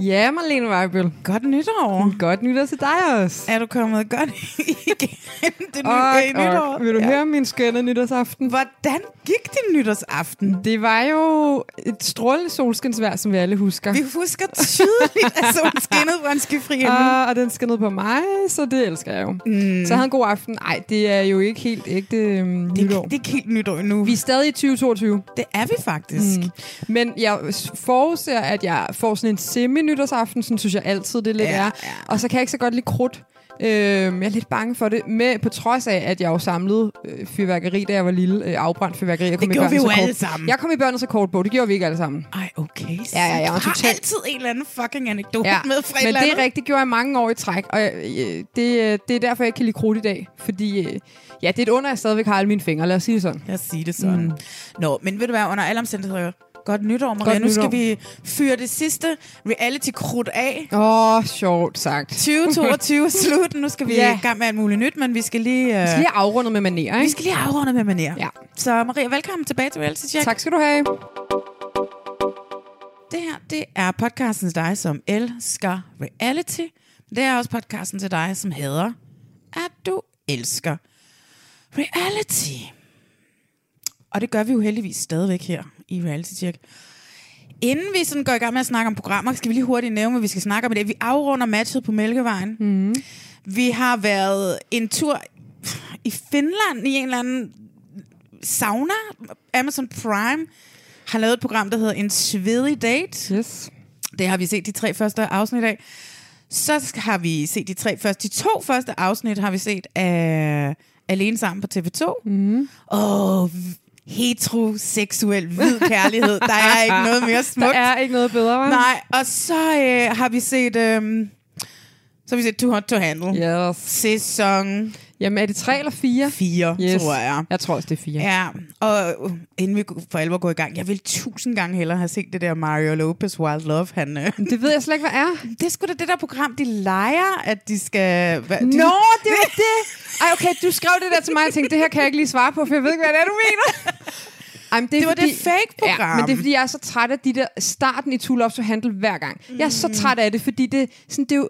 Ja, Marlene Weibel. Godt nytår. Godt nytår til dig også. Er du kommet godt igennem det nye okay, nytår? vil du ja. høre min skønne nytårsaften? Hvordan gik din nytårsaften? Det var jo et strålende solskinsvejr, som vi alle husker. Vi husker tydeligt, at solen skinnede på en skifri himmel. Og, og den skinnede på mig, så det elsker jeg jo. Mm. Så jeg havde en god aften. Nej, det er jo ikke helt ægte øhm, Det, nytår. det er ikke helt nytår endnu. Vi er stadig i 2022. Det er vi faktisk. Mm. Men jeg forudser, at jeg får sådan en semi-nytårsaften, sådan synes jeg altid, det lidt Ja, ja, ja. er. Og så kan jeg ikke så godt lide krudt. Øh, jeg er lidt bange for det, med, på trods af, at jeg jo samlede øh, fyrværkeri, da jeg var lille, øh, afbrændt fyrværkeri. Jeg kom Det i gjorde vi jo børnenes rekord. alle sammen. Jeg kom i børnenes rekordbog, det gjorde vi ikke alle sammen. Ej, okay. Ja, ja, jeg Du var har totalt- altid en eller anden fucking anekdote ja. med fra et men eller det andet. er rigtigt, gjorde jeg mange år i træk, og jeg, øh, det, øh, det er derfor, jeg ikke kan lide krudt i dag, fordi øh, ja, det er et under, at jeg stadigvæk har alle mine fingre, lad os sige det sådan. Lad os sige det sådan. Mm. Nå, men ved du hvad, under alle omstændigheder, godt nytår, Maria. Godt nu skal nytår. vi fyre det sidste reality-krudt af. Åh, oh, sjovt sagt. 2022 er slut. Nu skal vi Ja. i gang med alt muligt nyt, men vi skal lige... Vi Øh, skal lige have afrundet med manerer, vi ikke? skal lige afrunde med manér. Ja. Så Maria, velkommen tilbage til Reality Check. Tak skal du have. Det her, det er podcasten til dig, som elsker reality. Det er også podcasten til dig, som hedder, at du elsker reality. Og det gør vi jo heldigvis stadigvæk her i Reality Check. Inden vi sådan går i gang med at snakke om programmer, skal vi lige hurtigt nævne, hvad vi skal snakke om i dag. Vi afrunder matchet på Mælkevejen. Mm. Vi har været en tur i Finland i en eller anden sauna. Amazon Prime har lavet et program, der hedder En svedig date. Yes. Det har vi set de tre første afsnit af. Så har vi set de tre første, de to første afsnit har vi set af Alene sammen på TV2. Mhm. Mm. Og heteroseksuel hvid kærlighed. Der er ikke noget mere smukt. Der er ikke noget bedre, hva'? Nej, og så øh, har vi set... Øh, så har vi set Too Hot to Handle. Yes. Sæson Jamen, er det tre eller fire? 4, yes. tror jeg. Jeg tror også, det er fire. Ja, og uh, inden vi for alvor går i gang, jeg vil tusind gange hellere have set det der Mario Lopez Wild Love. Han, øh, Det ved jeg slet ikke, hvad er. det er sgu da det der program, de leger, at de skal... Hva, de, Nå, det var det. Ej, okay, du skrev det der til mig, og jeg tænkte, det her kan jeg ikke lige svare på, for jeg ved ikke, hvad det er, du mener. Ej, men det, er Det var det fake-program. Ja, men det er, fordi jeg er så træt af de der starten i Tool to Handle hver gang. Jeg er så træt af det, fordi det, sådan, det er jo...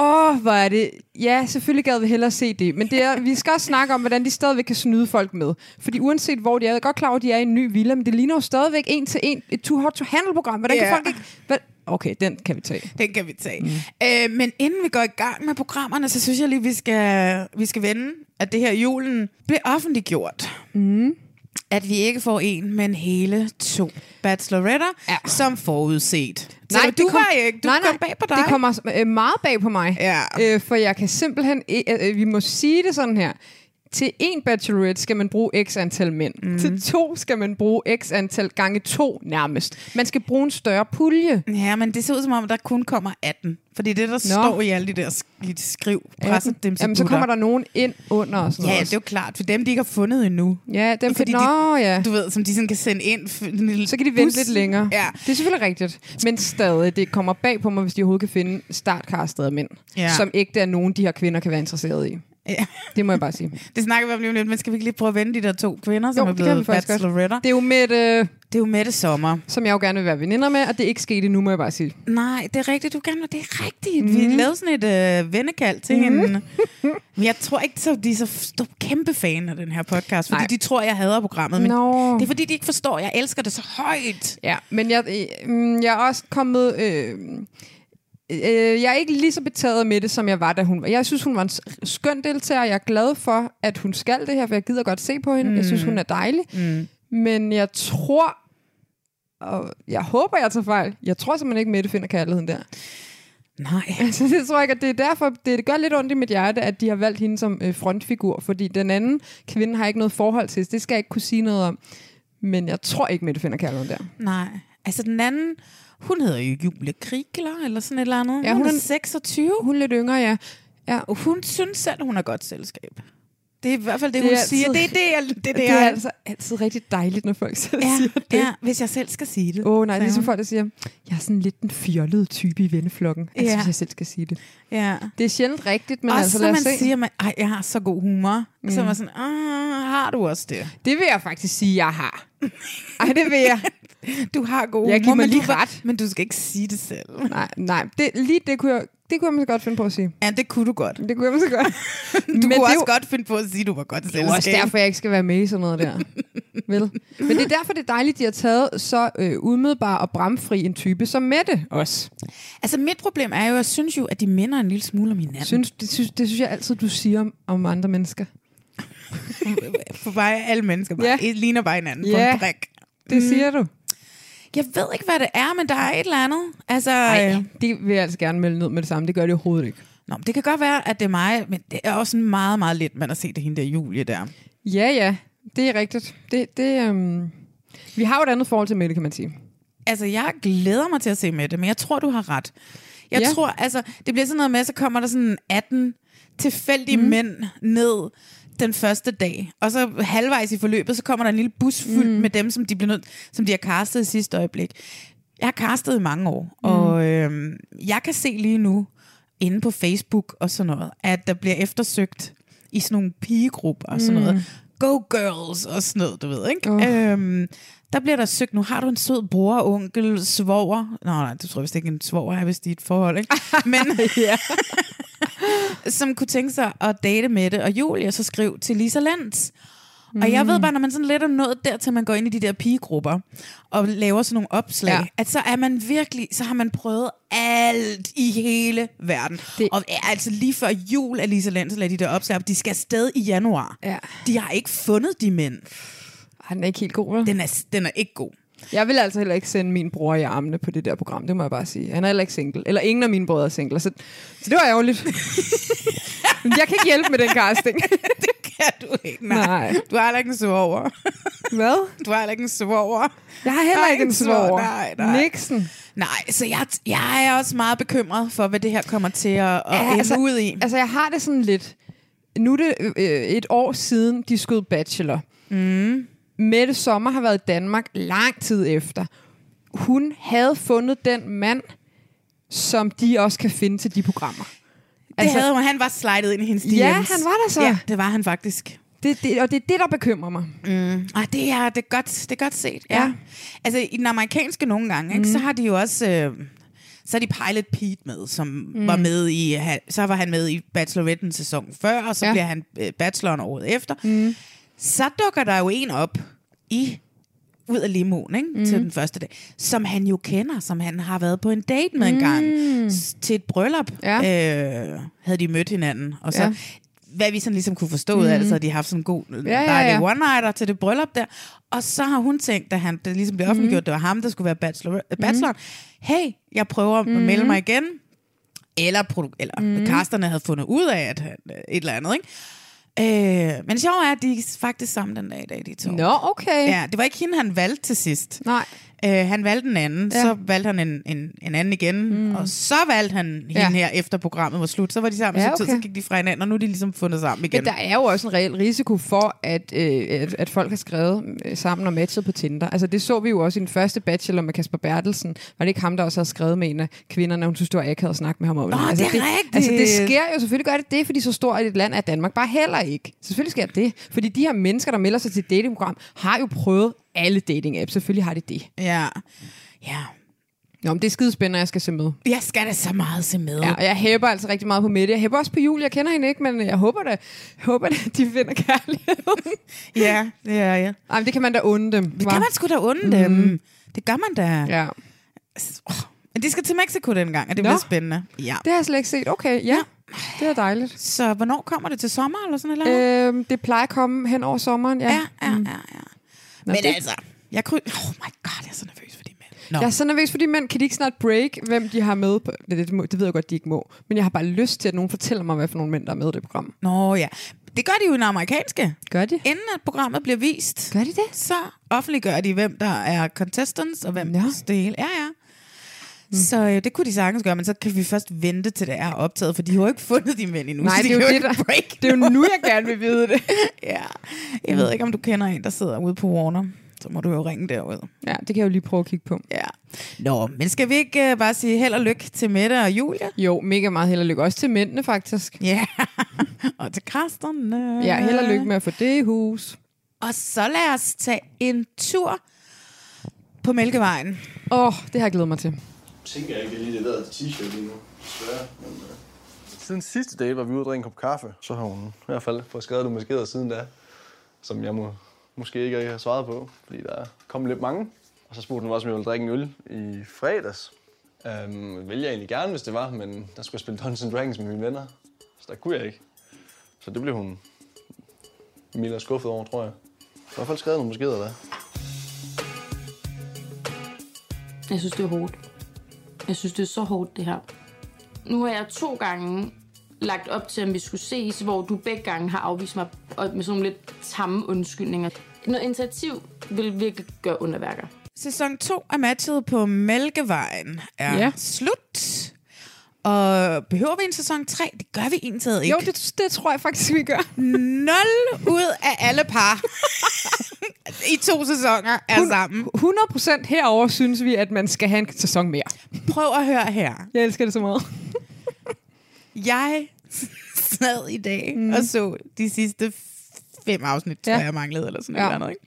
Åh, hvor er det... Ja, selvfølgelig gad vi hellere se det. Men det er, vi skal også snakke om, hvordan de stadigvæk kan snyde folk med. Fordi uanset hvor de er, jeg er godt klar over, at de er i en ny villa, men det ligner jo stadigvæk en til en et Too Hot to Handle-program. Hvordan Ja. kan folk ikke... Hvad? Okay, den kan vi tage. Den kan vi tage. Mm. Øh, men inden vi går i gang med programmerne, så synes jeg lige, vi skal, vi skal vende, at det her julen blev offentliggjort. Mm. At vi ikke får en, men hele to bacheloretter, ja. Ja. som forudset. Nej, det du kom, var ikke. Du nej, kom bag på dig. Det kommer øh, meget bag på mig. Ja. Øh, for jeg kan simpelthen... i- Øh, øh, vi må sige det sådan her. Til en bachelorette skal man bruge x antal mænd. Mm. Til to skal man bruge x antal gange to nærmest. Man skal bruge en større pulje. Ja, men det ser ud som om, der kun kommer 18. Fordi det, der Nå. står i alle de der sk- i de skriv, presset dem Jamen, så kommer der nogen ind under og sådan Ja, noget. det er jo klart. For dem, de ikke har fundet endnu. Ja, dem Fordi fordi Nå, de, ja. Du ved, som de sådan kan sende ind. f- en lille Så kan de vente bus. lidt længere. Ja. Det er selvfølgelig rigtigt. Men stadig, det kommer bag på mig, hvis de overhovedet kan finde startkastet af mænd, Ja. som ikke er nogen, de her kvinder kan være interesseret i. ja. Det må jeg bare sige. Det snakker vi om lige om lidt, men skal vi ikke lige prøve at vende de der to kvinder, som Jo, er det kan vi blevet faktisk godt. bacheloretter? Det er jo Mette øh, Det er jo Mette Sommer. som jeg jo gerne vil være veninder med, og det er ikke sket endnu, må jeg bare sige. Nej, det er rigtigt. Du gerne vil. Det er rigtigt. Mm. Vi Mhm. lavede sådan et øh, vennekald til mm. hende. Men jeg tror ikke, så de er så f- kæmpe fan af den her podcast, fordi Nej. Nej. de tror, jeg hader programmet. Men Nå. det er fordi, de ikke forstår, jeg elsker det så højt. Ja, men jeg, øh, mm, jeg er også kommet... Øh, øh, jeg er ikke lige så betaget med det, som jeg var, da hun var. Jeg synes, hun var en s- skøn deltager, og jeg er glad for, at hun skal det her, for jeg gider godt se på hende. Mm. Jeg synes, hun er dejlig. Mm. Men jeg tror... Og jeg håber, jeg tager fejl. Jeg tror simpelthen ikke, Mette finder kærligheden der. Nej. Altså, det tror jeg ikke, at det er derfor, det, det gør lidt ondt i mit hjerte, at de har valgt hende som øh, frontfigur, fordi den anden kvinde har ikke noget forhold til, så det skal jeg ikke kunne sige noget om. Men jeg tror ikke, Mette finder kærligheden der. Nej. Altså den anden, hun hedder jo Julie Krigler, eller sådan et eller andet. Ja, hun, hun er er- 26. Hun er lidt yngre, ja. Ja, Og hun synes selv, hun er godt selskab. Det er i hvert fald det, Det det er hun siger. altid- Det er det, jeg, det, er det, det jeg er altså altid rigtig dejligt, når folk selv ja. siger det. ja, ja, hvis jeg selv skal sige det. Åh oh, nej, sagde ligesom hun. folk, der siger, jeg er sådan lidt den fjollede type i venneflokken. Altså, Ja. hvis jeg selv skal sige det. Ja. Det er sjældent rigtigt, men Men Også altså altså, lad når os man se. siger, man, Ej, jeg har så god humor. Mm. Så er man sådan, "Ah, har du også det? Det vil jeg faktisk sige, jeg har. Ej, det vil jeg. Du har god Jeg giver humor, mig men, lige du, var- ret. men du skal ikke sige det selv. Nej, nej. Det, lige det kunne jeg, det kunne jeg måske godt finde på at sige. Ja, det kunne du godt. Det kunne jeg måske godt. Du men det er kunne også jo- godt finde på at sige, at du var godt Det selskab. er også derfor, jeg ikke skal være med i sådan noget der. Vel? Men det er derfor, det er dejligt, de har taget så øh, umiddelbar og bramfri en type som Mette også. Altså mit problem er jo, at jeg synes jo, at de minder en lille smule om hinanden. Synes, det, synes, det synes jeg altid, du siger om, om andre mennesker. For mig er alle mennesker bare, Ja. yeah. ligner bare hinanden yeah. på Ja. en brik. Det mm. siger du. Jeg ved ikke, hvad det er, men der er et eller andet. Altså, Ej. Det vil jeg altså gerne melde ned med det samme. Det gør det overhovedet ikke. Nå, men det kan godt være, at det er mig, men det er også sådan meget, meget lidt, man har set det hende der Julie der. Ja, ja. Det er rigtigt. Det, det, øhm... Vi har jo et andet forhold til Mette, kan man sige. Altså, jeg glæder mig til at se med det, men jeg tror, du har ret. Jeg Ja. ja. tror, altså, det bliver sådan noget med, så kommer der sådan 18 tilfældige mm. mænd ned den første dag, og så halvvejs i forløbet, så kommer der en lille bus fyldt mm. med dem, som de, bliver nødt, som de har castet i sidste øjeblik. Jeg har castet i mange år, mm. og øh, jeg kan se lige nu, inde på Facebook og sådan noget, at der bliver eftersøgt i sådan nogle pigegrupper og sådan noget. Go girls og sådan noget, du ved, ikke? Åh. Oh. Øhm, der bliver der søgt, nu har du en sød bror, onkel, svoger. Nå nej, du tror jeg vist ikke, en svoger er vist i et forhold, ikke? Men, som kunne tænke sig at date med det, og Julia så skrev til Lisa Lenz. Mm. Og jeg ved bare, når man sådan lidt er nået dertil, man går ind i de der pigegrupper og laver sådan nogle opslag, Ja. ja. at så er man virkelig, så har man prøvet alt i hele verden. Det- Det. Og ja, altså lige før jul er Lisa Lenz lagde de der opslag op, de skal afsted i januar. Ja. De har ikke fundet de mænd. Ej, den er ikke helt god, vel? Den er, den er ikke god. Jeg vil altså heller ikke sende min bror i armene på det der program, det må jeg bare sige. Han er heller ikke single. Eller ingen af mine brødre er single, så, så det var ærgerligt. Men jeg kan ikke hjælpe med den casting. det kan du ikke, nej. Nej. nej. Du har heller ikke en svoger. Hvad? Du har heller ikke en svoger. Jeg har heller Nej, ikke en en svoger. svoger. Nej, nej. Nixon. Nej, så jeg, jeg er også meget bekymret for, hvad det her kommer til at, at ja, ende altså, altså, ud i. Altså, jeg har det sådan lidt... Nu er det øh, øh, et år siden, de skød Bachelor. Mm. Mette Sommer har været i Danmark lang tid efter. Hun havde fundet den mand, som de også kan finde til de programmer. det havde hun. Han var slidet ind i hendes DM's. Ja, han var der så. Ja, det Altså, var han faktisk. Det, det, og det er det, der bekymrer mig. Ah, det er, det er, godt, det er godt set. Ja. Ja. ja. Altså, i den amerikanske nogle gange, ikke, så har de jo også... Øh, så er de Pilot Pete med, som mm. var med i... ha- Så var han med i Bacheloretten sæson før, og så Ja. ja. bliver han øh, bacheloren året efter. Mm. Så dukker der jo en op i ud af limoen ikke? Mm. til den første dag, som han jo kender, som han har været på en date med mm. engang S- til et bryllup. Ja. Øh, havde de mødt hinanden, og så Ja. Mm-hmm. ja. hvad vi sådan ligesom kunne forstå ud af det, så havde de haft sådan en god Ja, ja, ja, dejlig ja. one-nighter til det bryllup der. Og så har hun tænkt, da han, det ligesom blev offentliggjort, Mm-hmm. mm. det var ham, der skulle være bachelor, bacheloren. Hey, jeg prøver Mm-hmm. at melde mig igen. Eller, produ- eller mm. kasterne havde fundet ud af, at han, øh, et eller andet, ikke? Øh, men det sjove er, at de er faktisk sammen den dag i dag, de to. Nå, okay. Ja, det var ikke hende, han valgte til sidst. Nej. Øh, han valgte en anden, Ja. ja. så valgte han en, en, en anden igen, mm. og så valgte han hende Ja. ja. her, efter programmet var slut. Så var de sammen, Ja, ja, okay. så, okay. så gik de fra hinanden, og nu er de ligesom fundet sammen igen. Men der er jo også en reel risiko for, at, øh, at, at folk har skrevet øh, sammen og matchet på Tinder. Altså det så vi jo også i den første bachelor med Kasper Bertelsen. Var det ikke ham, der også havde skrevet med en af kvinderne, og hun synes, det var akavet at snakke med ham om Nå, altså, det er rigtigt. Altså det sker jo, selvfølgelig gør det det, fordi så stort et land er Danmark bare heller ikke. Selvfølgelig sker det. Fordi de her mennesker, der melder sig til et datingprogram, har jo prøvet alle dating apps. Selvfølgelig har de det. Ja. Ja. Nå, men det er skidespændende, og jeg skal se med. Jeg skal da så meget se med. Ja, og jeg hæber altså rigtig meget på Mette. Jeg hæber også på Julie. Jeg kender hende ikke, men jeg håber da, jeg håber da de finder kærligheden. ja, ja. ja. Ej, men det kan man da onde dem. Det kan man sgu da unde mm. dem. Det gør man da. Ja. Ja. Oh. Men de skal til Mexico dengang, og det Nå. bliver spændende. Ja. Det har jeg slet ikke set. Okay, ja. Det er dejligt. Så hvornår kommer det til sommer eller sådan noget? Øhm, det plejer at komme hen over sommeren, ja. ja, ja, ja, ja. Men mm. det- altså, jeg kry... Oh my god, jeg er så nervøs for det, mand. Nå. Jeg er så nervøs for de mænd. Kan de ikke snart break, hvem de har med? På? Det, det, må- det ved jeg godt, de ikke må. Men jeg har bare lyst til, at nogen fortæller mig, hvad for nogle mænd, der er med i det program. Nå ja. Det gør de jo i den amerikanske. Gør de? Inden at programmet bliver vist, Gør de det? så offentliggør de, hvem der er contestants, og hvem Nå. Mm. ja. det hele. Ja, ja. Så øh, det kunne de sagtens gøre, men så kan vi først vente til det er optaget, for de har jo ikke fundet de mænd endnu. Nej, så de det er jo kan det, ikke der- break Det er jo nu, jeg gerne vil vide det. Ja, jeg ved ikke, om du kender en, der sidder ude på Warner. Så må du jo ringe derud. Ja, det kan jeg jo lige prøve at kigge på. Ja. Nå, men skal vi ikke uh, bare sige held og lykke til Mette og Julia? Jo, mega meget held og lykke. Også til mændene, faktisk. Ja, og til kræsterne. Ja, held og lykke med at få det i hus. Og så lad os tage en tur på Mælkevejen. Åh, oh, det har jeg glædet mig til. tænker jeg ikke, at jeg lige leverede t-shirt lige nu. Desværre, men... Øh... Siden sidste date var vi ude og drikke en kop kaffe, så har hun i hvert fald fået skadet og maskeret siden da, som jeg må, måske ikke rigtig har svaret på, fordi der er kommet lidt mange. Og så spurgte hun også, om jeg ville drikke en øl i fredags. Øhm, ville jeg egentlig gerne, hvis det var, men der skulle jeg spille Dungeons and Dragons med mine venner, så der kunne jeg ikke. Så det blev hun mild og skuffet over, tror jeg. I hvert fald skadet nogle maskeder der. Jeg synes, det er hårdt. Jeg synes, det er så hårdt, det her. Nu har jeg to gange lagt op til, om vi skulle ses, hvor du begge gange har afvist mig og med sådan nogle lidt tamme undskyldninger. Noget initiativ vil virkelig gøre underværker. Sæson 2 af matchet på Mælkevejen er Ja. ja. slut. Og behøver vi en sæson 3? Det gør vi egentlig ikke. Jo, det, det tror jeg faktisk, vi gør. 0 ud af alle par i to sæsoner er sammen. 100% herover synes vi, at man skal have en sæson mere. Prøv at høre her. Jeg elsker det så meget. Jeg sad i dag mm. og så de sidste f- fem afsnit, tror Ja. ja. jeg manglede, eller sådan Ja. ja. noget andet, ikke?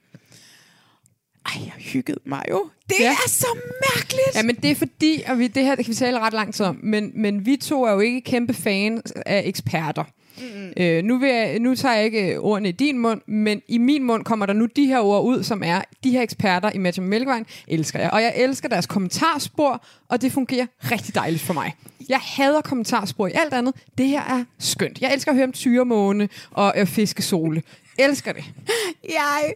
Ej, jeg hyggede mig jo. Det Ja. ja. er så mærkeligt. Ja, men det er fordi, og vi, det her det kan vi tale ret langt om, men, men vi to er jo ikke kæmpe fan af eksperter. Mm. Øh, nu, vil jeg, nu tager jeg ikke øh, ordene i din mund, men i min mund kommer der nu de her ord ud, som er, de her eksperter i Match Mælkevejen elsker jeg. Og jeg elsker deres kommentarspor, og det fungerer rigtig dejligt for mig. Jeg hader kommentarspor i alt andet. Det her er skønt. Jeg elsker at høre om tyremåne og øh, fiskesole. Elsker det. jeg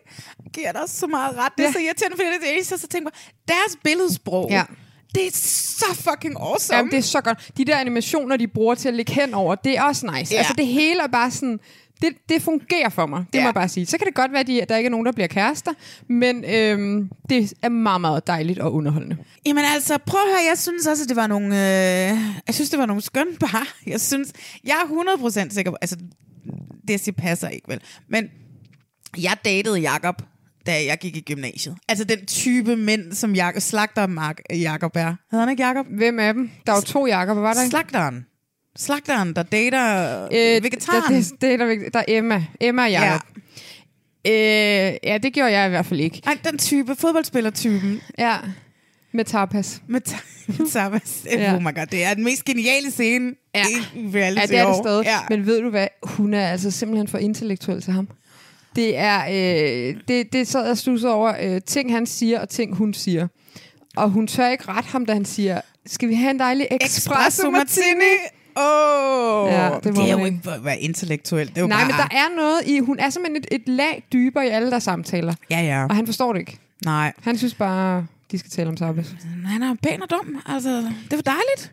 giver dig så meget ret. Det er Ja. ja. så irriterende, fordi det er det eneste, jeg så tænker på. Deres billedsprog, Ja. det er så fucking awesome. Jamen, det er så godt. De der animationer, de bruger til at ligge hen over, det er også nice. Ja. Ja. Altså, det hele er bare sådan... Det, det fungerer for mig, det ja. Ja. må jeg bare sige. Så kan det godt være, at de, at der ikke er nogen, der bliver kærester, men øhm, det er meget, meget dejligt og underholdende. Jamen altså, prøv at høre, jeg synes også, at det var nogle, øh, jeg synes, det var nogle skønne par. Jeg synes, jeg er 100% sikker på, altså, det siger passer ikke, vel? Men jeg datede Jakob, da jeg gik i gymnasiet. Altså den type mænd, som Jakob, slagtermark Jakob er. Hedder han ikke Jakob? Hvem af dem? Der er jo to jakker, hvad var der ikke? Slagteren. Slagteren, der dater øh, vegetaren. Der, det, det er der, veg- der er Emma. Emma og Jacob. Ja. Øh, ja, det gjorde jeg i hvert fald ikke. Ej, den type, fodboldspillertypen Ja. Med tapas. med, t- med Thomas. Ja. Ja. Oh my god, det er den mest geniale scene Ja. i reality Ja, det er det år. stadig. Ja. Altså, Ja. Men ved du hvad? Hun er altså simpelthen for intellektuel til ham. Det er, øh, det, det sad jeg og stussede over, øh, ting han siger og ting hun siger. Og hun tør ikke rette ham, da han siger, skal vi have en dejlig espresso Espresso martini? Martini. Åh, oh, Ja, ja, det det, må det er man jo ikke. ikke for at være intellektuel. Det er jo Nej, bare... men der er noget i, hun er simpelthen et, et lag dybere i alle deres samtaler. Ja, ja. Og han forstår det ikke. Nej. Han synes bare, de skal tale om tapas. Han er pæn og dum. Altså, det var dejligt.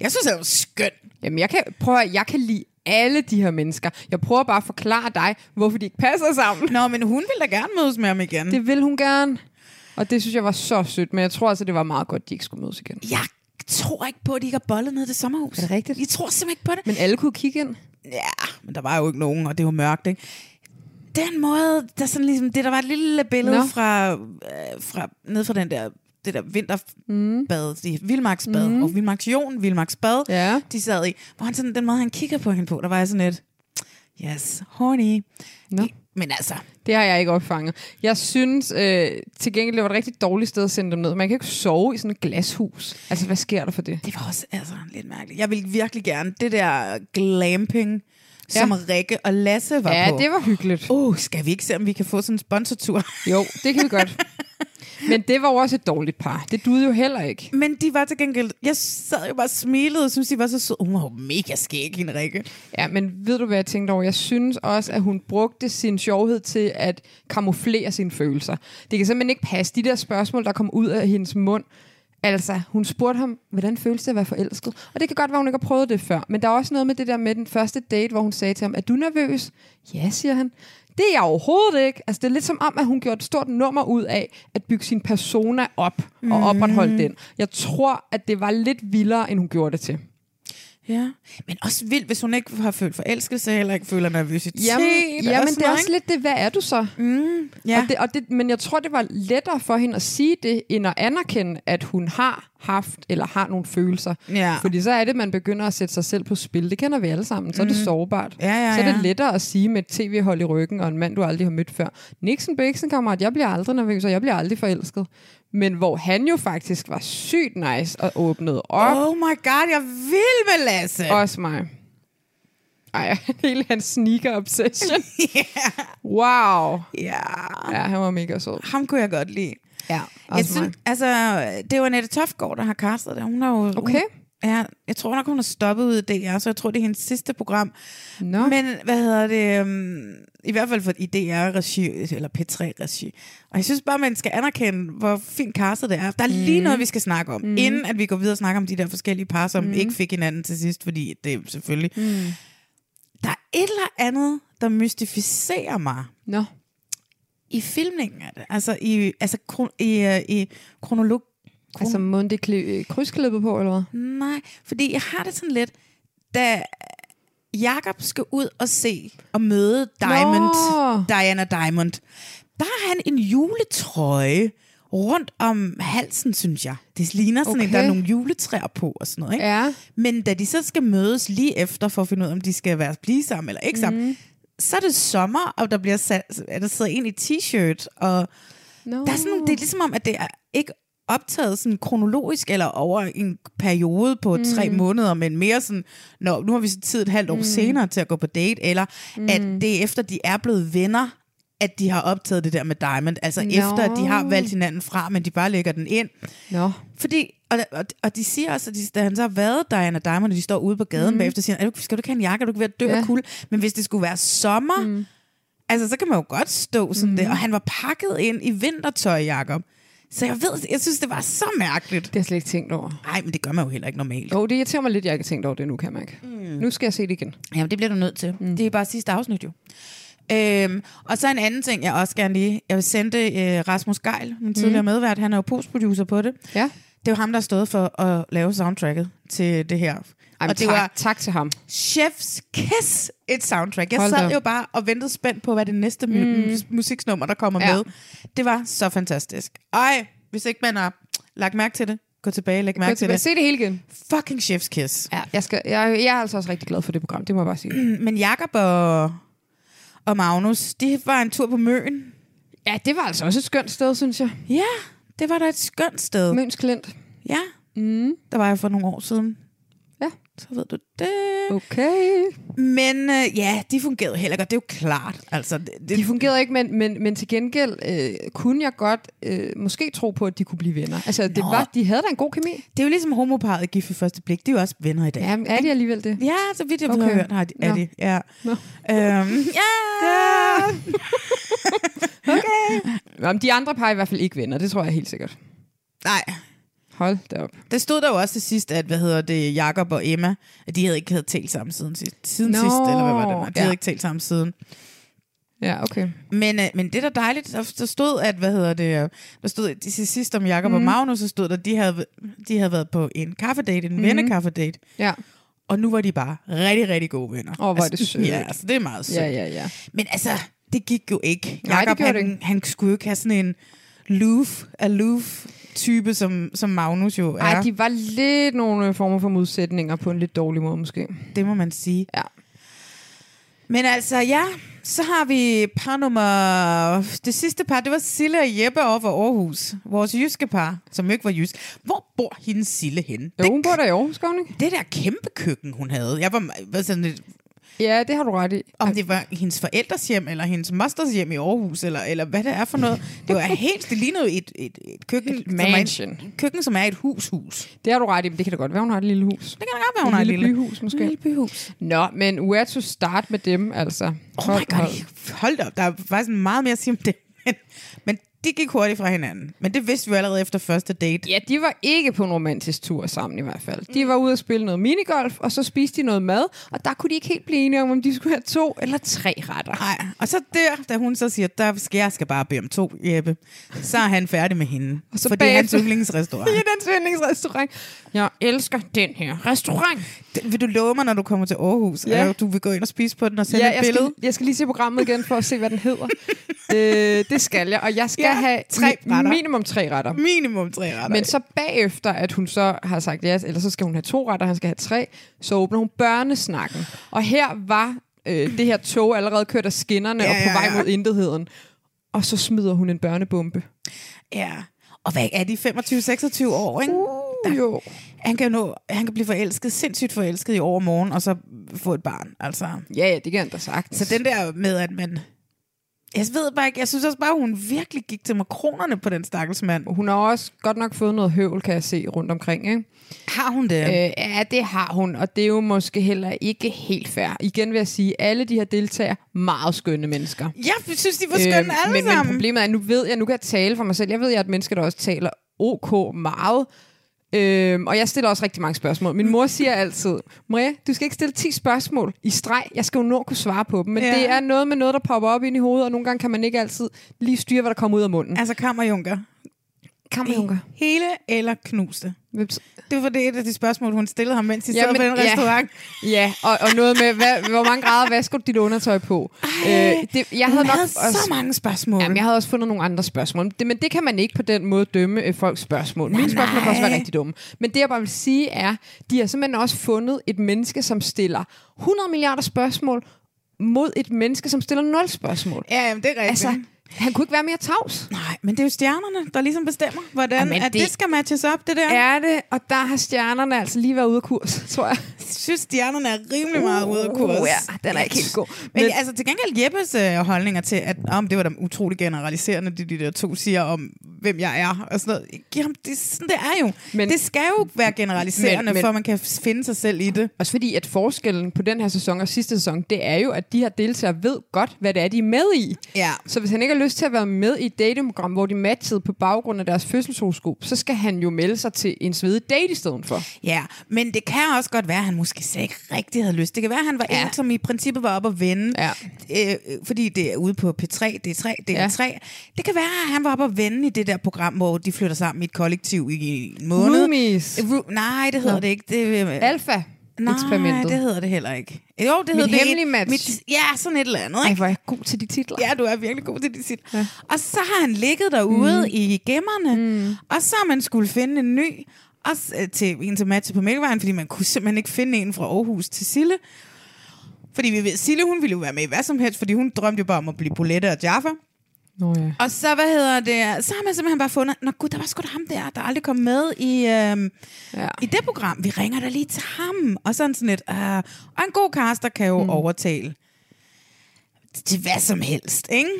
Jeg synes, det var skøn. Jamen, jeg kan, prøv at, jeg kan lide alle de her mennesker. Jeg prøver bare at forklare dig, hvorfor de ikke passer sammen. Nå, men hun ville da gerne mødes med ham igen. Det... Det vil hun gerne. Og det synes jeg var så sødt, men jeg tror altså, det var meget godt, de ikke skulle mødes igen. Jeg tror ikke på, at de ikke har bollet ned i det sommerhus. Er det rigtigt? Jeg tror simpelthen ikke på det. Men alle kunne kigge ind. Ja, men der var jo ikke nogen, og det var mørkt, ikke? Den måde, der sådan ligesom, det der var et lille billede Nå. no. fra, øh, fra, ned fra den der, det der vinterbad, mm. det vildmarksbad, mm. og Vildmarks Jon, Vildmarksbad, Ja. de sad i, hvor han sådan, den måde, han kigger på hende på, der var jeg sådan lidt, Yes, horny. Nå. Men altså, Det har jeg ikke opfanget. Jeg synes øh, til gengæld, det var et rigtig dårligt sted at sende dem ned. Man kan ikke sove i sådan et glashus. Altså, hvad sker der for det? det var også altså, lidt mærkeligt. Jeg ville virkelig gerne det der glamping, som Rikke og Lasse var Ja, på. det var hyggeligt. Uh, skal vi ikke se, om vi kan få sådan en sponsortur? Jo, det kan vi godt. Men det var jo også et dårligt par. Det duede jo heller ikke. Men de var til gengæld... Jeg sad jo bare og smilede og syntes, de var så søde. Hun var jo mega skæg, hende Rikke. Ja, men ved du, hvad jeg tænkte over? Jeg synes også, at hun brugte sin sjovhed til at kamuflere sine følelser. Det kan simpelthen ikke passe. De der spørgsmål, der kom ud af hendes mund, Altså, hun spurgte ham, hvordan føles det at være forelsket? Og det kan godt være, hun ikke har prøvet det før, men der er også noget med det der med den første date, hvor hun sagde til ham, er du nervøs? Ja, siger han. Det er jeg overhovedet ikke. Altså, det er lidt som om, at hun gjorde et stort nummer ud af at bygge sin persona op og opretholde den. Jeg tror, at det var lidt vildere, end hun gjorde det til. Ja. Men også vildt, hvis hun ikke har følt forelskelse, heller ikke føler nervøsitet. Jamen, og jamen sådan det er noget, også lidt det, hvad er du så? ikke? Mm, Ja. Og det, og det, men jeg tror, det var lettere for hende at sige det, end at anerkende, at hun har haft eller har nogle følelser. Ja. Fordi så er det, man begynder at sætte sig selv på spil. Det kender vi alle sammen. Så er det sårbart. Mm. Ja, ja, så er det ja. lettere at sige med et tv-hold i ryggen og en mand, du aldrig har mødt før. Nixon Bixen, kammerat, jeg bliver aldrig nervøs, og jeg bliver aldrig forelsket. Men hvor han jo faktisk var sygt nice og åbnede op. Oh my god, jeg vil med Lasse. Oh. Også mig. Ej, hele hans sneaker-obsession. Wow. Ja. Ja, han var mega sød. Ham kunne jeg godt lide. Ja, Jeg synes, altså, det er jo Annette Tofgaard, der har castet det. Hun har jo, Okay. Hun, ja, jeg tror nok, hun har stoppet ud i DR, så jeg tror, det er hendes sidste program. Nå. Men hvad hedder det? Um, I hvert fald for i DR-regi, eller P3-regi. Og jeg synes bare, man skal anerkende, hvor fint castet det er. Der er lige noget, vi skal snakke om, mm. inden at vi går videre og snakker om de der forskellige par, som mm. ikke fik hinanden til sidst, fordi det er selvfølgelig... Mm. Der er et eller andet, der mystificerer mig Nå. i filmningen af det. Altså i, altså, kron, i, øh, i kronolog... Kron, Altså mundt krydsklippet på, eller hvad? Nej, fordi jeg har det sådan lidt, da Jakob skal ud og se og møde Diamond, Nå. Diana Diamond, der har han en juletrøje rundt om halsen, synes jeg. Det ligner sådan, okay. at der er Okay. nogle juletræer på og sådan noget. Ikke? Ja. Men da de så skal mødes lige efter for at finde ud af, om de skal være blive sammen eller ikke sammen, Mhm. mm. så er det sommer, og der bliver sat, at der sidder en i t-shirt, og No. der er sådan, nogle- det er ligesom om, at det er ikke optaget sådan kronologisk eller over en periode på mm. tre måneder, men mere sådan, nå, nu har vi så tid et halvt år mm. senere til at gå på date, eller mm. at det er efter, de er blevet venner, at de har optaget det der med Diamond, altså no. efter, at de har valgt hinanden fra, men de bare lægger den ind. Nå. Fordi, og, og, og de siger også, at de, da han så har været Diana Diamond, og de står ude på gaden mm. bagefter, siger han, "Er du- skal du ikke have en jakke, er du ikke ved at dø ja. af kulde? Men hvis det skulle være sommer, mm. altså så kan man jo godt stå sådan mm. der. Og han var pakket ind i vintertøj, Jacob. Så jeg ved, jeg synes, det var så mærkeligt. Det har jeg slet ikke tænkt over. Nej, men det gør man jo heller ikke normalt. Jo, det irriterer mig lidt, jeg ikke har tænkt over det nu, kan jeg mærke. Mm. Nu skal jeg se det igen. Jamen, det bliver du nødt til. Mhm. Mm. Det er bare sidste afsnit jo. Øhm, og så en anden ting, jeg også gerne lige... Jeg sendte øh, Rasmus Geil, min tidligere mm. medvært, han er jo postproducer på det. Mhm. Ja. Det er jo ham, der har stået for at lave soundtracket til det her. Ej, og det tak, var tak til ham. Chef's Kiss, et soundtrack. Jeg Hold da sad op. Mm. jo bare og ventede spændt på, hvad det næste mu- mus- musiksnummer, der kommer Ja. med. Det var så fantastisk. Ej, hvis ikke man har lagt mærke til det, gå tilbage og læg mærke til Jeg det. se det hele igen. Fucking Chef's Kiss. Ja, jeg, skal, jeg, jeg er altså også rigtig glad for det program, det må jeg bare sige. Men Jakob og, og Magnus, de var en tur på Møn. Ja, det var altså også et skønt sted, synes jeg. Ja, det var da et skønt sted. Møns Klint. Ja, mm. der var jeg for nogle år siden. Ja. Så ved du det. Okay. Men øh, ja, de fungerede heller godt. Det er jo klart. Altså, det, det, De fungerede ikke, men, men, men til gengæld øh, kunne jeg godt øh, måske tro på, at de kunne blive venner. Altså, det Nå. var, de havde da en god kemi. det er jo ligesom homoparet i gift ved første blik. De er jo også venner i dag. Ja, men er de alligevel det? Ja, så vidt jeg okay. har Okay. hørt, har de, er Nå. de. Ja. Nå. Øhm, ja. Nå, men de andre par er i hvert fald ikke venner, det tror jeg helt sikkert. Nej, Hold da op. der stod der jo også til sidst, at hvad hedder det, Jakob og Emma, at de havde ikke havde talt sammen siden sidst, siden Nå, sidst eller hvad var det? var? De ja. havde ikke talt sammen siden. Ja, okay. Men, øh, men det er da dejligt, der, der stod, at, hvad hedder det, øh, der stod at de til sidst om Jakob mm. Mhm. og Magnus, så stod der, de havde, de havde været på en kaffedate, en Mhm. mm. vennekaffedate, Ja. og nu var de bare rigtig, rigtig gode venner. Åh, hvor er det sødt. Ja, altså, det er meget sødt. Ja, ja, ja. Men altså, det gik jo ikke. Nej, det Jakob, gjorde han, det ikke. han skulle jo ikke have sådan en loof, aloof type, som, som Magnus jo er. Ej, de var lidt nogle øh, former for modsætninger på en lidt dårlig måde måske. Det må man sige. Ja. Men altså, ja, så har vi par nummer... Det sidste par, det var Sille og Jeppe over for Aarhus. Vores jyske par, som jo ikke var jysk. Hvor bor hende Sille henne? Jo, hun bor der i Aarhus, gør hun ikke? Det der kæmpe køkken, hun havde. Jeg var, var sådan lidt, Ja, det har du ret i. om det var hendes forældres hjem, eller hendes mosters hjem i Aarhus, eller, eller hvad det er for noget. Det var helt, det lignede jo et, et, et køkken. Et som er en- mansion. køkken, som er et hus-hus. Det har du ret i, men det kan da godt være, hun har et lille hus. Det kan da godt være, hun har et lille byhus, måske. Et lille byhus. Nå, men where to start med dem, altså. Oh my god, hold da op. Der er faktisk meget mere at sige om det. Men, men de gik hurtigt fra hinanden. Men det vidste vi jo allerede efter første date. Ja, de var ikke på en romantisk tur sammen i hvert fald. De var ude at spille noget minigolf, og så spiste de noget mad, og der kunne de ikke helt blive enige om, om de skulle have to eller tre retter. Nej, og så der, da hun så siger, der skal jeg skal bare bede om to, Jeppe, så er han færdig med hende. Og så så fordi det er hans bagefter- yndlingsrestaurant. I den svindlingsrestaurant. Jeg elsker den her restaurant. Den Vil du love mig, når du kommer til Aarhus, Ja. ja. at du vil gå ind og spise på den og sende Ja, et jeg billede? skal, jeg skal lige se programmet igen for at se, hvad den hedder. øh, det skal jeg, og jeg skal ja, Ja, have tre mi- retter. minimum tre retter. Minimum tre retter. Men så bagefter, at hun så har sagt ja, eller så skal hun have to retter, han skal have tre, så åbner hun børnesnakken. Og her var øh, det her tog allerede kørt af skinnerne ja, og på ja, vej ja. mod intetheden. Og så smider hun en børnebombe. Ja. Og hvad er de 25-26 år, ikke? Der. Jo. Han kan, nå, han kan blive forelsket, sindssygt forelsket i overmorgen, og så få et barn. Altså. Ja, ja, det kan han da sagtens. Så den der med, at man... Jeg ved bare ikke, jeg synes også bare, at hun virkelig gik til makronerne på den stakkels mand. Hun har også godt nok fået noget høvl, kan jeg se, rundt omkring. Ikke? Har hun det? Øh, Øh, ja, det har hun, og det er jo måske heller ikke helt fair. Igen vil jeg sige, alle de her deltagere, meget skønne mennesker. jeg synes, de var skønne øh, alle Øhm, men, men sammen. problemet er, at nu ved jeg, nu kan jeg tale for mig selv. Jeg ved, jeg er et menneske, der også taler ok meget. Øhm, og jeg stiller også rigtig mange spørgsmål. Min mor siger altid, Maria, du skal ikke stille 10 spørgsmål i streg. Jeg skal jo nå at kunne svare på dem. Men ja. Ja. det er noget med noget, der popper op ind i hovedet, og nogle gange kan man ikke altid lige styre, hvad der kommer ud af munden. Altså kammerjunker. Kammerjunker. Hele eller knuste? Vips. Det var det et af de spørgsmål, hun stillede ham, mens de Ja, sad men- på den ja. restaurant. Ja, og, og noget med, hvad, hvor mange grader vasker du dit undertøj på? Øh, det, jeg Hun havde nok havde også, så mange spørgsmål. Jamen, jeg havde også fundet nogle andre spørgsmål. Det, men det kan man ikke på den måde dømme øh, folks spørgsmål. Mine spørgsmål kan også være rigtig dumme. Men det, jeg bare vil sige, er, de har simpelthen også fundet et menneske, som stiller 100 milliarder spørgsmål mod et menneske, som stiller 0 spørgsmål. Ja, jamen, det er rigtigt. Altså, han kunne ikke være mere tavs. Nej, men det er jo stjernerne, der ligesom bestemmer, hvordan Jamen, Jamen, at det... det- det skal matches op, det der. Ja. Er det, og der har stjernerne altså lige været ude af kurs, tror jeg. Jeg synes, stjernerne er rimelig meget ude af kurs. Uh, ja, den er ikke helt god. Men, Men- men altså, til gengæld Jeppes øh, holdninger til, at om det var da utrolig generaliserende, det de der to siger om, hvem jeg er og sådan noget. Jamen, det, sådan det er jo. Men- Men, det skal jo være generaliserende, men, Men- men- men, for at man kan finde sig selv i det. Også fordi, at forskellen på den her sæson og sidste sæson, det er jo, at de her deltagere ved godt, hvad det er, de er med i. Ja. Så hvis han ikke har lyst til at være med i et datingprogram, hvor de matchede på baggrund af deres fødselshoroskop, så skal han jo melde sig til en svedig date i stedet for. Ja, men det kan også godt være, at han måske slet ikke rigtig havde lyst. Det kan være, at han var Ja. ja. en, som i princippet var oppe at vende, Ja. øh, fordi det er ude på P3, D3, DR3. Ja. Det kan være, at han var oppe at vende i det der program, hvor de flytter sammen i et kollektiv i en måned. Roomies. Ru- nej, det hedder det ikke. Det, øh, Alfa. nej, eksperimentet. det hedder det heller ikke. Jo, det hedder det. hemmelige et- match. Mit, ja, sådan et eller andet. Ej, Ikke? hvor er jeg god til de titler. Ja, du er virkelig god til det sit. Ja. Og så har han ligget derude mm. i gemmerne, mm. og så har man skulle finde en ny, også øh, til en til matche på Mælkevejen, fordi man kunne simpelthen ikke finde en fra Aarhus til Sille. Fordi vi ved, Sille, hun ville jo være med i hvad som helst, fordi hun drømte jo bare om at blive Bolette og Jaffa. Nå, ja. Og så, hvad hedder det, så har man simpelthen bare fundet, nå gud, der var sgu da ham der, der aldrig kom med i, øhm, Ja. ja. i det program. Vi ringer da lige til ham. Og sådan sådan lidt, øh, og en god caster kan Hmm. jo mm. overtale til hvad som helst, ikke?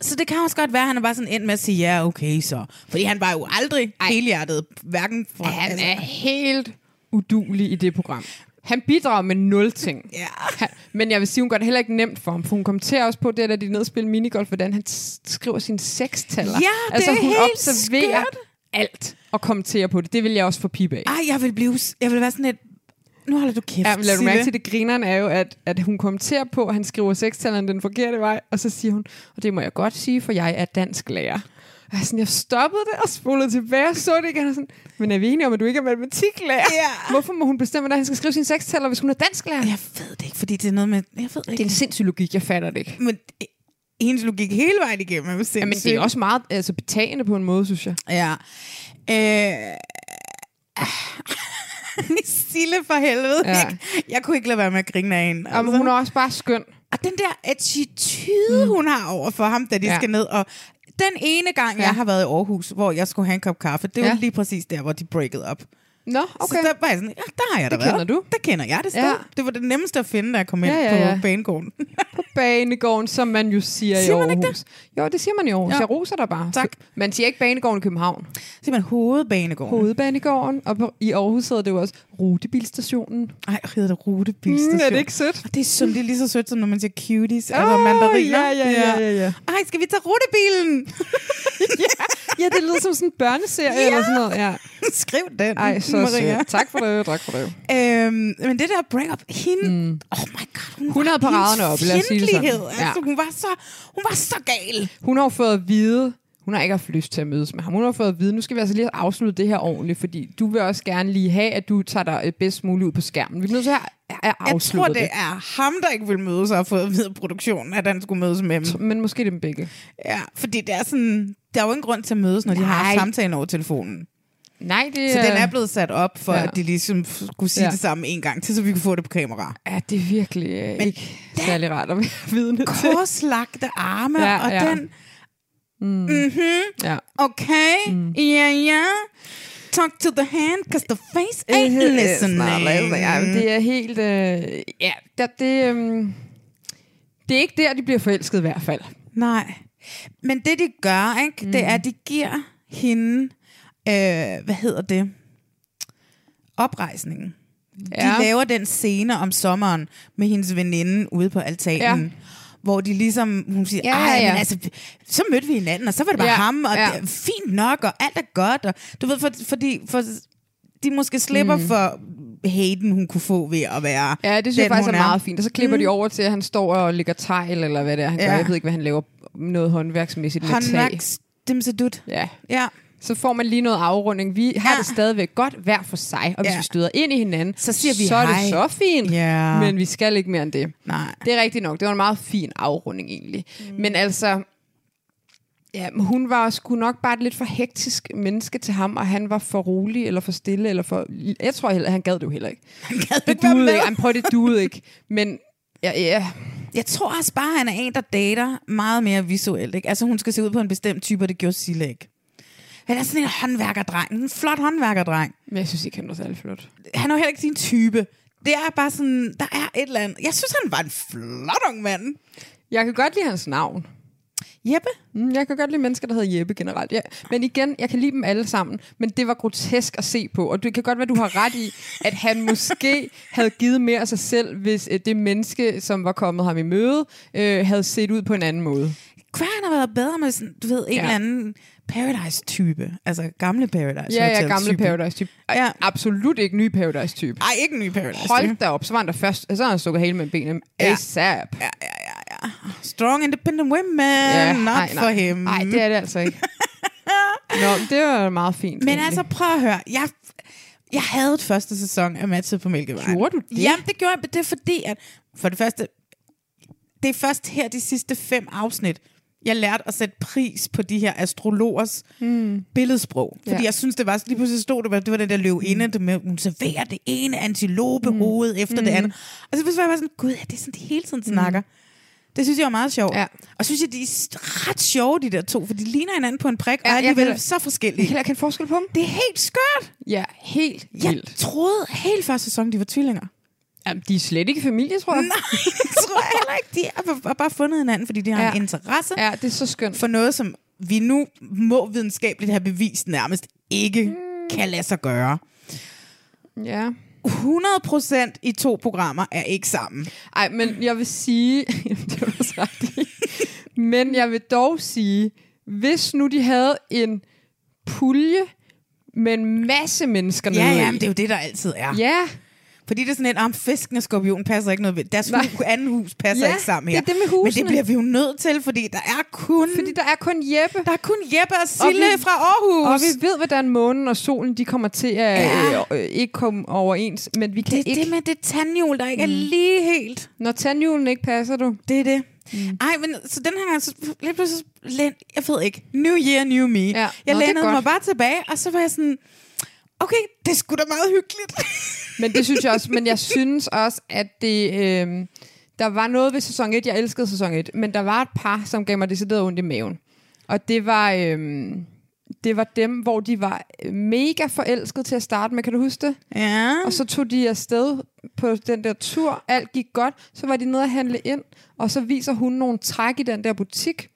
Så det kan også godt være, at han er bare sådan endt med at sige, ja, okay så. Fordi han var jo aldrig Ej. helhjertet, hverken fra... altså, Han er helt udulig i det program. Han bidrager med nul ting. Ja. Han, men jeg vil sige, hun gør det heller ikke nemt for ham, for hun kommenterer også på det, da de nedspiller minigolf, hvordan han s- skriver sine sekstaller. Ja, det altså, er hun helt observerer skørt. alt og kommenterer på det. Det vil jeg også få pibe af. Ej, jeg vil blive... s- Jeg vil være sådan lidt... Nu holder du kæft, Ja, men lad du Sille." mærke til, det grineren er jo, at, at hun kommenterer på, at han skriver sekstalleren den forkerte vej, og så siger hun, og det må jeg godt sige, for jeg er dansk lærer. Og jeg, er sådan, jeg stoppede det og spolede tilbage og så det igen. Og sådan, men er vi enige om, at du ikke er matematiklærer? Ja. Hvorfor må hun bestemme, at han skal skrive sin sekstaller, hvis hun er dansklærer? Jeg ved det ikke, fordi det er noget med... Jeg ved det Det er ikke. en sindssyg logik, jeg fatter det ikke. Men øh, hendes logik hele vejen igennem er jo Ja, men det er sindssygt. også meget altså, betagende på en måde, synes jeg. Ja. Øh... ah. Sille for helvede. Ja. Ja. Jeg kunne ikke lade være med at grine af hende. altså. Og hun er også bare skøn. Og den der attitude, mm. hun har over for ham, da de Ja. ja. skal ned. Og den ene gang, ja. Ja. jeg har været i Aarhus, hvor jeg skulle have en kop kaffe, det var Ja. ja. lige præcis der, hvor de breakede op. Nå, Okay. okay. Så der var jeg sådan, ja, der har jeg da Det været. kender du. Der kender jeg det sted. Ja. Ja. Det var det nemmeste at finde, da jeg kom ind Ja, ja, på ja. banegården. Banegården, som man jo siger, Siger i man Aarhus. ikke Jo, det siger man i Aarhus. Ja. Ja. Jeg roser dig bare. Tak. Man siger ikke Banegården i København. Så man hovedbanegården. Hoved. Hovedbanegården, og på, i Aarhus hedder det jo også Rutebilstationen. Ej, og hedder Mm, det rutebilstation. Mm, er det ikke sødt? Og det er sødt, det er lige så sødt, som når man siger cuties, oh, Åh, altså mandariner. ja, ja, ja, ja, ja. Ej, skal vi tage rutebilen? Ja, det lyder som sådan en børneserie ja. eller sådan noget. Ja. Skriv den, Ej, så Maria. sødt. Tak for det, tak for det. Øhm, men det der break-up, hende, mm. oh my god, hun, Hun havde var- hendes paraderne oppe, lad os sige det sådan. fjendtlighed, Ja. Altså, hun, var så, hun var så gal. Hun har jo fået at vide, hun har ikke haft lyst til at mødes med ham. Hun har fået at vide, nu skal vi altså lige afslutte det her ordentligt, fordi du vil også gerne lige have, at du tager dig øh, bedst muligt ud på skærmen. Vi er nødt til at at Jeg tror, afslutte det er ham, der ikke vil mødes og har fået at vide af produktionen, at han skulle mødes med dem. det. Men måske dem begge. Ja, fordi det er sådan, der er jo ingen grund til at mødes, når Nej. de har Nej. haft samtalen over telefonen. Nej, det Så den er blevet sat op, for Ja. ja. at de ligesom skulle sige Ja. ja. det samme en gang til, så vi kunne få det på kamera. Ja, det er virkelig øh, Men ikke særlig rart at være vidne til. Korslagte arme, Ja, ja, og ja. ja. den... Mm-hmm. Ja. Okay, mm. yeah, yeah. Talk to the hand, because the face ain't Øh, øh, listening. snart, altså, Ja, men det er helt... Øh, ja, der, det, øh, det er ikke der, de bliver forelsket i hvert fald. Nej. Men det, de gør, ikke, mm. det er, at de giver hende, øh, hvad hedder det, oprejsningen. De Ja. laver den scene om sommeren med hendes veninde ude på altanen. Ja. Ja. Hvor de ligesom, hun siger, Ja, ja, ja, ja, ja. Men altså, så mødte vi hinanden, og så var det bare Ja, ja, ham, og ja. ja. det er fint nok, og alt er godt. Og, du ved, for, fordi for, de måske slipper mm. for haten, hun kunne få ved at være Ja, det synes jeg den, faktisk er hun meget fint. Og så klipper mm. de over til, at han står og ligger tegl, eller hvad det er, han ja. gør. Ja. Jeg ved ikke, hvad han laver noget håndværksmæssigt med Håndværks, dimsedut. tag. Ja. Ja. Så får man lige noget afrunding. Vi har ja. Ja. det stadigvæk godt hver for sig, og hvis ja. Ja. vi støder ind i hinanden, Så siger vi så er det hej. så fint, Ja. men vi skal ikke mere end det. Nej. Det er rigtigt nok. Det var en meget fin afrunding egentlig. Mm. Men altså, ja, men hun var sgu nok bare et lidt for hektisk menneske til ham, og han var for rolig, eller for stille, eller for... Jeg tror heller, han gad det jo heller ikke. Han gad det ikke være duede med. ikke. Han prøvede det duede ikke. Men ja, ja. Jeg tror også bare, han er en, der dater meget mere visuelt. Ikke? Altså, hun skal se ud på en bestemt type, og det gjorde Sille ikke. Han er sådan en håndværkerdreng. En flot håndværkerdreng. Men jeg synes ikke, han var særlig flot. Han er jo heller ikke din type. Det er bare sådan, der er et eller andet. Jeg synes, han var en flot ung mand. Jeg kan godt lide hans navn. Jeppe? Mm, Jeg kan godt lide mennesker, der hedder Jeppe generelt. Ja. Men igen, jeg kan lide dem alle sammen, men det var grotesk at se på. Og det kan godt være, du har ret i, at han måske havde givet mere af sig selv, hvis øh, det menneske, som var kommet ham i møde, øh, havde set ud på en anden måde. Kunne han have været bedre med sådan, du ved, en Ja. ja. eller anden Paradise-type? Altså, gamle Paradise Ja, ja, Hotel-type. gamle Paradise-type. Ja. Ja. Absolut ikke ny Paradise-type. Ej, ikke en ny Paradise. Hold da op, så var han der først, så har han stukket hele med benene. Ja. ASAP. Ja. Strong, independent women. Ja, Not ej, nej, for him. Nej, det er det altså ikke. Nå, men det var meget fint. Men egentlig. altså, prøv at høre. Jeg, jeg havde et første sæson af Matchet på Mælkevejen. Gjorde du det? Jamen, det gjorde jeg, men det er fordi, at for det første, det er først her de sidste fem afsnit, jeg lærte at sætte pris på de her astrologers mm. billedsprog. Fordi Hmm. Ja. Hmm. ja. jeg synes, det var lige pludselig stod det, var- det var den der løvinde, mm. med, hun serverer det ene antilopehoved mm. efter mm. det andet. Og så pludselig var jeg bare sådan, gud, ja, det er sådan, de hele tiden snakker. Det synes jeg var meget sjovt. Hmm. Ja. Og synes jeg, de er ret sjove, de der to, for de ligner hinanden på en prik, Ja, og er jeg kan alligevel da- så Jeg forskellige. kan ikke kende forskel på dem. Det er helt skørt. Ja, helt Jeg vildt. troede helt første sæson, de var tvillinger. Jamen, de er slet ikke familie, tror jeg. Nej, det tror jeg heller ikke. De har bare- bare fundet hinanden, fordi de har Ja. ja. en interesse ja. Ja, det er så skønt. for noget, som vi nu må videnskabeligt have bevist nærmest ikke mm. kan lade sig gøre. Ja. 100% i to programmer er ikke sammen. Ej, men jeg vil sige... Jamen, det var du også ret i. Men jeg vil dog sige, hvis nu de havde en pulje med en masse mennesker Ja, nede ja, i. men det er jo det, der altid er. Ja, Øh. Fordi det er sådan et, om fisken og skorpion passer ikke noget ved. Deres Nej. hus, anden hus passer Ja, ikke sammen det er her. det med Men husene. det bliver vi jo nødt til, fordi der er kun, fordi der er kun Jeppe. der er kun Jeppe og Sille vi- fra Aarhus. Og vi ved, hvordan månen og solen de kommer til at ja. Ja. øh, øh, ikke komme overens. Men vi kan Det er ikke... det med det tandhjul, der ikke mm. er lige helt. Når tandhjulen ikke passer, du... Det er det. Mm. Ej, men så den her gang, så lige pludselig, læn, jeg ved ikke, new year, new me. Ja. Nå, Jeg det er lænede godt. mig bare tilbage, og så var jeg sådan, okay, det er sgu da meget hyggeligt. Men det synes jeg også. Men jeg synes også, at det, øh, Der var noget ved sæson 1, jeg elskede sæson 1, men der var et par, som gav mig decideret ondt i maven. Og det var, øhm, det var dem, hvor de var øh, mega forelskede til at starte med, kan du huske det? Ja. Og så tog de afsted på den der tur, alt gik godt, så var de nede og handle ind, og så viser hun nogle træk i den der butik,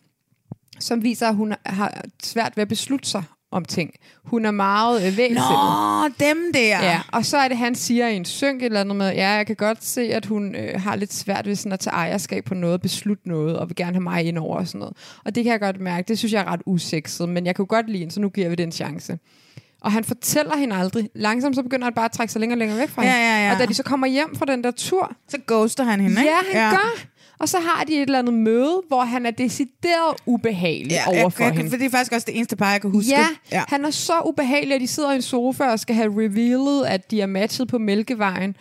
som viser, at hun har svært ved at beslutte sig om ting. Hun er meget øh, vægelsættet. Nå, dem der. Ja, og så er det, han siger i en synk et eller andet med, ja, jeg kan godt se, at hun øh, har lidt svært ved sådan at tage ejerskab på noget, beslutte noget, og vil gerne have mig ind over og sådan noget. Og det kan jeg godt mærke, det synes jeg er ret usekset, men jeg kunne godt lide hende, så nu giver vi det en chance. Og han fortæller hende aldrig. Langsomt så begynder han bare at trække sig længere og længere væk fra Ja, hende. ja, ja. Og da de så kommer hjem fra den der tur, Så ghoster han hende, ikke? ja, han ja. gør. Og så har de et eller andet møde, hvor han er decideret ubehagelig Ja, ja, overfor jeg, jeg, hende. For det er faktisk også det eneste par, jeg kan huske. Ja, ja, han er så ubehagelig, at de sidder i en sofa og skal have revealet, at de er matchet på Mælkevejen.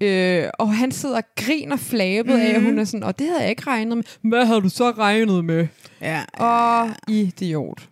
Øh, og han sidder og griner flabet mm. af, at Mhm. hun er sådan, og det havde jeg ikke regnet med. Hvad havde du så regnet med? ja, Åh, idiot.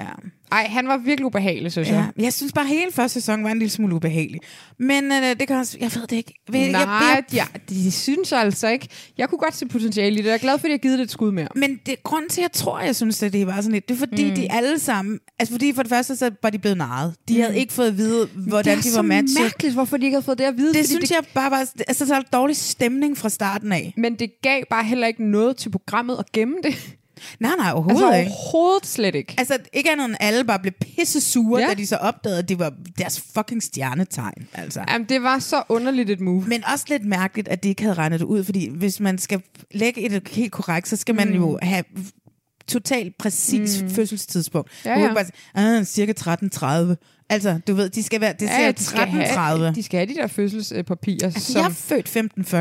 ja. Ej, han var virkelig ubehagelig, synes Ja, jeg. jeg synes bare, at hele første sæson var en lille smule ubehagelig. Men øh, det kan også... Jeg ved det ikke. Ved, Nej, jeg, jeg, ja, det synes jeg altså ikke. Jeg kunne godt se potentiale i det. Jeg er glad for, at jeg har givet det et skud mere. Men det, grunden til, at jeg tror, jeg synes, at det var sådan lidt, det er fordi, mm. de alle sammen... Altså fordi for det første, så var de blevet narret. De mm. havde ikke fået at vide, hvordan det er de var matchet. så mærkeligt, hvorfor de ikke har fået det at vide. Det fordi synes det... jeg bare var... Altså, så er der dårlig stemning fra starten af. Men det gav bare heller ikke noget til programmet at gemme det. Nej, nej, overhovedet Altså altså, ikke. overhovedet slet ikke. Altså, ikke andet end alle bare blev pisse sure, Ja. ja. da de så opdagede, at det var deres fucking stjernetegn, altså. Jamen, det var så underligt et move. Men også lidt mærkeligt, at de ikke havde regnet det ud, fordi hvis man skal lægge et helt korrekt, så skal man mm. jo have totalt præcis mm. fødselstidspunkt. Ja, Man kan ja. ikke Bare, sige, ah, cirka 13.30. Altså, du ved, de skal være, det Ja, ja, de skal siger 13.30. have, de skal have de der fødselspapirer. Altså, Så jeg er født 15.40.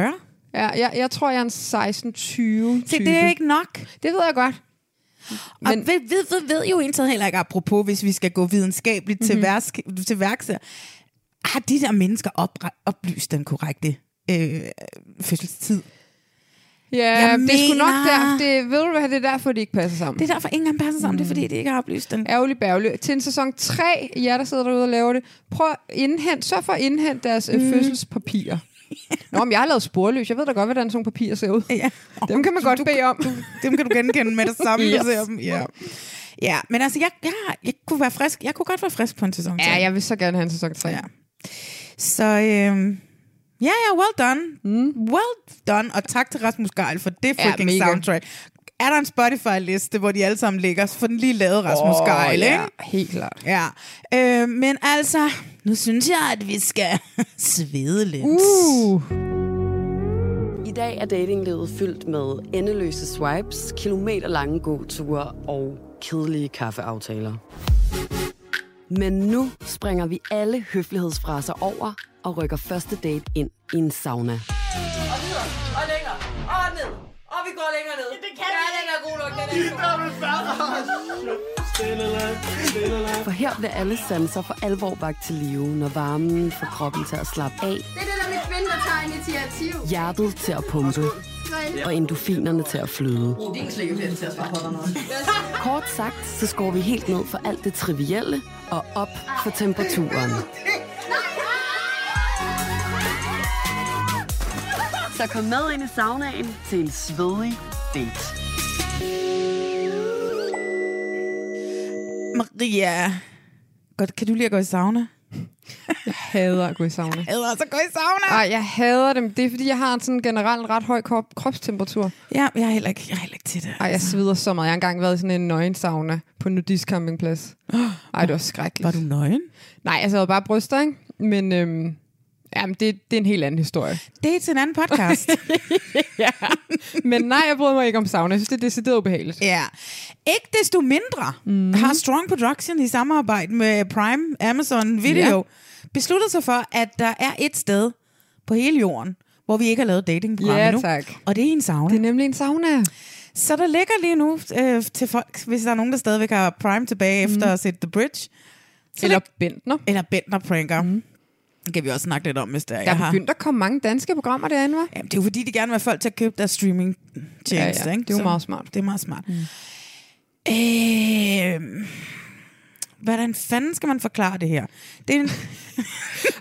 ja, jeg, jeg tror, jeg er en 16-20 Se, type. det er ikke nok. det ved jeg godt. Men, Men- og ved, ved, ved, ved jo indtaget heller ikke, apropos, hvis vi skal gå videnskabeligt mm-hmm. Mhm. til, værsk, til værks, her. har de der mennesker opre- oplyst den korrekte øh, fødselstid? Ja, Jeg det er sgu nok mener- der. Det, ved du hvad, det er derfor, det ikke passer sammen. Det Det... er derfor, ingen gang passer sammen, mm. det er fordi, de ikke har oplyst den. Ærgerlig bærgerlig. Til en sæson 3, jer der sidder derude og laver det, prøv at indhente, sørg for at indhente deres mm. fødselspapirer. Nå, men jeg har lavet sporløs. Jeg ved da godt, hvordan sådan nogle papirer ser ud. Ja. Dem kan man godt bede om. Dem kan du genkende med det samme, yes. Yes. du ser dem. Ja. ja, men altså, jeg, jeg, jeg, kunne være frisk. jeg kunne godt være frisk på en sæson. Ja, til. jeg vil så gerne have en sæson 3. Ja. Ja. Så øhm, ja, ja, well done. Mm. Well done, og tak til Rasmus Geil for det Ja, freaking mega. ja, soundtrack. Er der en Spotify-liste, hvor de alle sammen ligger, så får den lige lavet Rasmus oh, Geil, ja, ikke? helt klart. Ja. Øh, men altså, nu synes jeg, at vi skal svede lidt. Uh. I dag er datinglivet fyldt med endeløse swipes, kilometerlange gåture og kedelige kaffeaftaler. Men nu springer vi alle høflighedsfraser over og rykker første date ind i en sauna. og længere, og ned, og vi går længere ned. Det kan ja, den er god nok, den er god. For her bliver alle sanser for alvor vagt til live, når varmen får kroppen til at slappe af, Det er det der med kvinden, der tager initiativ. hjertet til at pumpe og endofinerne til at flyde. Kort sagt, så skår vi helt ned for alt det trivielle og op for temperaturen. Så kom med ind i saunaen til en svedig date. Maria, godt, kan du lige at gå i sauna? Hader at gå i sauna. Jeg så gå i sauna. Ej, jeg hader dem. Det er, fordi jeg har en sådan generelt ret høj krop, kropstemperatur. Ja, jeg er heller ikke, jeg er heller ikke til det. Ej, jeg sveder så meget. Jeg har engang været i sådan en nøgen sauna på en nudist campingplads. Ej, det var skrækkeligt. Var du nøgen? Nej, altså, jeg havde bare bryster, ikke? Men øhm, jamen, det, det er en helt anden historie. Det er til en anden podcast. Men nej, jeg bryder mig ikke om sauna. Jeg synes, det er decideret ubehageligt. ja. Ikke desto mindre Mhm. mm. har Strong Production i samarbejde med Prime Amazon Video besluttet sig for, at der er et sted på hele jorden, hvor vi ikke har lavet datingprogram Ja, endnu. tak. Og det er i en sauna. Det er nemlig en sauna. Så der ligger lige nu øh, til folk, hvis der er nogen, der stadigvæk har Prime tilbage efter at have set The Bridge. Så Mhm. Eller lig- Bentner. eller Bentner Pranker. Mm. Det kan vi også snakke lidt om, hvis der, Der er er her. begyndt at komme mange danske programmer derinde, var? Jamen, det er jo fordi, de gerne vil have folk til at købe deres streaming tjeneste. Ja, ja. Ikke? Det er jo Mm. Så meget smart. Det er meget smart. Mm. Øh, Øhm, hvordan fanden skal man forklare det her? Det er en,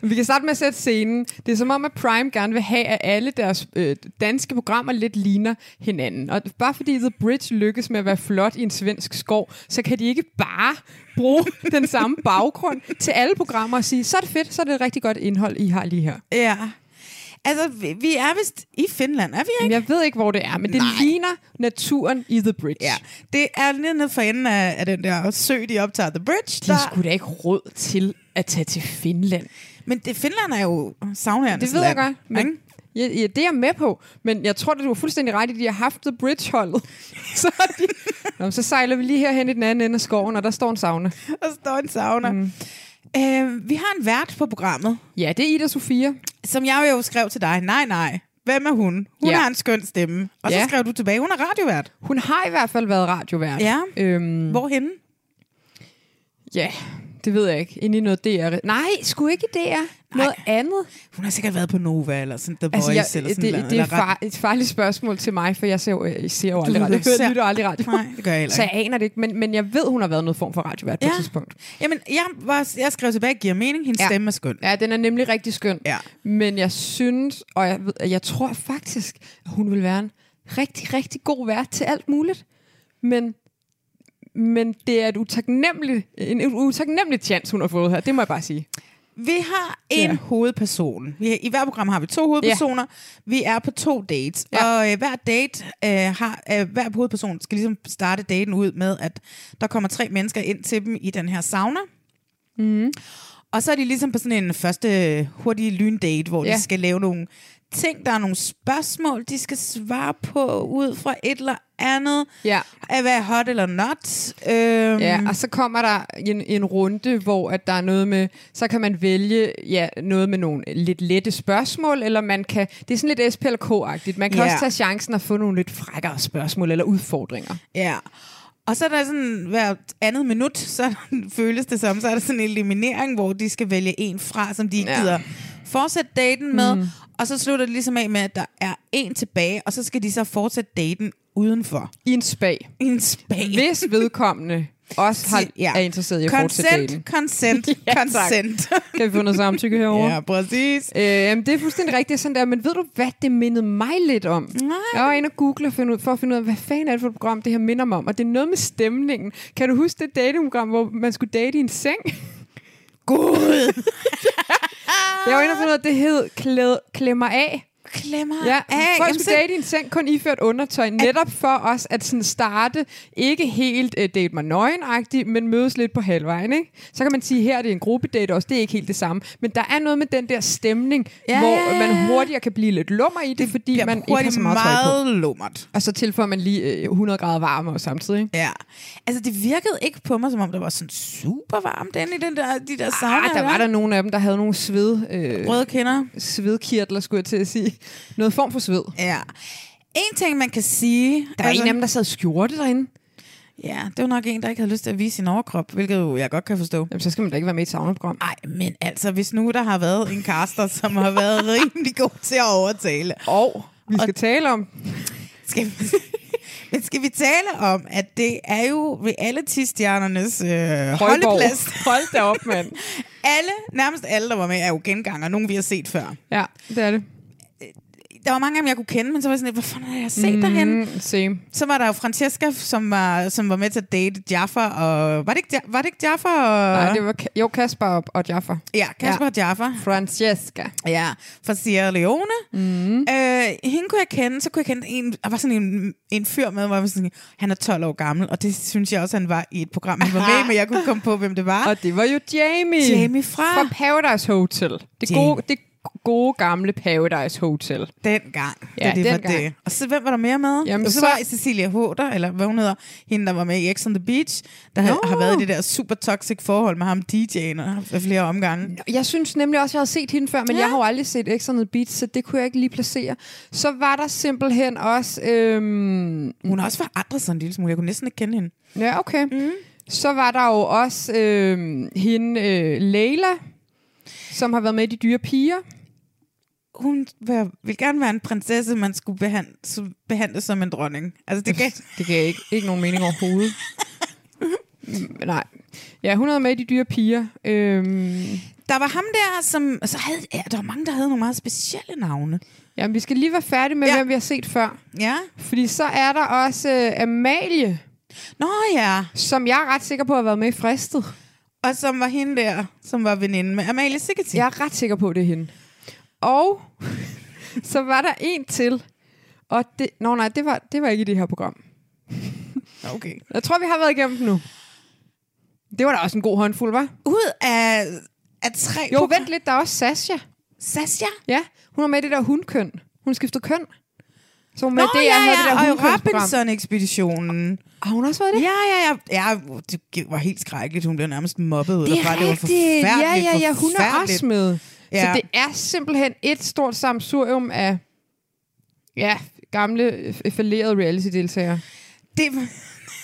Vi kan starte med at sætte scenen. Det er som om, at Prime gerne vil have, at alle deres øh, danske programmer lidt ligner hinanden. Og bare fordi The Bridge lykkes med at være flot i en svensk skov, så kan de ikke bare bruge den samme baggrund til alle programmer og sige, så er det fedt, så er det et rigtig godt indhold, I har lige her. ja. Altså, vi, vi er vist i Finland, er vi ikke? Men jeg ved ikke, hvor det er, men det Nej. ligner naturen i The Bridge. Ja, det er lige nede for enden af, af den der sø, de optager The Bridge. De Der, har sgu da ikke råd til at tage til Finland. Men det, Finland er jo saunærende Det ved jeg godt, men ja, ja, det er jeg med på. Men jeg tror, at du har fuldstændig ret i, at de har haft The Bridge-holdet. så, har de, Nå, men så sejler vi lige herhen i den anden ende af skoven, og der står en sauna. Og står en sauna. Mm. Øh, vi har en vært på programmet, Ja, det er Ida Sofia. som jeg jo skrev til dig. Nej, nej. Hvem er hun? Hun Ja. har en skøn stemme. Og Ja. så skrev du tilbage, hun er radiovært. Hun har i hvert fald været radiovært. Ja. Øhm, Hvorhenne? ja, det ved jeg ikke. Inde i noget DR. Nej, skulle ikke i DR. Noget andet. Hun har sikkert været på Nova, eller sådan The Voice, Altså, jeg, eller sådan det, noget. det er eller far, et farligt spørgsmål til mig, for jeg ser jo, jeg ser jo aldrig lytter- radio. ser- Jeg lytter aldrig radio. Nej, det gør jeg heller Så jeg aner det ikke, men, men jeg ved, hun har været noget form for radiovært på Ja. et tidspunkt. Jamen, jeg, var, jeg skrev tilbage, giver mening, hendes Ja. ja. stemme er skøn. Ja, den er nemlig rigtig skøn. Ja. Men jeg synes, og jeg, ved, jeg tror faktisk, at hun vil være en rigtig, rigtig god vært til alt muligt. Men, men det er et utaknemmeligt, en utaknemmelig chance, hun har fået her. Det må jeg bare sige. Vi har en Ja. ja. hovedperson. Vi, I hver program har vi to hovedpersoner. Ja. Vi er på to dates. Ja. Ja. Og øh, hver date øh, har øh, hver hovedperson skal ligesom starte daten ud med at der kommer tre mennesker ind til dem i den her sauna. Mm. Mm-hmm. Og så er de ligesom på sådan en første øh, hurtig lyndate, hvor Ja. de skal lave nogle ting, der er nogle spørgsmål, de skal svare på ud fra et eller andet. Ja. At være hot eller not. Øhm, Ja, og så kommer der en, en runde, hvor at der er noget med, så kan man vælge ja, noget med nogle lidt lette spørgsmål, eller man kan, det er sådan lidt SPLK-agtigt, man kan Ja. også tage chancen og få nogle lidt frækkere spørgsmål eller udfordringer. Ja. Og så er der sådan, hver andet minut, så føles det som, så er der sådan en eliminering, hvor de skal vælge en fra, som de ikke Ja. ja. gider fortsætte daten med. Mm. Og så slutter det ligesom af med, at der er en tilbage, og så skal de så fortsætte daten udenfor. I en spag. I en spag. hvis vedkommende også har, ja. er interesseret i at fortsætte daten. Consent, consent, Ja, tak. consent. Kan vi få noget samtykke herovre? ja, præcis. Ja. Øh, det er fuldstændig rigtigt sådan der, men ved du, hvad det mindede mig lidt om? Nej. Jeg var inde og google og finde ud, for at finde ud af, hvad fanden er det for et program, det her minder mig om. Og det er noget med stemningen. Kan du huske det datingprogram, hvor man skulle date i en seng? Gud. Jeg var inde og finde ud af, det hed Klæd, Klemmer af. Klemmer Ja, af. folk Jamen, skulle så- date i en seng, kun iført undertøj, netop for os at sådan starte, ikke helt uh, date mig nøgen men mødes lidt på halvvejen, ikke? Så kan man sige, her er det en gruppedate også, det er ikke helt det samme. Men der er noget med den der stemning, ja, Ja, hvor ja, ja. man hurtigere kan blive lidt lummer i det, fordi bliver man ikke har hurtigt så meget, tøj på. meget lummert. Og så tilføjer man lige øh, 100 grader varme og samtidig, ikke? Ja. Altså, det virkede ikke på mig, som om der var sådan super varmt inde i den der, de der sauna. Ah, der var der nogle af dem, der havde nogle sved, øh, Røde kinder. svedkirtler, skulle jeg til at sige. Noget form for sved. Ja. En ting, man kan sige... Der er altså, en af dem, der sad skjorte derinde. Ja, det var nok en, der ikke havde lyst til at vise sin overkrop, hvilket jo jeg godt kan forstå. Jamen, så skal man da ikke være med i et saunaprogram. Nej, men altså, hvis nu der har været en caster, som har været rimelig god til at overtale. Og vi skal og tale om Skal vi, men skal vi tale om, at det er jo reality-stjernernes øh, holdeplads? Højborg. Hold da op, mand. Alle, nærmest alle, der var med, er jo genganger. Nogen, vi har set før. Ja, det er det. Der var mange af dem, jeg kunne kende, men så var jeg sådan lidt, hvor fanden har jeg set mm. derhen? Mm, same. Så var der jo Francesca, som var, som var med til at date Jaffa, og var det ikke, Ja- var det ikke Jaffa? Og, Nej, det var Ka- jo Kasper og, og Jaffa. Ja, Kasper ja. Jaffa. Francesca. Ja, fra Sierra Leone. Mm. Mm-hmm. Øh, hende kunne jeg kende, så kunne jeg kende en, der var sådan en, en fyr med, hvor jeg var sådan, han er 12 år gammel, og det synes jeg også, han var i et program, han var med, i, men jeg kunne ikke komme på, hvem det var. Og det var jo Ah. Jamie. Jamie fra- Fra Paradise Hotel. Det Jamie. gode, det gode gamle Paradise Hotel. dengang, Ja, ja, da det var dengang. det. Og så hvem var der mere med? Jamen, Jamen, så, så- så var Cecilia Håder, eller hvad hun hedder, hende der var med i X on the Beach, der Nå. har, har været i det der super toxic forhold med ham DJ'en og- af flere omgange. Jeg synes nemlig også, at jeg havde set hende før, men ja. Ja. jeg har jo aldrig set X on the Beach, så det kunne jeg ikke lige placere. Så var der simpelthen også... Øhm, Hun har også forandret sig en lille smule, jeg kunne næsten ikke kende hende. ja, okay. Mm. Så var der jo også øhm, hende, øh, Leila, som har været med i De Dyre Piger. hun vil, vil gerne være en prinsesse, man skulle behandle, så behandle som en dronning. Altså, det gav, Det gav ikke, ikke nogen mening overhovedet. Mm, Nej. Ja, hun havde med de dyre piger. Øhm, Der var ham der, som... Så havde, ja, der var mange, der havde nogle meget specielle navne. jamen, vi skal lige være færdige med, Ja. ja. hvem vi har set før. Ja. Fordi så er der også øh, Amalie, Nå ja. som jeg er ret sikker på har været med i Fristet. Og som var hende der, som var veninde med Amalie Sikkerti. Jeg er ret sikker på, det er hende. Og så var der en til. Og det, nå nej, det var, det var ikke i det her program. Okay. Jeg tror, vi har været igennem den nu. Det var da også en god håndfuld, var? Ud af, af tre... Jo, program- vent lidt, der er også Sasha. Sasha? Ja, hun er med i det der hundkøn. Hun skiftede køn. Så hun er Nå, med det, ja, det ja, der og i hundkønsprogram. Robinson-ekspeditionen. Har hun også været i det? Ja, ja, ja, ja. Det var helt skrækkeligt. Hun blev nærmest mobbet ud derfra. Det var forfærdeligt. Ja, ja, ja, hun er forfærdeligt. også med. Ja. Ja. Så det er simpelthen et stort samsurium af ja, gamle, øh, fallerede reality-deltagere. Det...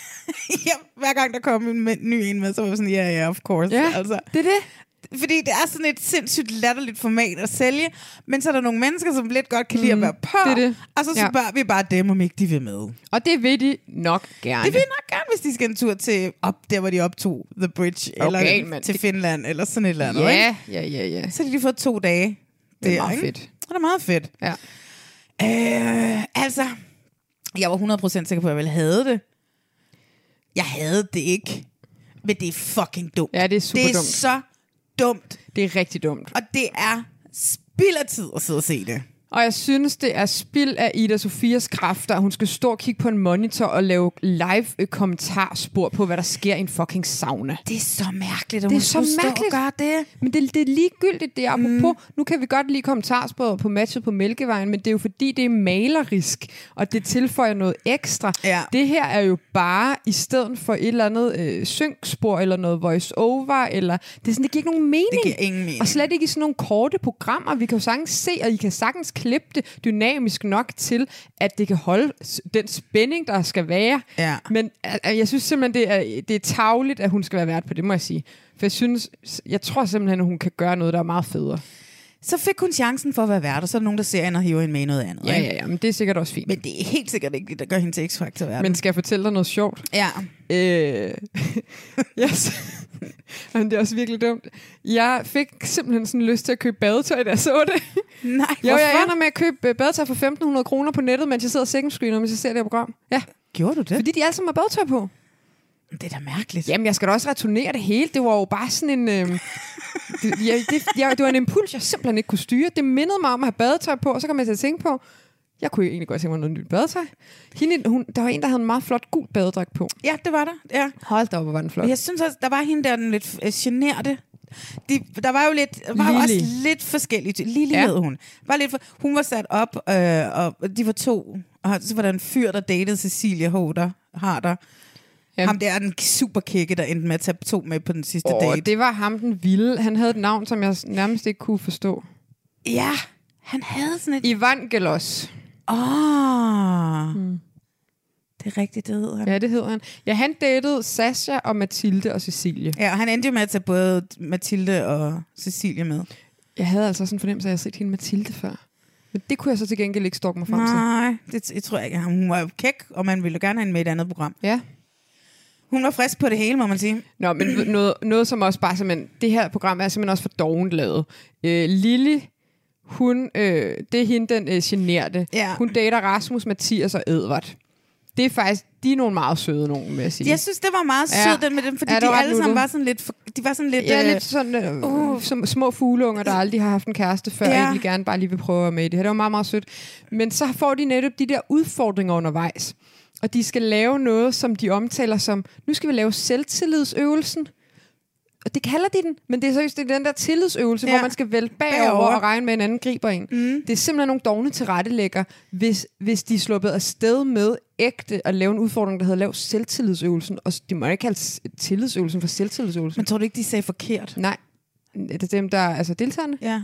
ja, hver gang der kom en med- ny en med, så var jeg sådan, ja, yeah, ja, yeah, of course. Ja, Altså, det er det. fordi det er sådan et sindssygt latterligt format at sælge, men så er der nogle mennesker, som lidt godt kan lide at være på, Mm. det er det. og så Ja. spørger vi bare dem, om ikke de vil med. Og det vil de nok gerne. Det vil jeg nok gerne, hvis de skal en tur til op, der hvor de optog The Bridge, okay, Okay, eller men til det- Finland, eller sådan et eller andet. Ikke? Ja, ja, ja, ja. Så har de lige fået to dage. Det er der, meget ikke? fedt. Det er meget fedt. Ja. Øh, altså, jeg var 100% sikker på, at jeg ville have det. Jeg havde det ikke. Men det er fucking dumt. Ja, det er det er superdumt. så dumt. Det er rigtig dumt. Og det er spild af tid at sidde og se det. Og jeg synes, det er spild af Ida Sofias kræfter, at hun skal stå og kigge på en monitor og lave live øh, kommentarspor på, hvad der sker i en fucking sauna. Det er så mærkeligt, at hun Det er så skulle stå mærkeligt. og gøre det. Men det, det er ligegyldigt, det er apropos. Mm. Nu kan vi godt lide kommentarsporet på matchet på Mælkevejen, men det er jo fordi, det er malerisk, og det tilføjer noget ekstra. Ja. Det her er jo bare, i stedet for et eller andet øh, synkspor, eller noget voice-over, eller, det, er sådan, det giver ikke nogen mening. Det giver ingen mening. Og slet ikke i sådan nogle korte programmer. Vi kan jo sagtens se, og I kan sagtens klippe det dynamisk nok til, at det kan holde s- den spænding, der skal være. Ja. Men øh, øh, jeg synes simpelthen, det er, det er tavligt, at hun skal være vært på det, må jeg sige. For jeg synes, jeg tror simpelthen, at hun kan gøre noget, der er meget federe. Så fik hun chancen for at være vært, og så er der nogen, der ser hende og hiver hende med i noget andet. Ja, ikke? ja, ja, men det er sikkert også fint. Men, Men det er helt sikkert ikke det, der gør hende til X-Factor værten. men skal jeg fortælle dig noget sjovt? ja. Øh, yes. Jamen, det er også virkelig dumt. Jeg fik simpelthen sådan lyst til at købe badetøj, da jeg så det. Nej, Jo, hvorfor? jeg ender med at købe øh, badetøj for 1.500 kroner på nettet, mens jeg sidder og second screener, mens jeg ser det her program. Ja, Gjorde du det? fordi de alle sammen har badetøj på. Det er da mærkeligt. Jamen, jeg skal da også returnere det hele. Det var jo bare sådan en... Øh, det, jeg, det, jeg, det var en impuls, jeg simpelthen ikke kunne styre. Det mindede mig om at have badetøj på, og så kom jeg til at tænke på, jeg kunne jo egentlig godt tænke mig noget nyt badetøj. Hende, hun, der var en, der havde en meget flot gul badedragt på. Ja, det var der. Ja. Hold da op, hvor var den flot. Og Jeg synes også, der var hende der, den lidt øh, generte. De, der var jo lidt, var jo Lili. også lidt forskellige. Lili ja. Ja. hed hun. Var lidt for, hun var sat op, øh, og de var to. Og så var der en fyr, der datede Cecilia Hoder, Harder. Jamen. Ham der er den super kække, der endte med at tage to med på den sidste oh, Åh, date. Det... det var ham, den vilde. Han havde et navn, som jeg nærmest ikke kunne forstå. Ja, han havde sådan et... Ivan Gelos. Åh. Oh. Hmm. Det er rigtigt, det hed han. Ja. Ja, det hedder han. Ja, han datede Sasha og Mathilde og Cecilie. ja, og han endte jo med at tage både Mathilde og Cecilia med. Jeg havde altså sådan en fornemmelse af, at jeg havde set hende Mathilde før. Men det kunne jeg så til gengæld ikke stokke mig frem til. Nej, det, det tror jeg ikke. Hun var jo kæk, og man ville jo gerne have hende med i et andet program. Ja. Hun var frisk på det hele, må man sige. Nå, men noget, noget som også bare simpelthen... Det her program er simpelthen også for dovent lavet. Øh, Lille, hun... Øh, det er hende, den øh, generte. Ja. Hun dater Rasmus, Mathias og Edvard. Det er faktisk... De er nogle meget søde nogen, vil jeg sige. Jeg synes, det var meget Ja. sødt, den med dem, fordi Er de du ret alle sammen nuttet? var sådan lidt... for- De var sådan lidt... Ja, øh, lidt sådan øh, uh, som små fugleunger, der aldrig har haft en kæreste før, Ja. ja. egentlig gerne bare lige vil prøve at være med i det her. Det var meget, meget sødt. Men så får de netop de der udfordringer undervejs. Og de skal lave noget, som de omtaler som, nu skal vi lave selvtillidsøvelsen. Og det kalder de den, men det er seriøst, det er den der tillidsøvelse, Ja. ja. hvor man skal vælte bagover, Bagover. bagover. og regne med, at en anden griber en. Mm. Det er simpelthen nogle dogne tilrettelægger, hvis, hvis de er sluppet afsted med ægte at lave en udfordring, der hedder lav selvtillidsøvelsen. Og det må ikke kalde tillidsøvelsen for selvtillidsøvelsen. Men tror du ikke, de sagde forkert? Nej. Er det dem, der er altså deltagerne? Ja.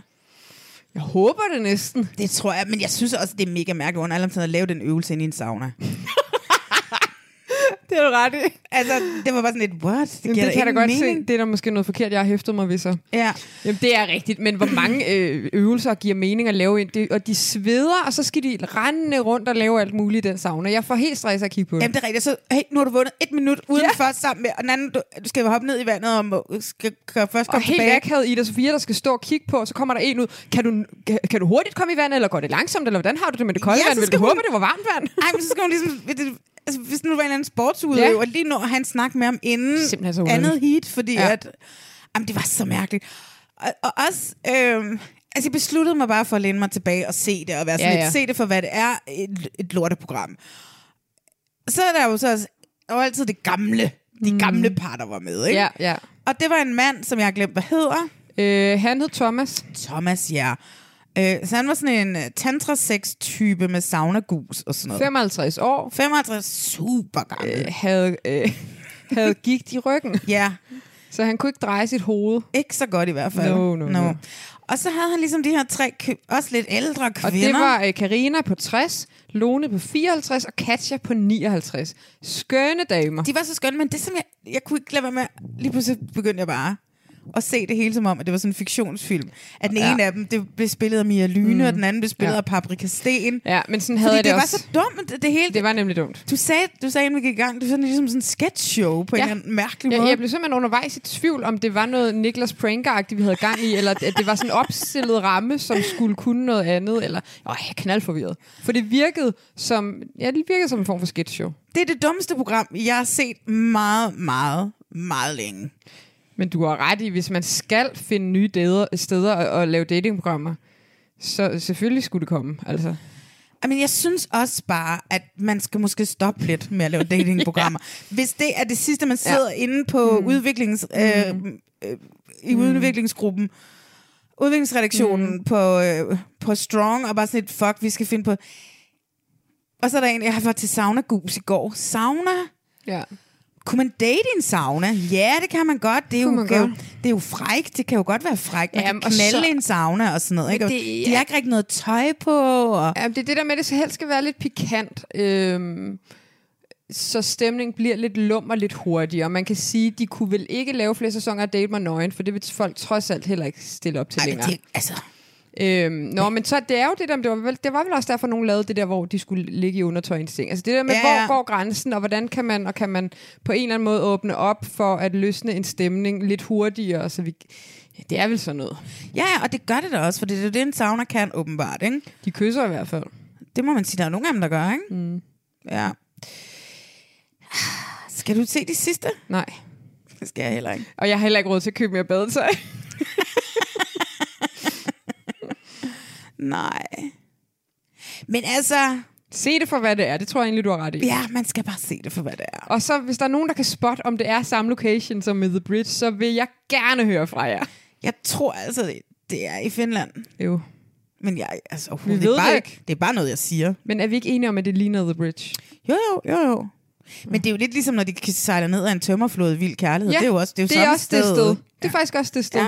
Jeg håber det næsten. Det tror jeg, men jeg synes også, det er mega mærkeligt under alle omstændigheder at lave den øvelse inde i en sauna. det er du ret i. Altså, det var bare sådan lidt, what? Det Jamen, giver det kan jeg da godt mening. se. Det er der måske noget forkert, jeg har hæftet mig ved så. Ja. Jamen, det er rigtigt, men hvor mange øh, øvelser giver mening at lave ind? Det, og de sveder, og så skal de rende rundt og lave alt muligt i den sauna. Jeg får helt stress af at kigge på det. Jamen, det er rigtigt. Så, hey, nu har du vundet et minut udenfor yeah. sammen med, og den anden, du, du skal hoppe ned i vandet og må, skal, skal først og komme helt tilbage. akavet Ida Sofia, der skal stå og kigge på, og så kommer der en ud. Kan du, kan, kan du hurtigt komme i vandet, eller går det langsomt, eller hvordan har du det med det kolde Ja, ja, så vand? Vil skal du hun- håbe, det var varmt vand? Ej, men så skal hun ligesom... ved det- Altså, hvis nu var en eller anden sportsudøver, Ja. yeah. lige når han snakke med ham inden Simpelthen så underligt. andet heat, fordi Ja. ja. at... Jamen, det var så mærkeligt. Og, og også... Øh, altså, jeg besluttede mig bare for at læne mig tilbage og se det, og være sådan Ja, ja, ja. ja. lidt, se det for, hvad det er, et, et lorteprogram. Så er der jo så også, der var altid det gamle, de gamle par, der var med, ikke? Mm. Ja, ja. Og det var en mand, som jeg har glemt, hvad hedder. Øh, han hed Thomas. Thomas Jær. Øh, så han var sådan en øh, tantrasex-type med saunagus og sådan noget. 55 år. 55, super gammel. Øh, Øh. havde, øh, havde gigt i ryggen, Ja, så han kunne ikke dreje sit hoved. ikke så godt i hvert fald. No, no, no. Og så havde han ligesom de her tre, kø- også lidt ældre kvinder. Og det var øh, Karina på 60, Lone på 54 og Katja på 59. Skønne damer. De var så skønne, men det som jeg, jeg kunne ikke lade være med, lige pludselig begyndte jeg bare at se det hele som om, at det var sådan en fiktionsfilm. At den Ja. ene af dem, det blev spillet af Mia Lyne, mm. og den anden blev spillet ja. af Paprika Sten. Ja, men sådan Fordi havde jeg det, det, det var også. så dumt, det, det hele. Det var nemlig dumt. Du sagde, du sagde, inden vi gik i gang, det var sådan ligesom sådan en sketch show på ja. en Ja. eller anden mærkelig Jeg, måde. jeg blev simpelthen undervejs i tvivl, om det var noget Niklas Pranker-agtigt, vi havde gang i, eller at det var sådan en opstillet ramme, som skulle kunne noget andet. Eller, åh, jeg er knaldforvirret. For det virkede som, ja, det virkede som en form for sketch show. Det er det dummeste program, jeg har set meget, meget, meget længe. Men du har ret i, hvis man skal finde nye deder, steder at, at lave datingprogrammer, så selvfølgelig skulle det komme. Altså. I mean, jeg synes også bare, at man skal måske stoppe lidt med at lave datingprogrammer. ja. Hvis det er det sidste, man sidder ja. inde på mm. udviklings, øh, øh, Mm. i udviklingsgruppen, udviklingsredaktionen mm. på, øh, på Strong, og bare sådan et, fuck, vi skal finde på... Og så er der en, jeg var til Sauna Gus i går. Sauna? Ja. Kunne man date i en sauna? Ja, det kan man godt. Det er, Kunne jo, man kan jo, godt. det er jo frækt. Det kan jo godt være frækt. Man Jamen, kan og så- knalde i en sauna og sådan noget. Ikke? Og det- De har ikke rigtig noget tøj på. Og... Ja, det er det der med, at det helst skal være lidt pikant. Øhm, så stemningen bliver lidt lum og lidt hurtig, og man kan sige, at de kunne vel ikke lave flere sæsoner af Date Mig Nøgen, for det vil folk trods alt heller ikke stille op til Ej, men længere. det, altså, Øhm, nå, men så det er jo det der, men det var, vel, det var vel også derfor, nogen lavede det der, hvor de skulle ligge i undertøj i en seng. Altså det der med, Ja, ja, hvor ja. går grænsen, og hvordan kan man, og kan man på en eller anden måde åbne op for at løsne en stemning lidt hurtigere, så vi... Ja, det er vel sådan noget. ja, ja, og det gør det da også, for det er jo det, en sauna kan åbenbart. Ikke? De kysser i hvert fald. Det må man sige, der er nogle af dem, der gør. Ikke? Mm. Ja. Skal du se de sidste? Nej. Det skal jeg heller ikke. Og jeg har heller ikke råd til at købe mere badetøj. Nej. Men altså, Se det for, hvad det er. Det tror jeg egentlig, du har ret i. ja, man skal bare se det for, hvad det er. Og så, hvis der er nogen, der kan spotte, om det er samme location som med The Bridge, så vil jeg gerne høre fra jer. Jeg tror altså, det, det er i Finland. Jo. Men jeg, altså, Vi det, er ved bare, det ikke. det er bare noget, jeg siger. Men er vi ikke enige om, at det ligner The Bridge? Jo, jo, jo, jo. Men det er jo lidt ligesom, når de k- sejler ned af en tømmerflod i vild kærlighed. det er jo også det, er jo det er samme også det sted. Det er faktisk også det sted. Ja.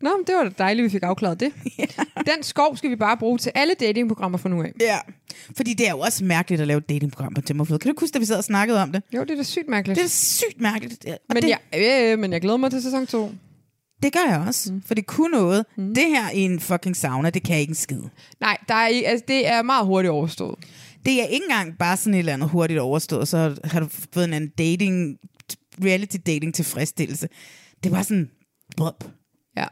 Nå, men det var da dejligt, vi fik afklaret det. Den skov skal vi bare bruge til alle datingprogrammer fra nu af. Ja, fordi det er jo også mærkeligt at lave et datingprogram på tømmerflod. Kan du ikke huske, da vi sad og snakkede om det? Jo, det er da sygt mærkeligt. Det er sygt mærkeligt. Det- Og men, det, jeg, øh, men jeg glæder mig til sæson 2. det gør jeg også, mm. for det kunne noget. Mm. Det her i en fucking sauna, det kan ikke en skid. Nej, der er, ikke- altså, det er meget hurtigt overstået. Det er ikke engang bare sådan et eller andet hurtigt overstået, så har du fået en anden dating, reality dating tilfredsstillelse. Det var sådan, bop. Ja.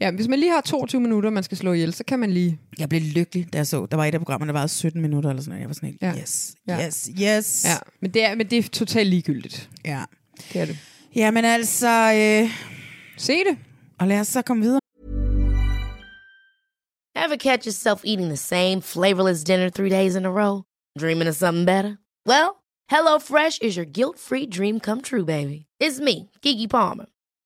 ja, hvis man lige har 22 minutter, man skal slå ihjel, så kan man lige... Jeg blev lykkelig, da jeg så. Der var et af programmerne, der varede 17 minutter eller sådan noget. Jeg var sådan helt, ja. Ja. yes, ja. Ja. yes, yes. Ja, men det er, men det er totalt ligegyldigt. ja. Det er det. Jamen altså, øh, Se det. og lad os så komme videre. Ever catch yourself eating the same flavorless dinner three days in a row? Dreaming of something better? Well, HelloFresh is your guilt free dream come true, baby. It's me, Gigi Palmer.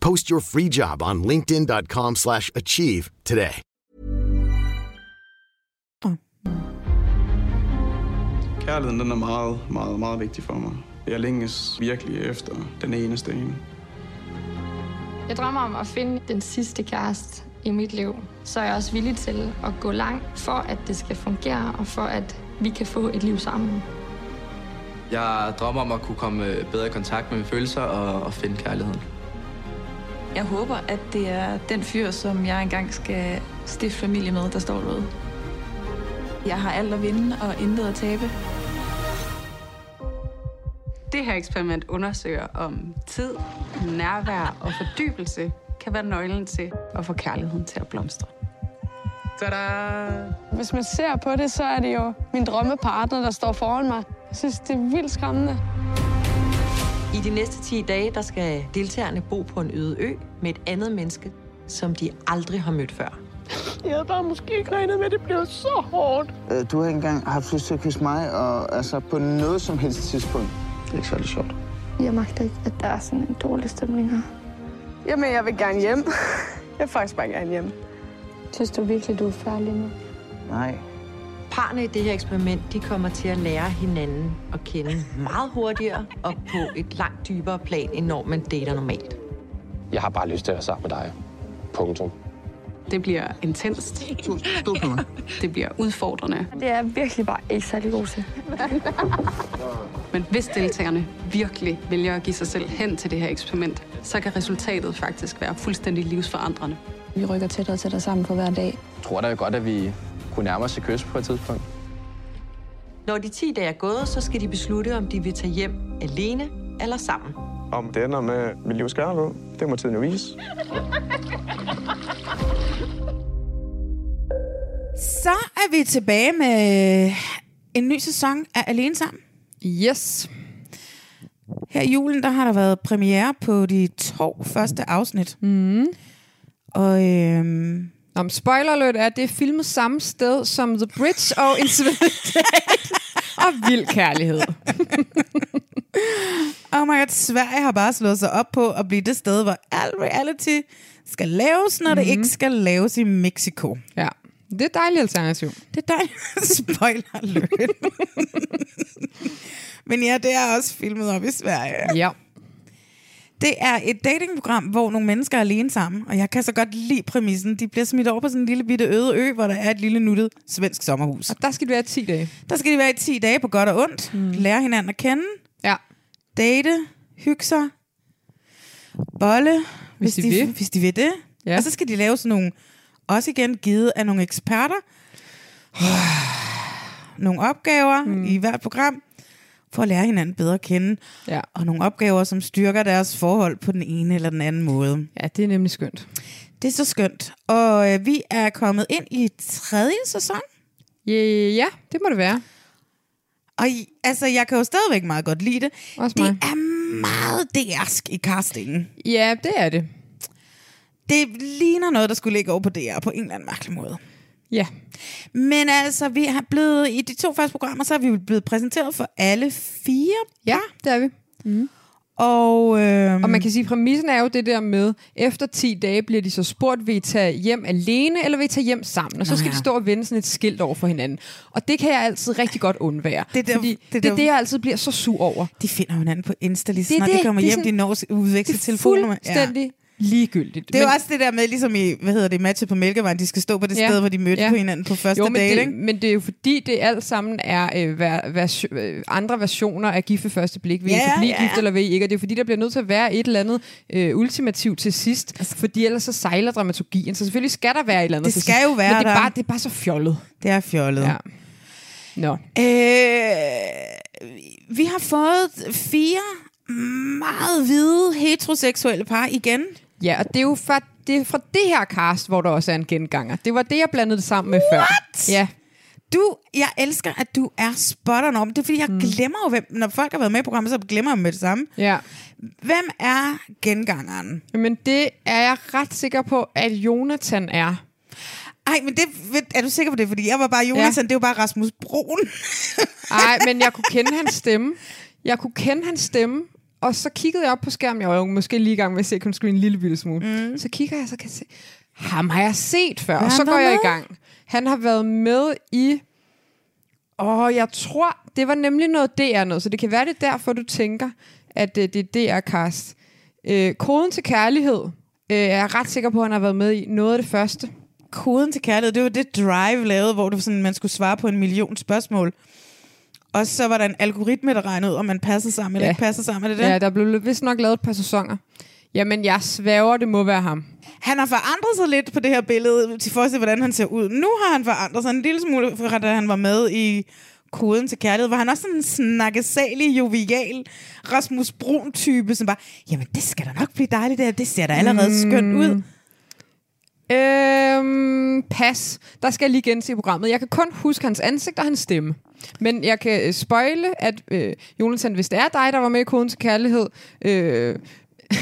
Post your free job on linkedin.com/achieve slash achieve today. Kærligheden den er meget, meget, meget vigtig for mig. Jeg længes virkelig efter den eneste ene. Jeg drømmer om at finde den sidste kæreste i mit liv. Så er jeg også villig til at gå langt for, at det skal fungere, og for, at vi kan få et liv sammen. Jeg drømmer om at kunne komme øh, bedre i kontakt med mine følelser og, og finde kærligheden. Jeg håber, at det er den fyr, som jeg engang skal stifte familie med, der står derude. Jeg har alt at vinde og intet at tabe. Det her eksperiment undersøger, om tid, nærvær og fordybelse kan være nøglen til at få kærligheden til at blomstre. Tada! Hvis man ser på det, så er det jo min drømmepartner, der står foran mig. Jeg synes, det er vildt skræmmende. I de næste 10 dage, der skal deltagerne bo på en øde ø med et andet menneske, som de aldrig har mødt før. Jeg havde bare måske ikke regnet med, at det blev så hårdt. Øh, Du har ikke engang haft lyst til at kysse mig, og altså på noget som helst tidspunkt. Det er ikke særlig sjovt. Jeg magter ikke, at der er sådan en dårlig stemning her. Jamen, jeg vil gerne hjem. Jeg vil faktisk bare gerne hjem. Synes du virkelig, du er færdig nu? Nej. Parne i det her eksperiment, de kommer til at lære hinanden at kende meget hurtigere og på et langt dybere plan, end når man dater normalt. Jeg har bare lyst til at være sammen med dig. Punktum. Det bliver intenst. Det bliver udfordrende. Det er jeg virkelig bare ikke særlig god til. Men hvis deltagerne virkelig vælger at give sig selv hen til det her eksperiment, så kan resultatet faktisk være fuldstændig livsforandrende. Vi rykker tættere og tættere sammen for hver dag. Jeg tror da godt, at vi kunne nærme os et kys på et tidspunkt. Når de 10 dage er gået, så skal de beslutte, om de vil tage hjem alene eller sammen. Om det ender med mit livs kærlighed, det må tiden jo vise. Så er vi tilbage med en ny sæson af Alene Sammen. Yes. Her i julen, der har der været premiere på de to første afsnit. Mm. Og øhm, Om spoiler alert er, at det er filmet samme sted som The Bridge og Insolvent og Vild Kærlighed. oh my god, Sverige har bare slået sig op på at blive det sted, hvor al reality skal laves, når mm. det Mhm. ikke skal laves i Mexico. Ja, det er et dejligt alternativ. Det er dejligt. Spoiler alert. Men ja, det er også filmet op i Sverige. Ja. Det er et datingprogram, hvor nogle mennesker er alene sammen, og jeg kan så godt lide præmissen. De bliver smidt over på sådan en lille bitte øde ø, hvor der er et lille nuttet svensk sommerhus. Og der skal de være 10 dage. Der skal de være i 10 dage på godt og ondt. Mm. Lære hinanden at kende. Ja. Date. Hygge sig. Bolle. Hvis de vil. Hvis de vil det. Ja. Og så skal de lave sådan nogle, også igen givet af nogle eksperter, nogle opgaver mm. i hvert program, for at lære hinanden bedre at kende. Ja. Og nogle opgaver, som styrker deres forhold på den ene eller den anden måde. Ja, det er nemlig skønt. Det er så skønt. Og øh, vi er kommet ind i tredje sæson. Yeah, ja, det må det være. Og I- altså, jeg kan jo stadigvæk meget godt lide det. Også det er meget DR'sk i castingen. Ja, det er det. Det ligner noget, der skulle ligge over på DR på en eller anden mærkelig måde. Ja. Men altså, vi er blevet, i de to første programmer, så er vi jo blevet præsenteret for alle fire. Ja, det er vi. Mm. Og, øh, Og man kan sige, at præmissen er jo det der med, efter 10 dage bliver de så spurgt, vil I tage hjem alene, eller vil I tage hjem sammen? Og så Nå skal ja. de stå og vende sådan et skilt over for hinanden. Og det kan jeg altid rigtig godt undvære. Det er der- fordi det er det, det, der- det, jeg altid bliver så sur over. De finder jo hinanden på Insta lige Det er snart de det. kommer Det er hjem, de sådan- når at udveksle telefonnummer. fuldstændig ligegyldigt. Det er jo Men- også det der med, ligesom i, hvad hedder det, matchet på Mælkevejen, de skal stå på det sted, hvor de mødte på hinanden på første jo, men date, det, ikke? men det er jo fordi, det alt sammen er øh, ver, vers, øh, andre versioner af gift ved første blik. Vil Ja, I så blive ja, gift, eller vil I ikke? Og det er fordi, der bliver nødt til at være et eller andet øh, ultimativt til sidst, fordi ellers så sejler dramaturgien. Så selvfølgelig skal der være et eller andet Altså- Det til skal sidst. jo være men det er der. Bare, det er bare så fjollet. Det er fjollet. Ja. Nå. Øh, vi har fået fire meget hvide heteroseksuelle par igen. Ja, og det er jo fra det, er fra det her cast, hvor der også er en genganger. Det var det, jeg blandede det sammen med før. What? Ja. Du, jeg elsker, at du er spot on om. Det er, fordi jeg mm. glemmer jo, hvem, når folk har været med i programmet, så glemmer jeg dem med det samme. Ja. Hvem er gengangeren? Jamen, det er jeg ret sikker på, at Jonathan er. Ej, men det, ved- er du sikker på det? Fordi jeg var bare Jonathan, ja. det var bare Rasmus Broen. Nej, men jeg kunne kende hans stemme. Jeg kunne kende hans stemme, og så kiggede jeg op på skærmen. Jeg var jo måske lige i gang med at se kun screen en lille bitte smule. Mm. Så kigger jeg, så kan jeg se, ham har jeg set før. Har Og så han går været jeg i med? gang. Han har været med i... Åh, jeg tror, det var nemlig noget DR noget, så det kan være, det er derfor, du tænker, at øh, det er DR-cast. Øh, koden til kærlighed øh, er jeg ret sikker på, at han har været med i noget af det første. Koden til kærlighed, det var det Drive lavede, hvor du sådan, man skulle svare på en million spørgsmål. Og så var der en algoritme, der regnede ud, om man passede sammen eller ja. Ja. ikke passede sammen. Er det det? Ja, der blev vist nok lavet et par sæsoner. Jamen, jeg svæver, det må være ham. Han har forandret sig lidt på det her billede, til forhold til, hvordan han ser ud. Nu har han forandret sig en lille smule, fra da han var med i koden til kærlighed, hvor han også sådan en snakkesalig, jovial Rasmus Brun-type, som bare, jamen det skal da nok blive dejligt, det, her. det ser da allerede mm. skønt ud. Øhm, pas. Der skal jeg lige gense programmet. Jeg kan kun huske hans ansigt og hans stemme. Men jeg kan øh, spoile, at øh, Jonathan, hvis det er dig, der var med i Koden til Kærlighed, øh,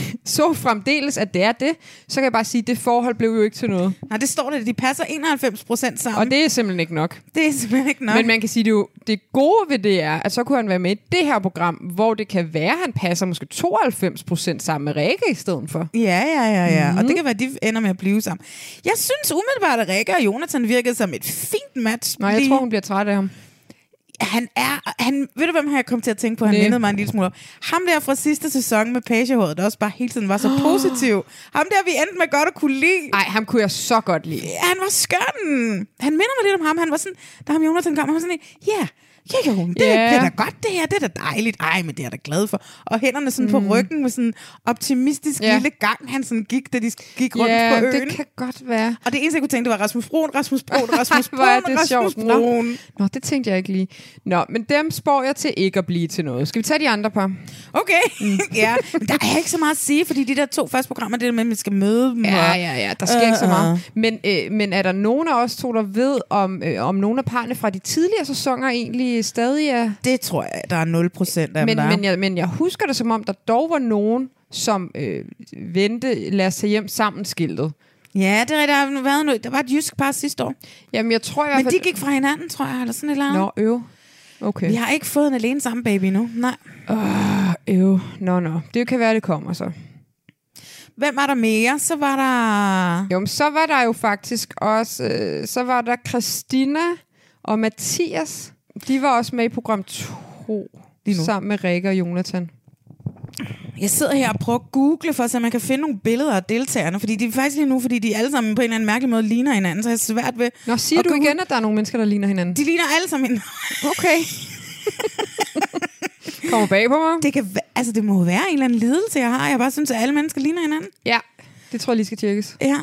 så fremdeles, at det er det, så kan jeg bare sige, at det forhold blev jo ikke til noget. Nej, det står der, de passer 91 procent sammen. Og det er simpelthen ikke nok. Det er simpelthen ikke nok. Men man kan sige, at det, er jo, det gode ved det er, at så kunne han være med i det her program, hvor det kan være, at han passer måske 92 procent sammen med Rikke i stedet for. Ja, ja, ja, ja. Mm-hmm. Og Mhm. det kan være, at de ender med at blive sammen. Jeg synes umiddelbart, at Rikke og Jonathan virkede som et fint match. Nej, jeg lige. tror, hun bliver træt af ham. Han er... Han, ved du, hvem har jeg kommet til at tænke på? Han Nej. mindede mig en lille smule om. Ham der fra sidste sæson med pagehåret, der også bare hele tiden var så positiv. Ham der, vi endte med godt at kunne lide. Nej, ham kunne jeg så godt lide. Ja, han var skøn. Han minder mig lidt om ham. Han var sådan... Da ham Jonathan kom, han var sådan... Ja, yeah. Ja, jo, det Ja. yeah. bliver da godt, det her. Det er da dejligt. Ej, men det er jeg da glad for. Og hænderne sådan mm. på ryggen med sådan en optimistisk Ja. yeah. lille gang, han sådan gik, da de gik rundt Ja, på det øen. kan godt være. Og det eneste, jeg kunne tænke, det var Rasmus Broen, Rasmus Broen, Rasmus Hvor er Broen, det Rasmus sjovt. Nå. Broen. Nå, det tænkte jeg ikke lige. Nå, men dem spår jeg til ikke at blive til noget. Skal vi tage de andre par? Okay, mm. ja. Men der er ikke så meget at sige, fordi de der to første programmer, det er det med, at man skal møde dem. Ja, og- ja, ja. Der sker Øh, ikke så øh. meget. Men, øh, men er der nogen af os to, der ved, om, øh, om nogle af parne fra de tidligere sæsoner egentlig stadig er... Det tror jeg, der er 0 procent af men, dem, der men, jeg... jeg, men jeg husker det som om, der dog var nogen, som øh, vendte lad os tage hjem sammen skiltet. Ja, det er rigtigt. Der har været noget. Der var et jysk par sidste år. Jamen, jeg tror i hvert Men fald... de gik fra hinanden, tror jeg, eller sådan et eller andet. Nå, øv. Okay. Vi har ikke fået en alene sammen baby nu. Nej. Øh, øv. Nå, nå. Det kan være, det kommer så. Hvem var der mere? Så var der... Jo, men så var der jo faktisk også, øh, så var der Christina og Mathias. De var også med i program 2, Lige nu. sammen med Rikke og Jonathan. Jeg sidder her og prøver at google for, så man kan finde nogle billeder af deltagerne. Fordi de er faktisk lige nu, fordi de alle sammen på en eller anden mærkelig måde ligner hinanden, så jeg er svært ved... Nå, siger at du google- igen, at der er nogle mennesker, der ligner hinanden? De ligner alle sammen hinanden. Okay. Kommer bag på mig? Det, kan, væ- altså, det må være en eller anden lidelse, jeg har. Jeg bare synes, at alle mennesker ligner hinanden. Ja, det tror jeg lige skal tjekkes. Ja.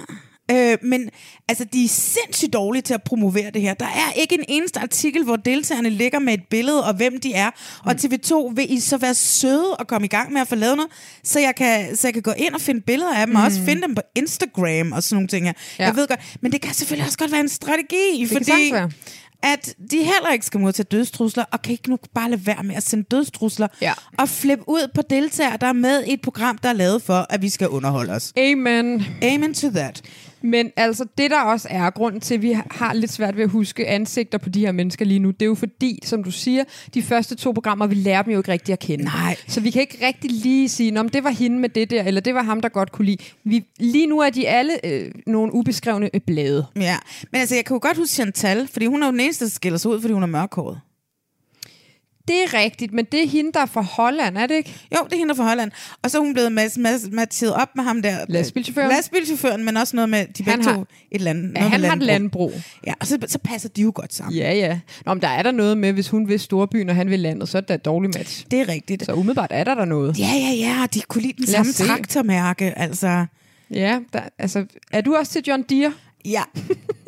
Øh, men altså, de er sindssygt dårlige til at promovere det her. Der er ikke en eneste artikel, hvor deltagerne ligger med et billede og hvem de er. Mm. Og TV2 vil I så være søde og komme i gang med at få lavet noget, så jeg kan, så jeg kan gå ind og finde billeder af dem, mm. og også finde dem på Instagram og sådan nogle ting her. Ja. Ja. Jeg ved godt, men det kan selvfølgelig også godt være en strategi, Det kan fordi sagtens være. at de heller ikke skal modtage dødstrusler, og kan ikke nu bare lade være med at sende dødstrusler, Ja. og flippe ud på deltagere, der er med i et program, der er lavet for, at vi skal underholde os. Amen. Amen to that. Men altså, det der også er grunden til, at vi har lidt svært ved at huske ansigter på de her mennesker lige nu, det er jo fordi, som du siger, de første to programmer, vi lærer dem jo ikke rigtig at kende. Nej. Så vi kan ikke rigtig lige sige, Nå, men det var hende med det der, eller det var ham, der godt kunne lide. Vi, lige nu er de alle øh, nogle ubeskrevne øh, blade. Ja, men altså, jeg kan jo godt huske Chantal, fordi hun er jo den eneste, der skiller sig ud, fordi hun er mørkhåret. Det er rigtigt, men det er hende, der er fra Holland, er det ikke? Jo, det er hende fra Holland. Og så er hun blevet mas- mas- matchet op med ham der. øh, Lastbilchaufføren. Lastbilchaufføren, men også noget med de Han begge har- to. Et land, Ja, han har et landbrug. Ja, og så, så passer de jo godt sammen. Ja, ja. Nå, men der er der noget med, hvis hun vil storbyen, og han vil landet, så er det da et dårligt match. Det er rigtigt. Så umiddelbart er der der noget. Ja, ja, ja, og de kunne lide den Lad os samme se. traktormærke, altså. Ja, der, altså, er du også til John Deere? Ja,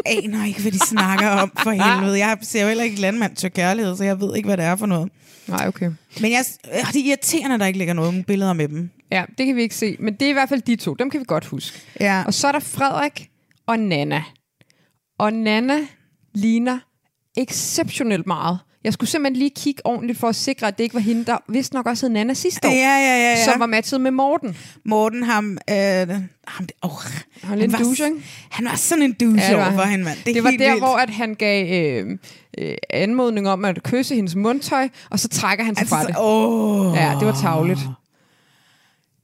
aner ikke, hvad de snakker om for helvede. Jeg ser jo heller ikke landmand til kærlighed, så jeg ved ikke, hvad det er for noget. Nej, okay. Men jeg, øh, det er irriterende, at der ikke ligger nogen billeder med dem. Ja, det kan vi ikke se. Men det er i hvert fald de to. Dem kan vi godt huske. Ja. Og så er der Frederik og Nana. Og Nana ligner exceptionelt meget. Jeg skulle simpelthen lige kigge ordentligt for at sikre, at det ikke var hende, der vist nok også hed Nana sidste år. Ja, ja, ja, ja. Som var matchet med Morten. Morten, ham... Øh, ham det, oh, han, han, var var, douche, s- ikke? Han var sådan en douche det var over han. for hende, mand. Det, er det var helt der, vildt. hvor at han gav øh, øh, anmodning om at kysse hendes mundtøj, og så trækker han sig fra det. Altså, Åh. Ja, det var tavligt.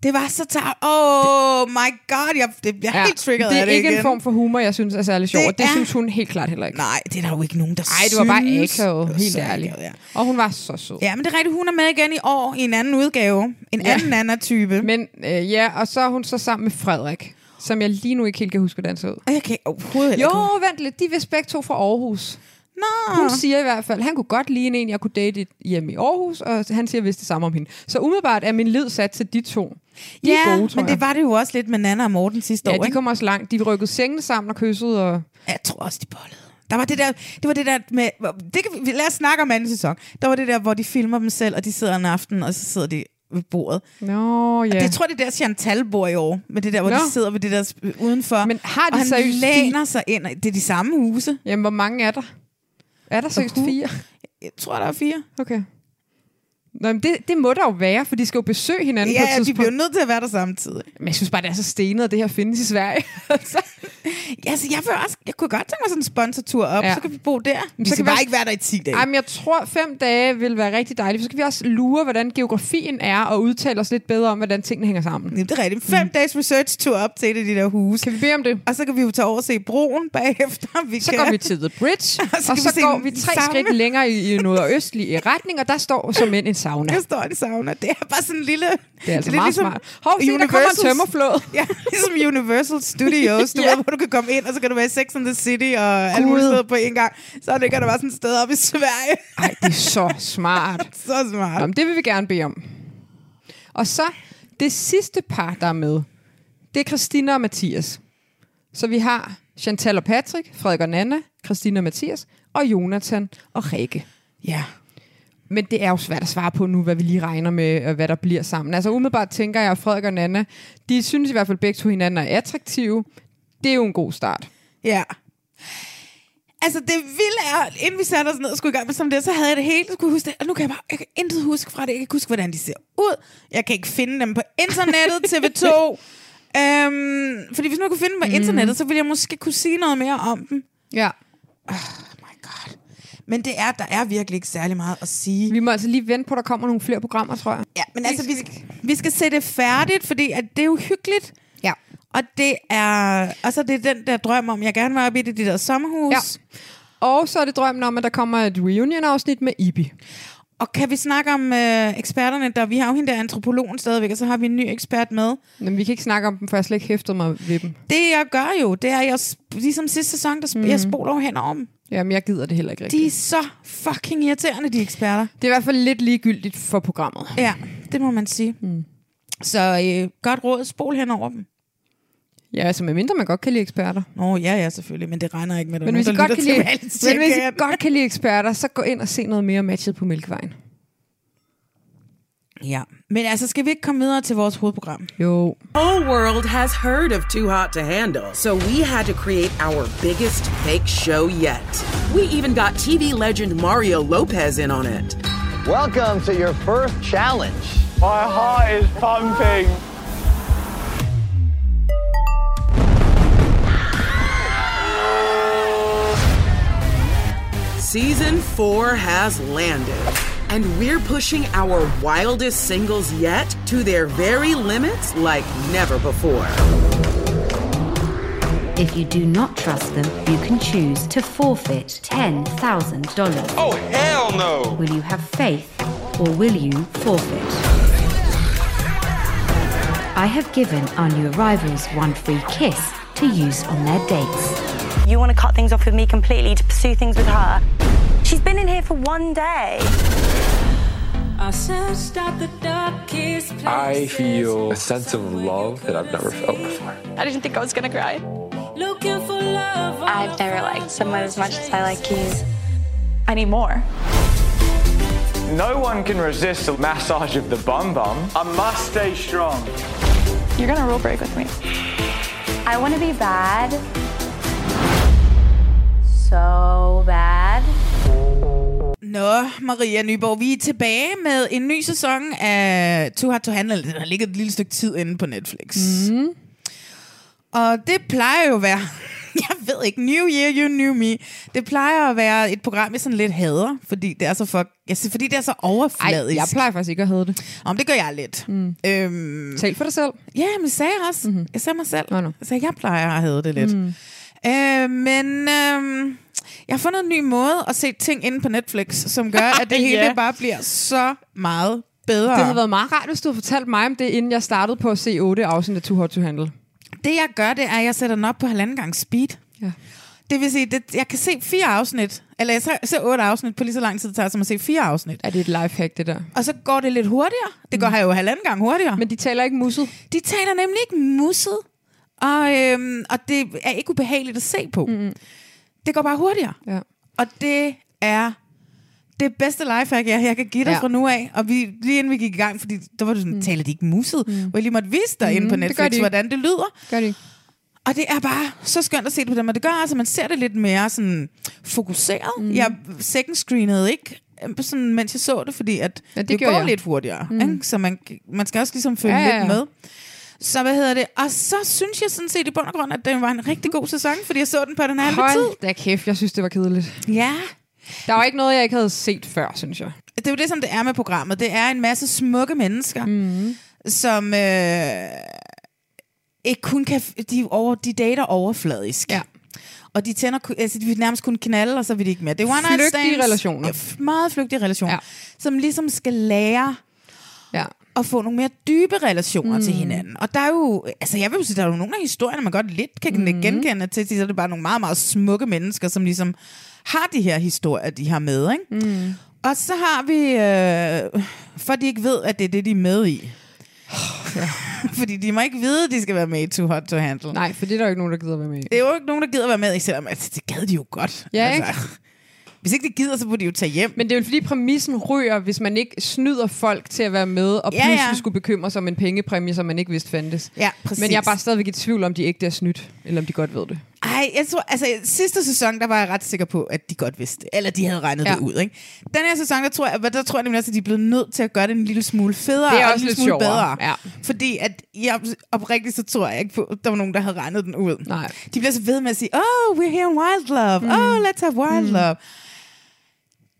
Det var så tavligt. Oh my god, jeg, det, jeg er ja, helt triggeret det er af det ikke igen. en form for humor, jeg synes er særlig sjov, Det og det er- synes hun helt klart heller ikke. Nej, det er der jo ikke nogen, der Nej, det var bare synes. akavet, Det var helt så ærligt. akavet, ja. Og hun var så sød. Ja, men det er rigtigt, hun er med igen i år i en anden udgave. En Ja. anden anden type. Men øh, ja, og så er hun så sammen med Frederik, som jeg lige nu ikke helt kan huske, hvordan så ud. Og jeg kan overhovedet heller Jo, ikke huske- vent lidt, de er vist begge to fra Aarhus. Nå. Hun siger i hvert fald, han kunne godt ligne en, jeg kunne date hjemme i Aarhus, og han siger vist det samme om hende. Så umiddelbart er min lid sat til de to. De ja, er gode, tror men jeg. det var det jo også lidt med Nana og Morten sidste ja, år, de ikke? kom også langt. De rykkede sengene sammen og kyssede. Og... Jeg tror også, de bollede. Der var det der, det var det der med, det kan vi, lad os snakke om anden sæson. Der var det der, hvor de filmer dem selv, og de sidder en aften, og så sidder de ved bordet. Nå, ja. Og det tror jeg, det er der Chantal bor i år, med det der, hvor Nå. Nå. de sidder ved det der sp- udenfor. Men har de og han seriøst de- læner sig ind, og det er de samme huse. Jamen, hvor mange er der? Er der seriøst fire? Jeg tror, der er fire. Okay. Nå, men det, det må der jo være, for de skal jo besøge hinanden på et Ja, de tidspunkt. bliver nødt til at være der samtidig. Men jeg synes bare, det er så stenet, at det her findes i Sverige. altså. Ja, så jeg, vil også, jeg kunne godt tænke mig sådan en sponsortur op, Ja. ja. så kan vi bo der. Vi så så skal kan kan vi bare også- ikke være der i 10 dage. Ej, men jeg tror, fem dage vil være rigtig dejligt. Så skal vi også lure, hvordan geografien er, og udtale os lidt bedre om, hvordan tingene hænger sammen. Jamen, det er rigtigt. Fem mm. dages research-tur op til et af de der huse. Kan vi bede om det? Og så kan vi jo tage over og se broen bagefter. Vi Så kan. går vi til The Bridge, og skal så, vi se går den vi tre samme. skridt længere i, i nordøstlig retning, og der står som end en sauna. Der står en sauna. Det er bare sådan en lille... Det er altså meget smart. Hov, se, der kommer en tømmerflåd. ligesom Ja, ligesom Universal Studios, du Ja. ja. ved, hvor du kan komme ind, og så kan du være i Sex and the City og alle mulige Gud. steder på en gang. Så ligger der bare sådan et sted op i Sverige. Ej, det er så smart. så smart. Nå, men det vil vi gerne bede om. Og så det sidste par, der er med, det er Christina og Mathias. Så vi har Chantal og Patrick, Frederik og Nana, Christina og Mathias, og Jonathan og Rikke. Ja. Men det er jo svært at svare på nu, hvad vi lige regner med, og hvad der bliver sammen. Altså umiddelbart tænker jeg, at Frederik og Nana, de synes i hvert fald begge to hinanden er attraktive. Det er jo en god start. Ja. Altså, det vilde er, inden vi satte os ned og skulle i gang med som det, så havde jeg det hele, så kunne jeg huske det. Og nu kan jeg bare, jeg kan intet huske fra det. Jeg kan ikke huske, hvordan de ser ud. Jeg kan ikke finde dem på internettet, TV2. øhm, fordi hvis man kunne finde dem på mm. internettet, så ville jeg måske kunne sige noget mere om dem. Ja. Men det er, der er virkelig ikke særlig meget at sige. Vi må altså lige vente på, at der kommer nogle flere programmer, tror jeg. Ja, men altså, vi skal, vi skal se det færdigt, fordi at det er jo hyggeligt. Ja. Og det er, altså det er den der drøm om, jeg gerne vil op i det, det der sommerhus. Ja. Og så er det drømmen om, at der kommer et reunion-afsnit med Ibi. Og kan vi snakke om øh, eksperterne, der vi har jo hende der antropologen stadigvæk, og så har vi en ny ekspert med. Men vi kan ikke snakke om dem, for jeg har slet ikke hæftet mig ved dem. Det jeg gør jo, det er, at jeg, sp- ligesom sidste sæson, der sp- mm. jeg spoler jo hen over dem. Jamen, jeg gider det heller ikke rigtigt. De er så fucking irriterende, de eksperter. Det er i hvert fald lidt ligegyldigt for programmet. Ja, det må man sige. Mm. Så øh, godt råd, spol hen over dem. Ja, altså med mindre man godt kan lide eksperter. Nå, ja, ja, selvfølgelig, men det regner ikke med, at der Men er hvis, I nogen, der godt lytter til kan lide, reality men hvis I checken. godt kan lide eksperter, så gå ind og se noget mere matchet på Mælkevejen. Ja, men altså, skal vi ikke komme videre til vores hovedprogram? Jo. whole world has heard of Too Hot to Handle, so we had to create our biggest fake show yet. We even got TV legend Mario Lopez in on it. Welcome to your first challenge. My heart is pumping. Season 4 has landed, and we're pushing our wildest singles yet to their very limits like never before. If you do not trust them, you can choose to forfeit $10,000. Oh, hell no! Will you have faith or will you forfeit? I have given our new arrivals one free kiss to use on their dates. You want to cut things off with me completely to pursue things with her. She's been in here for one day. I searched out the darkest I feel a sense of love that I've never felt before. I didn't think I was gonna cry. Looking for love. I've never liked someone as much as I like you. I need more. No one can resist a massage of the bum bum. I must stay strong. You're gonna rule break with me. I want to be bad. So bad. Nå, Maria Nyborg, vi er tilbage med en ny sæson af Too Hard to Handle. Den har ligget et lille stykke tid inde på Netflix. Mhm. Mm. Og det plejer jo at være, jeg ved ikke, New Year, You New Me. Det plejer at være et program, jeg sådan lidt hader, fordi det er så, fuck, altså, fordi det er så overfladisk. Ej, jeg plejer faktisk ikke at hedde det. Om det gør jeg lidt. Mm. Øhm, Tal for dig selv. Ja, men det sagde jeg også. Mhm. Mm-hmm. Jeg sagde mig selv. Oh, no. Så jeg plejer at hedde det lidt. Mm. Øh, men øh, jeg har fundet en ny måde at se ting inde på Netflix, som gør, at det hele Ja. bare bliver så meget bedre. Det havde været meget rart, hvis du havde fortalt mig om det, inden jeg startede på at se 8 afsnit af Too Hot to Handle. Det jeg gør, det er, at jeg sætter den op på halvanden gang speed. Ja. Det vil sige, at jeg kan se fire afsnit, eller jeg ser- ser otte afsnit på lige så lang tid, det tager som at se fire afsnit. Er det et lifehack, det der? Og så går det lidt hurtigere. Det går mm. jeg jo halvanden gang hurtigere. Men de taler ikke musset? De taler nemlig ikke musset. Og, øhm, og det er ikke ubehageligt at se på. Mm. Det går bare hurtigere. Ja. Og det er det bedste lifehack, jeg, jeg kan give dig Ja. ja. fra nu af. Og vi, lige inden vi gik i gang, fordi der var du sådan, mm. taler de ikke musset? Mm. Hvor jeg lige måtte vise dig mm. inde på Mm, det gør Netflix, de ikke. hvordan det lyder. Gør det ikke. Og det er bare så skønt at se det på dem, og det gør altså, at man ser det lidt mere sådan fokuseret. Mm. Jeg second screenede ikke, øhm, sådan, mens jeg så det, fordi at Ja, det det, det gjorde går jeg. jeg. lidt hurtigere. Mm. Mm. Ikke? Så man, man skal også ligesom følge Ja, ja, ja, ja, ja. lidt med. Så hvad hedder det? Og så synes jeg sådan set i bund og grund, at det var en rigtig god sæson, fordi jeg så den på den halve tid. Hold da kæft, jeg synes, det var kedeligt. Ja. Der var ikke noget, jeg ikke havde set før, synes jeg. Det er jo det, som det er med programmet. Det er en masse smukke mennesker, mm. som øh, ikke kun kan... f- De, er over, de dater overfladisk. Ja. Og de tænder, ku- altså de vil nærmest kun knalde, og så vil de ikke mere. Det er one night Flygtige stands. relationer. Ja, f- meget flygtige relationer. Ja. Som ligesom skal lære ja. at få nogle mere dybe relationer Mm. mm. til hinanden. Og der er jo, altså jeg vil jo sige, der er jo nogle af historierne, man godt lidt kan mm. genkende til, så er det bare nogle meget, meget smukke mennesker, som ligesom har de her historier, de har med, ikke? Mm. Og så har vi, øh, for de ikke ved, at det er det, de er med i. Fordi de må ikke vide, at de skal være med i Too Hot to Handle. Nej, for det er der jo ikke nogen, der gider være med i. Det er jo ikke nogen, der gider være med i, selvom altså, det gad de jo godt. Ja, altså, ikke? Hvis ikke de gider, så burde de jo tage hjem. Men det er jo fordi præmissen ryger, hvis man ikke snyder folk til at være med, og Ja, pludselig ja. skulle bekymre sig om en pengepræmie, som man ikke vidste fandtes. Ja, præcis. Men jeg er bare stadigvæk i tvivl om, de ikke er snydt, eller om de godt ved det. Ej, jeg tror, altså sidste sæson, der var jeg ret sikker på, at de godt vidste det. Eller de havde regnet Ja. ja. det ud, ikke? Den her sæson, der tror jeg, der tror jeg nemlig også, at de er blevet nødt til at gøre det en lille smule federe. Det er og en også lille lidt smule sjovere, bedre. ja. Fordi at jeg oprigtigt, så tror jeg ikke på, at der var nogen, der havde regnet den ud. Nej. De bliver så ved med at sige, oh, we're here in wild love. Mm. Oh, let's have wild mm. love.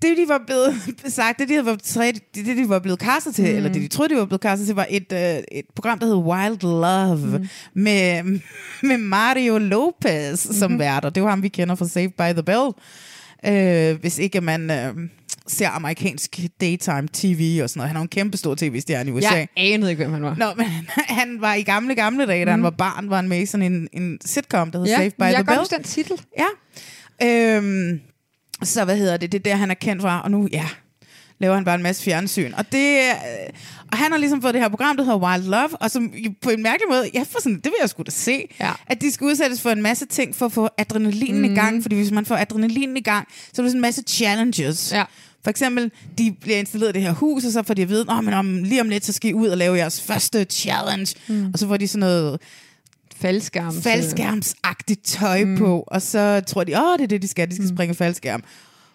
Det, de var blevet sagt, det, de var, træ- det, det, de var blevet kastet til, mm. eller det, de troede, de var blevet kastet til, var et, øh, et program, der hed Wild Love, mm. med, med Mario Lopez som mm. vært, og det var ham, vi kender fra Saved by the Bell. Øh, hvis ikke man øh, ser amerikansk daytime tv og sådan noget. Han har en kæmpe stor tv-stjerne i USA. Jeg anede ikke, hvem han var. Nå, men han var i gamle, gamle dage, da han var barn, var han med i sådan en, en sitcom, der hed Mm. Ja, Saved by jeg the kan godt Bell. huske den titel. Ja. Øhm, så hvad hedder det? Det er der, han er kendt fra, og nu, ja, laver han bare en masse fjernsyn. Og, det, øh, og han har ligesom fået det her program, der hedder Wild Love, og som jo på en mærkelig måde, jeg får sådan, det vil jeg sgu da se, ja. at de skal udsættes for en masse ting for at få adrenalinen mm. i gang, fordi hvis man får adrenalinen i gang, så er der sådan en masse challenges. Ja. For eksempel, de bliver installeret i det her hus, og så får de at vide, oh, men om, lige om lidt, så skal I ud og lave jeres første challenge. Mm. Og så får de sådan noget Faldskærms. faldskærmsagtigt tøj mm. på, og så tror de, åh, det er det, de skal, de skal mm. springe faldskærm.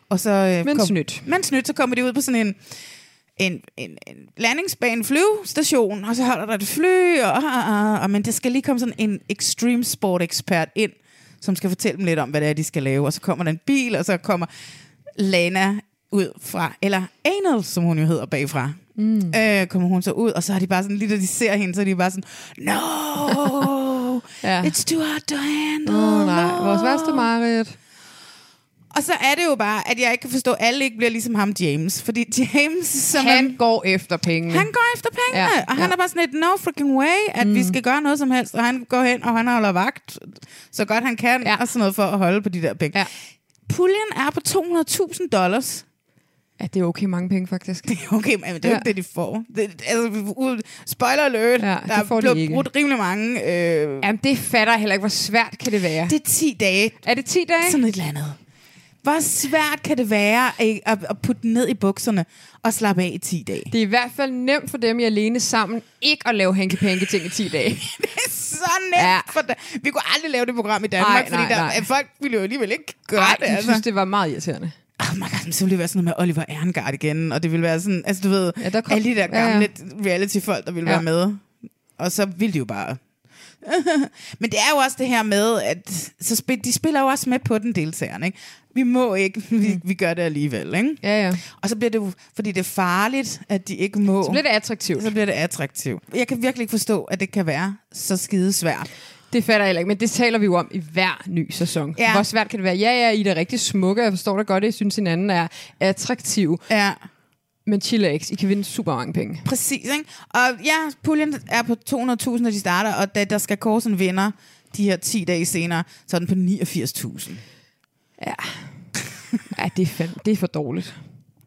Og så, øh, Men snydt. Men snydt, så kommer de ud på sådan en, en, en, en landingsbane, flyvestation, og så holder der et fly, og, og, og, og men der skal lige komme sådan en extreme sport ekspert ind, som skal fortælle dem lidt om, hvad det er, de skal lave. Og så kommer der en bil, og så kommer Lana ud fra, eller Anal, som hun jo hedder bagfra. Mm. Øh, kommer hun så ud, og så har de bare sådan, lige da de ser hende, så er de bare sådan, no, Ja. ja. it's too hard to handle. Åh, nej. Vores værste mareridt. Og så er det jo bare, at jeg ikke kan forstå, at alle ikke bliver ligesom ham, James. Fordi James, som Han er- går efter pengene. han går efter pengene, Ja, ja, og han ja. er bare sådan et no freaking way, at mm. vi skal gøre noget som helst, og han går hen, og han holder vagt, så godt han kan, ja. og sådan noget for at holde på de der penge. Ja. Puljen er på 200.000 dollars. Ja, det er okay mange penge, faktisk. Det er okay, men det er jo ikke det, de får. Det, altså, ud- spoiler alert, ja, der får er de blevet ikke. brudt rimelig mange... Øh, Jamen, det fatter jeg heller ikke. Hvor svært kan det være? Det er 10 dage. Er det 10 dage? Sådan et eller andet. Hvor svært kan det være ikke, at, at putte den ned i bukserne og slappe af i 10 dage? Det er i hvert fald nemt for dem, jeg alene sammen, ikke at lave hanke ting i 10 dage. så nemt. Ja. For da- vi kunne aldrig lave det program i Danmark, Nej, fordi nej, der, nej. folk ville jo alligevel ikke gøre Ej, det. altså. jeg synes, det altså. var meget irriterende. Oh my God, så ville det være sådan noget med Oliver Erngaard igen, og det ville være sådan, altså du ved, ja, der kom- alle de der ja, ja. gamle reality-folk, der ville Ja. være med. Og så ville de jo bare... Men det er jo også det her med, at så spil, de spiller jo også med på den deltagerne, ikke? Vi må ikke, vi, vi gør det alligevel, ikke? Mm. Ja, ja. Og så bliver det jo, fordi det er farligt, at de ikke må... Så bliver det attraktivt. Så bliver det attraktivt. Jeg kan virkelig ikke forstå, at det kan være så skide svært. Det fatter jeg heller ikke, men det taler vi jo om i hver ny sæson. Ja. Ja. Hvor svært kan det være? Ja, ja, I er da rigtig smukke, og jeg forstår dig godt, at I synes, hinanden er attraktiv. Ja. Men chillax, I kan vinde super mange penge. Præcis, ikke? Og ja, puljen er på 200.000, når de starter, og da der skal kåres en vinder de her 10 dage senere, så er den på 89.000. Ja. ja, det er, fandme, det er for dårligt.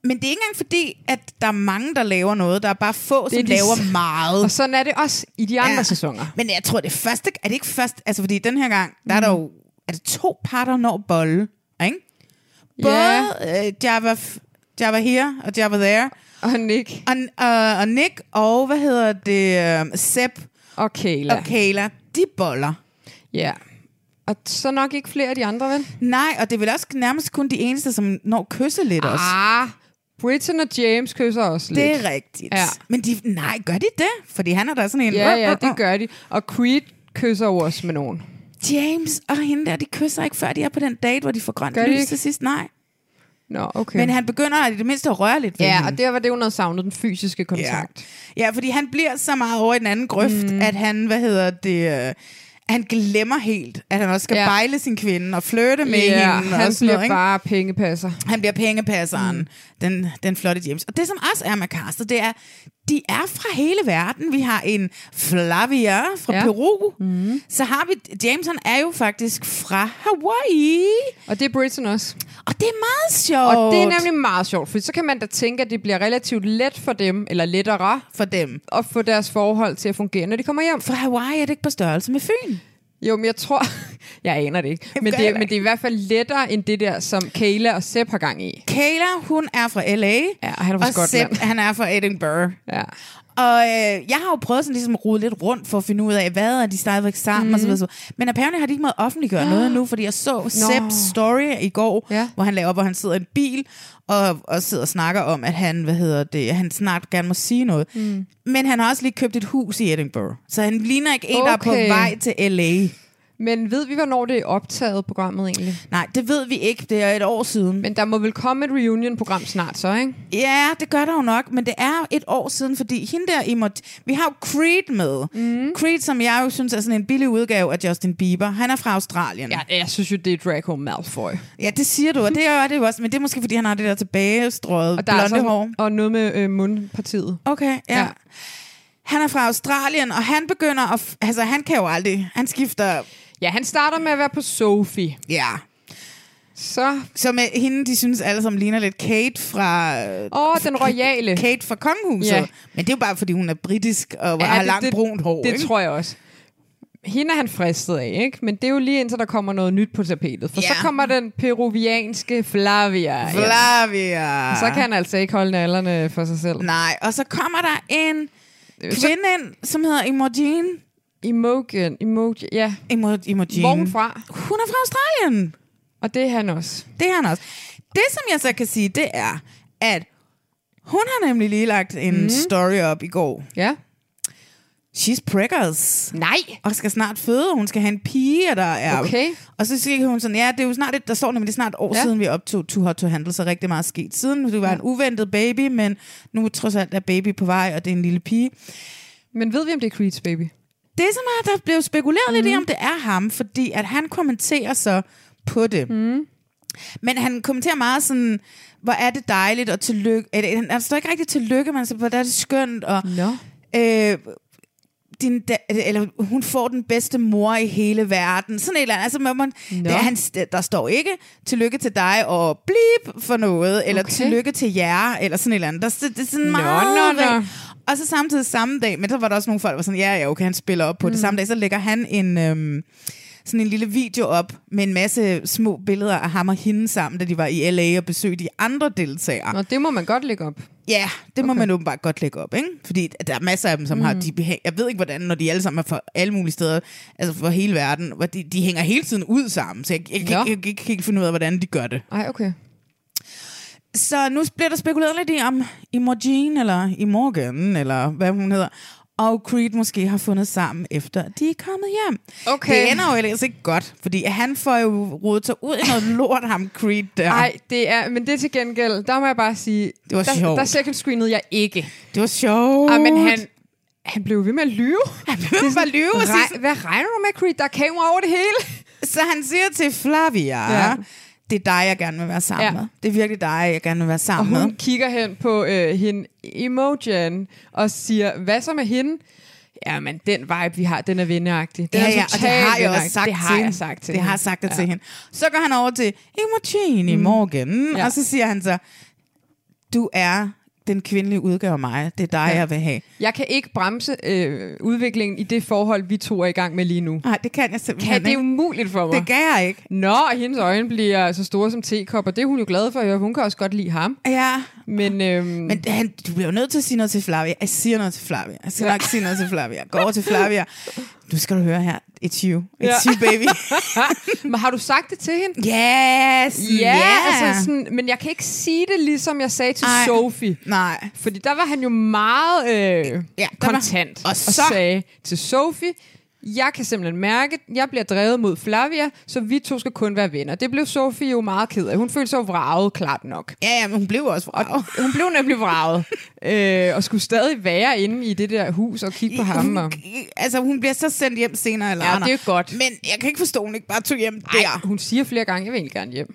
Men det er ikke engang fordi, at der er mange, der laver noget. Der er bare få, som laver meget. Og sådan er det også i de andre ja. sæsoner. Men jeg tror, det er første... Er det ikke først... Altså, fordi den her gang, der er der jo... Er det to parter, der når bolle, ikke? Både yeah. øh, Java, F- Java Here og Java There. Og Nick. Og, og, og Nick og, hvad hedder det, øh, Sepp. Og Kayla. Og Kayla, de boller. Ja. Og så nok ikke flere af de andre, vel? Nej, og det er vel også nærmest kun de eneste, som når at kysse lidt også. Ah, Britton og James kysser også Det lidt. er rigtigt. Ja. Men de, nej, gør de det? Fordi han er da sådan en... Ja, ja, det gør de. Og Creed kysser jo også med nogen. James og hende der, de kysser ikke, før de er på den date, hvor de får grønt Gør de lys ikke? til sidst. Nej. Nå, okay. Men han begynder i det mindste at røre lidt ved Ja, hende. og det var det, hun havde savnet, den fysiske kontakt. Ja. ja, fordi han bliver så meget over i den anden grøft, mm. at han, hvad hedder det... øh, Han glemmer helt, at han også skal ja. Ja. bejle sin kvinde og flytte med hende. han og sådan bliver noget, ikke? bare pengepasser. Han bliver pengepasseren, mm. den, den flotte James. Og det, som også er med castet, det er, de er fra hele verden. Vi har en Flavia fra ja. Ja. Peru. Mm. Så har vi, James han er jo faktisk fra Hawaii. Og det er Britton også. Og det er meget sjovt. Og det er nemlig meget sjovt, for så kan man da tænke, at det bliver relativt let for dem, eller lettere for dem, at få deres forhold til at fungere, når de kommer hjem. For Hawaii er det ikke på størrelse med Fyn. Jo, men jeg tror... jeg aner det ikke. Men gør det, jeg men det er i hvert fald lettere end det der, som Kayla og Sepp har gang i. Kayla, hun er fra L.A. Ja, og han er fra og Skotland. Sepp, han er fra Edinburgh. Ja. Og øh, jeg har jo prøvet sådan ligesom at rode lidt rundt for at finde ud af, hvad er de stadigvæk sammen mm. og så videre. så videre. Men apparently har de ikke måttet offentliggøre noget endnu, fordi jeg så Seps story i går, ja. hvor han laver, hvor han sidder i en bil og, og sidder og snakker om, at han, hvad hedder det, han snart gerne må sige noget. Mm. Men han har også lige købt et hus i Edinburgh, så han ligner ikke en, okay. der er Okay. på vej til L.A. Men ved vi, hvornår det er optaget programmet egentlig? Nej, det ved vi ikke. Det er et år siden. Men der må vel komme et reunion-program snart så, ikke? Ja, det gør der jo nok, men det er et år siden, fordi hende der, I må, vi har jo Creed med. Mm. Creed, som jeg jo synes er sådan en billig udgave af Justin Bieber. Han er fra Australien. Ja, jeg synes jo, det er Draco Malfoy. Ja, det siger du, og det er det jo også, men det er måske, fordi han har det der tilbagestrøget Og der er blonde altså- hår. Og noget med øh, mundpartiet. Okay, ja. ja. Ja. Han er fra Australien, og han begynder at... F- altså, han kan jo aldrig... Han skifter... Ja, han starter med at være på Sophie. Ja. Så... Så med hende, de synes alle sammen ligner lidt Kate fra... Åh, Åh, den royale. Kate fra Kongehuset. Ja. Ja. Men det er jo bare, fordi hun er britisk og ja, Ja, har det- langt det- brunt hår. Det ikke? tror jeg også. Hende er han fristet af, ikke? Men det er jo lige indtil der kommer noget nyt på tapetet. For ja. så Ja. kommer den peruvianske Flavia. hjem. Flavia. Så kan han altså ikke holde nallerne for sig selv. Nej, og så kommer der en kvinde ind, som hedder Imogen. Imogen, Imogen, ja. Imo- Imogen. Hvor er hun fra? Hun er fra Australien. Og det er han også. Det er han også. Det, som jeg så kan sige, det er, at hun har nemlig lige lagt en mm. story op i går. Ja. She's preggers. Nej. Og skal snart føde, og hun skal have en pige, og der er... Okay. Og så siger hun sådan, ja, det er jo snart et, der står nemlig det er snart et år ja. Ja. siden, vi optog Too Hot to Handle, så rigtig meget er sket siden. Du var en uventet baby, men nu trods alt er baby på vej, og det er en lille pige. Men ved vi, om det er Creed's baby? det som er, der blev spekuleret lidt i, om det er ham, fordi at han kommenterer så på det. Mm. Men han kommenterer meget sådan, hvor er det dejligt, og tillykke. Eller, Han han står ikke rigtig tillykke, men så, hvor er det skønt, og Nå. øh, din da, eller hun får den bedste mor i hele verden. Sådan et eller andet. Altså, man, man, det, er han, der står ikke, tillykke til dig og blip for noget, eller okay. Okay. tillykke til jer, eller sådan et eller andet. Der, det, det er sådan Nå, meget... nå, nå. Og så samtidig samme dag, men der var der også nogle folk, der var sådan, ja, ja, okay, han spiller op på mm. det samme dag, så lægger han en... Øhm, sådan en lille video op med en masse små billeder af ham og hende sammen, da de var i LA og besøgte de andre deltagere. Nå, det må man godt lægge op. Ja, det okay. må man åbenbart godt lægge op, ikke? Fordi der er masser af dem, som mm. har de behæng... Jeg ved ikke, hvordan, når de alle sammen er fra alle mulige steder, altså fra hele verden, hvor de, de hænger hele tiden ud sammen, så jeg, jeg, kan, Nå. ikke- jeg, jeg, jeg kan ikke finde ud af, hvordan de gør det. Ej, okay. Så nu bliver der spekuleret lidt i, om Imogen eller Imorgan, eller hvad hun hedder, og Creed måske har fundet sammen, efter de er kommet hjem. Okay. Det ender jo ellers ikke godt, fordi han får jo rodet sig ud i noget lort, ham Creed der. Nej, det er, men det er til gengæld, der må jeg bare sige, Ah. Det var der, sjovt. der second screenede jeg ikke. Det var sjovt. Ah, men han, han blev ved med at lyve. Han blev ved med at lyve. og sige- Re- hvad regner du med, Creed? Der er kamera over det hele. Så han siger til Flavia, Ja. ja. det er dig, jeg gerne vil være sammen Ja. ja. med. Det er virkelig dig, jeg gerne vil være Og sammen med. hun kigger hen på øh, hende Imogen og siger, hvad så med hende? Jamen, den vibe, vi har, den er vinderagtig. Den ja, er ja, og det har jeg også sagt vinderagtig. det til har hende. jeg sagt til Det har hende. Mm. jeg sagt det ja. til hende. Så går han over til Imogen i morgen, Ja. ja. og så siger han så, du er den kvindelige udgave af mig. Det er dig, Ja. ja. jeg vil have. Jeg kan ikke bremse øh, udviklingen i det forhold, vi to er i gang med lige nu. Nej, det kan jeg simpelthen Kan, det er ikke. umuligt for mig. Det kan jeg ikke. Nå, og hendes øjne bliver så store som tekopper. Det er hun jo glad for, og hun kan også godt lide ham. Ja. Men, øhm, Men han, du bliver jo nødt til at sige noget til Flavia. Jeg siger noget til Flavia. Jeg skal nok sige noget til Flavia. Gå over til Flavia. Du skal du høre her. It's you. It's Ja. ja. you, baby. Men har du sagt det til hende? Yes! Ja, yeah. altså sådan, men jeg kan ikke sige det, ligesom jeg sagde til Ej. Sophie. Nej. Fordi der var han jo meget øh, ja, var- kontant. Og og så- sagde til Sophie, jeg kan simpelthen mærke, at jeg bliver drevet mod Flavia, så vi to skal kun være venner. Det blev Sofie jo meget ked af. Hun følte sig jo vraget, klart nok. Ja, ja, men hun blev også vraget. Og hun blev nemlig vraget. øh, og skulle stadig være inde i det der hus og kigge på ham. Og... altså, hun bliver så sendt hjem senere. Eller Ja, andre. det er godt. Men jeg kan ikke forstå, at hun ikke bare tog hjem Ej. der. Hun siger flere gange, jeg vil egentlig gerne hjem.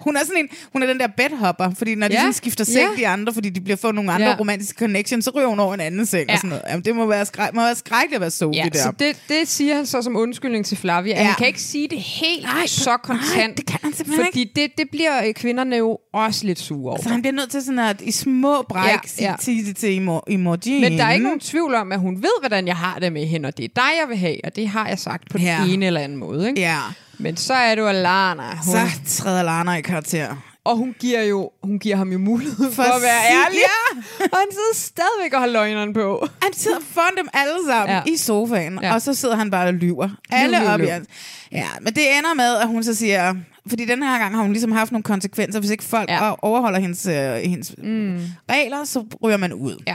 Hun er sådan en, hun er den der bedhopper, fordi når de Ja, sådan skifter seng ja. de andre, fordi de bliver fået nogle andre Ja. ja. romantiske connections, så ryger hun over en anden seng ja. Ja. og sådan noget. Jamen, det må være, skræk, må være skrækkeligt at være Sofie Ja, der. så det, det siger han så som undskyldning til Flavia. Ja. Ja. Han kan ikke sige det helt nej, så kontant. nej, det kan han simpelthen Altså, fordi ikke. det, det bliver øh, kvinderne jo også lidt sure over. Så han bliver nødt til sådan at i små bræk Ja, ja, ja. ja. sige det til Imo- Imogen. Men der er ikke nogen tvivl om, at hun ved, hvordan jeg har det med hende, og det er dig, jeg vil have, og det har jeg sagt på den Ja. ene eller anden måde. Ikke? Ja. Men så er du Alana. Hun, Så træder Lana i karakter. Og hun giver, jo, hun giver ham jo mulighed for, for at være sige- ærlig. Ja. Og han sidder stadigvæk og har løgneren på. Han sidder foran dem alle sammen Ja. ja. i sofaen, Ja. ja. og så sidder han bare og lyver. Alle lyv, op i lyv. hans. Ja, men det ender med, at hun så siger... Fordi den her gang har hun ligesom haft nogle konsekvenser. Hvis ikke folk ja. overholder hendes, øh, hendes mm. regler, så ryger man ud. Ja.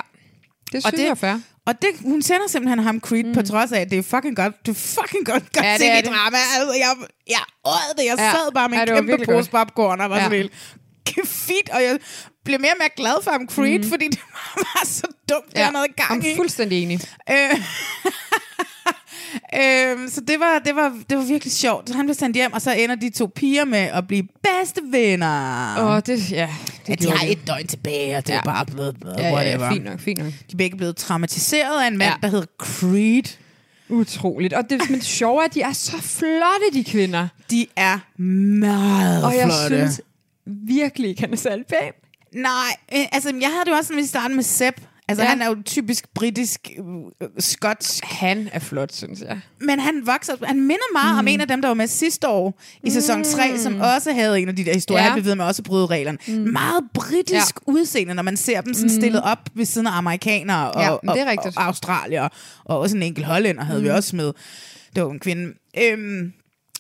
Det synes jeg er fair. Og det, hun sender simpelthen ham Creed, mm. på trods af, at det er fucking godt, det er fucking godt, godt Ja, ja, det det er i det. drama. Altså, jeg, jeg åd det. Jeg Ja. ja. sad bare med Ja, en det var virkelig kæmpe pose popcorn og var Ja. ja. sådan helt fedt, og jeg blev mere og mere glad for ham, Creed, mm. fordi det var bare så dumt, ja. der noget gang jeg er i. fuldstændig enig. Øh, Øhm, så det var, det, var, det var virkelig sjovt. Så han blev sendt hjem, og så ender de to piger med at blive bedste venner. Åh, det, ja, det ja, de gjorde har de. et døgn tilbage, og det Ja. ja. er bare blevet, blevet Ja, ja, whatever. ja, fint nok, fint nok. De er begge blevet traumatiseret af en mand, Ja. ja. der hedder Creed. Utroligt. Og det, men det sjove er, at de er så flotte, de kvinder. De er meget Og jeg flotte. synes virkelig, kan det særlig pænt. Nej, øh, altså jeg havde det jo også, når vi startede med Sepp. Altså ja. Ja. han er jo typisk britisk, øh, øh, skotsk. Han er flot, synes jeg. Men han vokser, han minder meget mm. om en af dem, der var med sidste år i sæson 3, som også havde en af de der historier, Mm. Ja. ja. han blev ved med også at bryde reglerne. Mm. Meget britisk ja. udseende, når man ser dem sådan stillet op ved siden af amerikanere og, Mm. Ja, men og, det er rigtigt. Mm. og australier, og også en enkelt hollænder havde vi også med. Det var en kvinde. Øhm,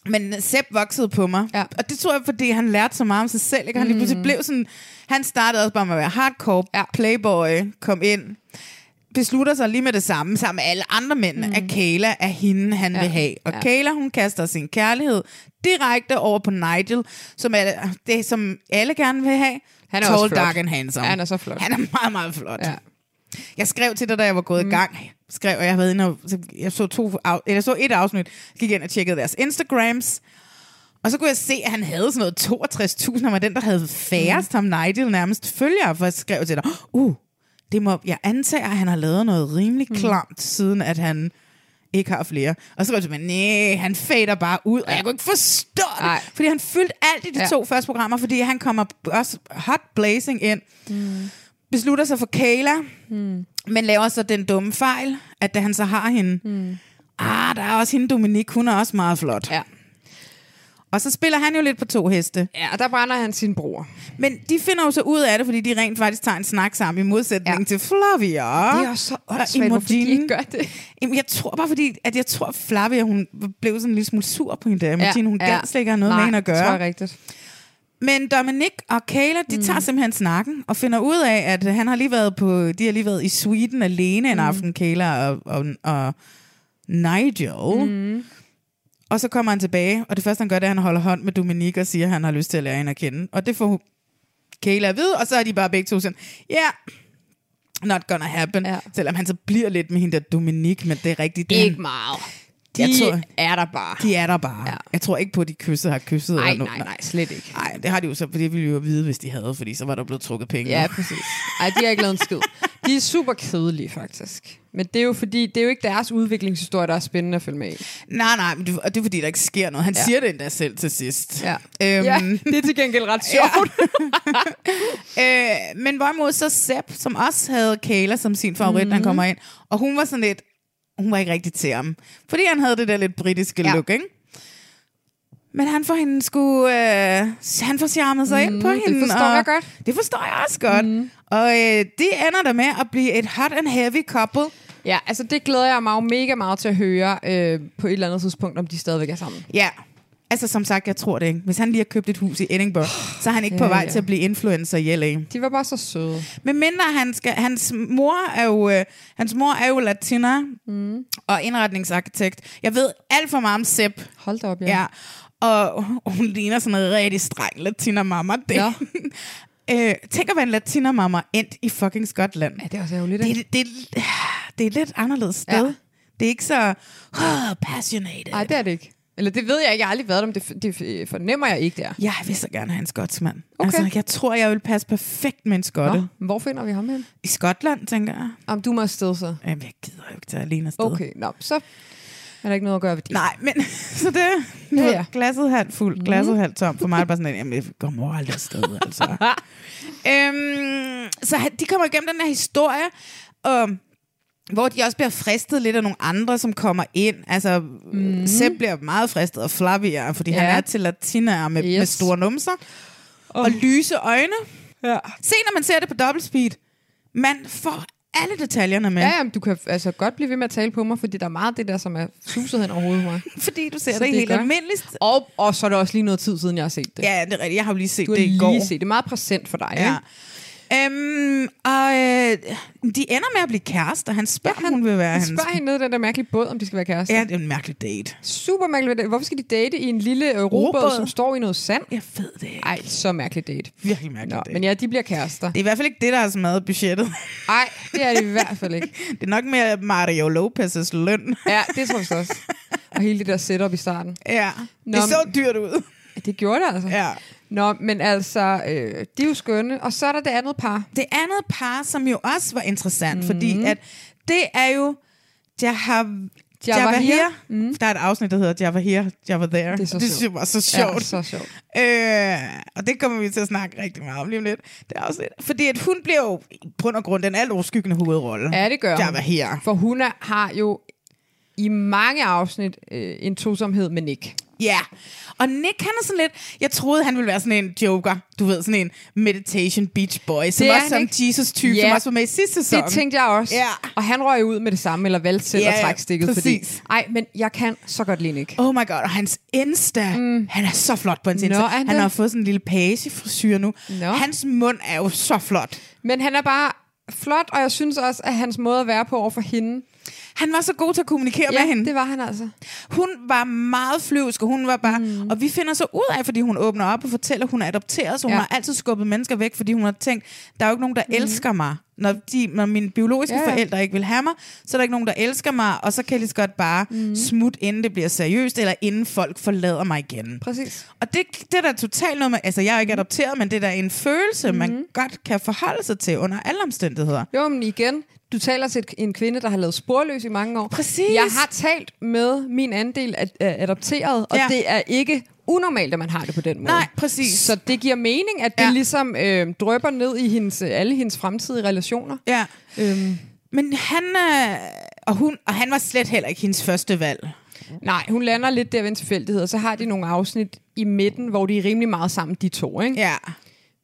men Sepp voksede på mig. Ja. Og det tror jeg, fordi han lærte så meget om sig selv. Ikke? Han lige Mm. pludselig blev sådan... Han startede også bare med at være hardcore ja. playboy, kom ind, beslutter sig lige med det samme, sammen med alle andre mænd, mm. at Kayla er hende, han ja. vil have. Og ja. ja. Kayla, hun kaster sin kærlighed direkte over på Nigel, som er det, som alle gerne vil have. Han er Tall, også flot. dark and handsome. Ja, han er så flot. Han er meget, meget flot. Ja. Jeg skrev til dig, da jeg var gået mm. i gang. Skrev, og jeg havde inde og, så jeg så, to, af- eller jeg så et afsnit, gik ind og tjekkede deres Instagrams. Og så kunne jeg se, at han havde sådan noget 62.000, han var den, der havde færrest mm. ham, Nigel, nærmest følgere, for jeg skrev til dig, uh, det må, jeg antager, at han har lavet noget rimelig klamt, siden at han ikke har flere. Og så var det sådan, nej, han fader bare ud, og jeg kunne ikke forstå det. Nej. Fordi han fyldte alt i de Ja. ja. to første programmer, fordi han kommer også hot blazing ind, mm. beslutter sig for Kayla, mm. men laver så den dumme fejl, at da han så har hende, mm. ah, der er også hende Dominik, hun er også meget flot. Ja. Og så spiller han jo lidt på to heste. Ja, og der brænder han sin bror. Men de finder jo så ud af det, fordi de rent faktisk tager en snak sammen i modsætning ja. til Flavia. Det er også så åndssvagt, hvorfor de ikke gør det. Jamen, jeg tror bare, fordi at jeg tror, Flavia hun blev sådan en lille smule sur på hende der. Ja, hun ja. gad slet ikke have noget Nej, med hende at gøre. tror jeg er rigtigt. Men Dominic og Kayla, de mm. tager simpelthen snakken og finder ud af, at han har lige været på, de har lige været i Sweden alene mm. en aften, Kayla og, og, og Nigel. Mm. Og så kommer han tilbage, og det første, han gør, det er, at han holder hånd med Dominic og siger, at han har lyst til at lære hende at kende. Og det får Kayla at vide, og så er de bare begge to sådan, ja, yeah, not gonna happen. Ja. Selvom han så bliver lidt med hende der Dominic, men det er rigtigt. Det er Ikke han- meget. De Jeg tror- er der bare. De er der bare. Ja. Jeg tror ikke på, at de kysset har kysset. Nej, eller noget. nej, nej, slet ikke. Nej, det har de jo så, for det ville vi jo vide, hvis de havde, fordi så var der blevet trukket penge. Ja, præcis. Ej, de har ikke lavet en skid. De er super kedelige, faktisk. Men det er jo fordi, det er jo ikke deres udviklingshistorie, der er spændende at følge med i. Nej, nej, men det, og det er fordi, der ikke sker noget. Han ja. siger det endda selv til sidst. Ja. Øhm. ja, det er til gengæld ret sjovt. Øh, men hvorimod så Sepp, som også havde Kayla som sin favorit, mm-hmm. han Mhm. kommer ind, og hun var sådan lidt, hun var ikke rigtig til ham. Fordi han havde det der lidt britiske ja. look, ikke? Men han får hende sgu, øh, han får charmet sig mm, ind på Mhm, det hende. forstår og jeg godt. Mhm. Det forstår jeg også godt. Mm. Og øh, det ender der med at blive et hot and heavy couple. Ja. ja, altså det glæder jeg mig jo mega meget til at høre øh, på et eller andet tidspunkt, om de stadigvæk er sammen. Ja. Altså som sagt, jeg tror det ikke. Hvis han lige har købt et hus i Edinburgh, så er han ikke på Ja, vej ja. til at blive influencer i LA. De var bare så søde. Men mindre han skal, hans mor er jo, øh, hans mor er jo latina mm. og indretningsarkitekt. Jeg ved alt for meget om Sepp. Hold da op, ja. Ja. Og hun ligner sådan en rigtig streng latina mamma. Det. Ja. øh, tænk at være en latina mamma endt i fucking Skotland. Ja, det er også ærgerligt, det, ikke? det, det, det er et lidt anderledes sted. Ja. Det er ikke så oh, passionate. Nej, det er det ikke. Eller det ved jeg ikke, jeg har aldrig været der, men det, f- det øh, fornemmer jeg ikke, der. Jeg vil så gerne have en skotsmand. Okay. Altså, jeg tror, jeg vil passe perfekt med en skotte. Nå. Nå, hvor finder vi ham hen? I Skotland, tænker jeg. Om du må afsted så. Jamen, jeg gider jo ikke tage alene afsted. Okay, nå, så er der ikke noget at gøre ved det. Nej, men så det nu Ja, ja, ja. Mhm. ja. glasset halvt fuld, glasset mm. halvt tom. For mig er det bare sådan, at jamen, jeg kommer aldrig afsted, altså. øhm, så han- de kommer igennem den her historie, og, hvor de også bliver fristet lidt af nogle andre, som kommer ind. Altså, mm. Sepp bliver meget fristet af Flavia, fordi ja. Mhm. Ja. han er til latinaer med, yes. med Yes. store numser. Og lyse øjne. Ja. Se, når man ser det på dobbeltspeed, man får alle detaljerne med. Ja, jamen, du kan altså godt blive ved med at tale på mig, fordi der er meget af det der, som er suset hen over hovedet på mig. Fordi du ser Så det, det er helt godt. almindeligt. Og, og så er det også lige noget tid siden, jeg har set det. Ja, det er rigtigt. Jeg har jo lige set du har det i lige går. set det. er meget præsent for dig, ja. Ja. ikke? Øhm, og øh, de ender med at blive kærester. Han spørger, ja, han, hun vil være Jeg hans. spørger hende ned i den der mærkelige båd, om de skal være kærester. Ja, det er en mærkelig date. Super mærkeligt. Hvorfor skal de date i en lille øh, robåd, Robåd? som står i noget sand? Jeg ved det ikke. Ej, så mærkelig date. Virkelig mærkelig Nå, date. men ja, de bliver kærester. Det er i hvert fald ikke det, der har smadret budgettet. Nej, det er det i hvert fald ikke. det er nok mere Mario Lopez' løn. Ja, det tror jeg så også. Og hele det der setup i starten. ja, Nå, det så men- dyrt ud. Det gjorde det altså. Ja. Nå, men altså, øh, de er jo skønne. Og så er der det andet par. Det andet par, som jo også var interessant, mm. fordi at det er jo Jahav... Java Java Here. Here. Mm. Der er et afsnit, der hedder Java Here, Java There. Det er så det synes jeg sjovt. var så Ja, sjovt. så sjovt. Øh, og det kommer vi til at snakke rigtig meget om lige om lidt. Det er også lidt fordi at hun bliver jo i bund og grund den alt overskyggende hovedrolle. Ja, det gør Der hun. var her. For hun er, har jo i mange afsnit øh, en tosomhed med Nick. Ja, og Nick han er sådan lidt, jeg troede han ville være sådan en joker, du ved, sådan en meditation beach boy, som Det er også han som ikke. Jesus-type, som Ja. også var med i sidste sæson. Det tænkte jeg også. Ja. Og han røg ud med det samme, eller valgte selv Ja, at ja, trække stikket. præcis. Fordi, ej, men jeg kan så godt lide Nick. Oh my god, og hans Insta, mm. han er så flot på hans Nå, Insta. er han han det? har fået sådan en lille page frisyr nu. Nå. Hans mund er jo så flot. Men han er bare flot, og jeg synes også, at hans måde at være på over for hende. Han var så god til at kommunikere Ja, med hende. det var han altså. Hun var meget flyvsk, og hun var bare... Mm. Og vi finder så ud af, fordi hun åbner op og fortæller, at hun er adopteret, så hun Ja. ja. har altid skubbet mennesker væk, fordi hun har tænkt, der er jo ikke nogen, der mm. elsker mig. Når, de, når mine biologiske Ja, ja, ja. ja. forældre ikke vil have mig, så er der ikke nogen, der elsker mig, og så kan jeg lige så godt bare mm. smutte, inden det bliver seriøst, eller inden folk forlader mig igen. Præcis. Og det, det er da totalt noget med... Altså, jeg er jo ikke adopteret, men det er da en følelse, mm. man godt kan forholde sig til under alle omstændigheder. Jo, men igen, du taler til et- en kvinde, der har lavet sporløs i mange år. Præcis. Jeg har talt med min andel af, af adopteret, og ja. Ja. det er ikke unormalt, at man har det på den måde. Nej, præcis. Så det giver mening, at det ja. Ja. ligesom øh, drøber ned i hendes, alle hendes fremtidige relationer. Ja. Øhm, Men han, øh, og, hun, og han var slet heller ikke hendes første valg. Nej, hun lander lidt der ved en tilfældighed, og så har de nogle afsnit i midten, hvor de er rimelig meget sammen, de to, ikke? Ja.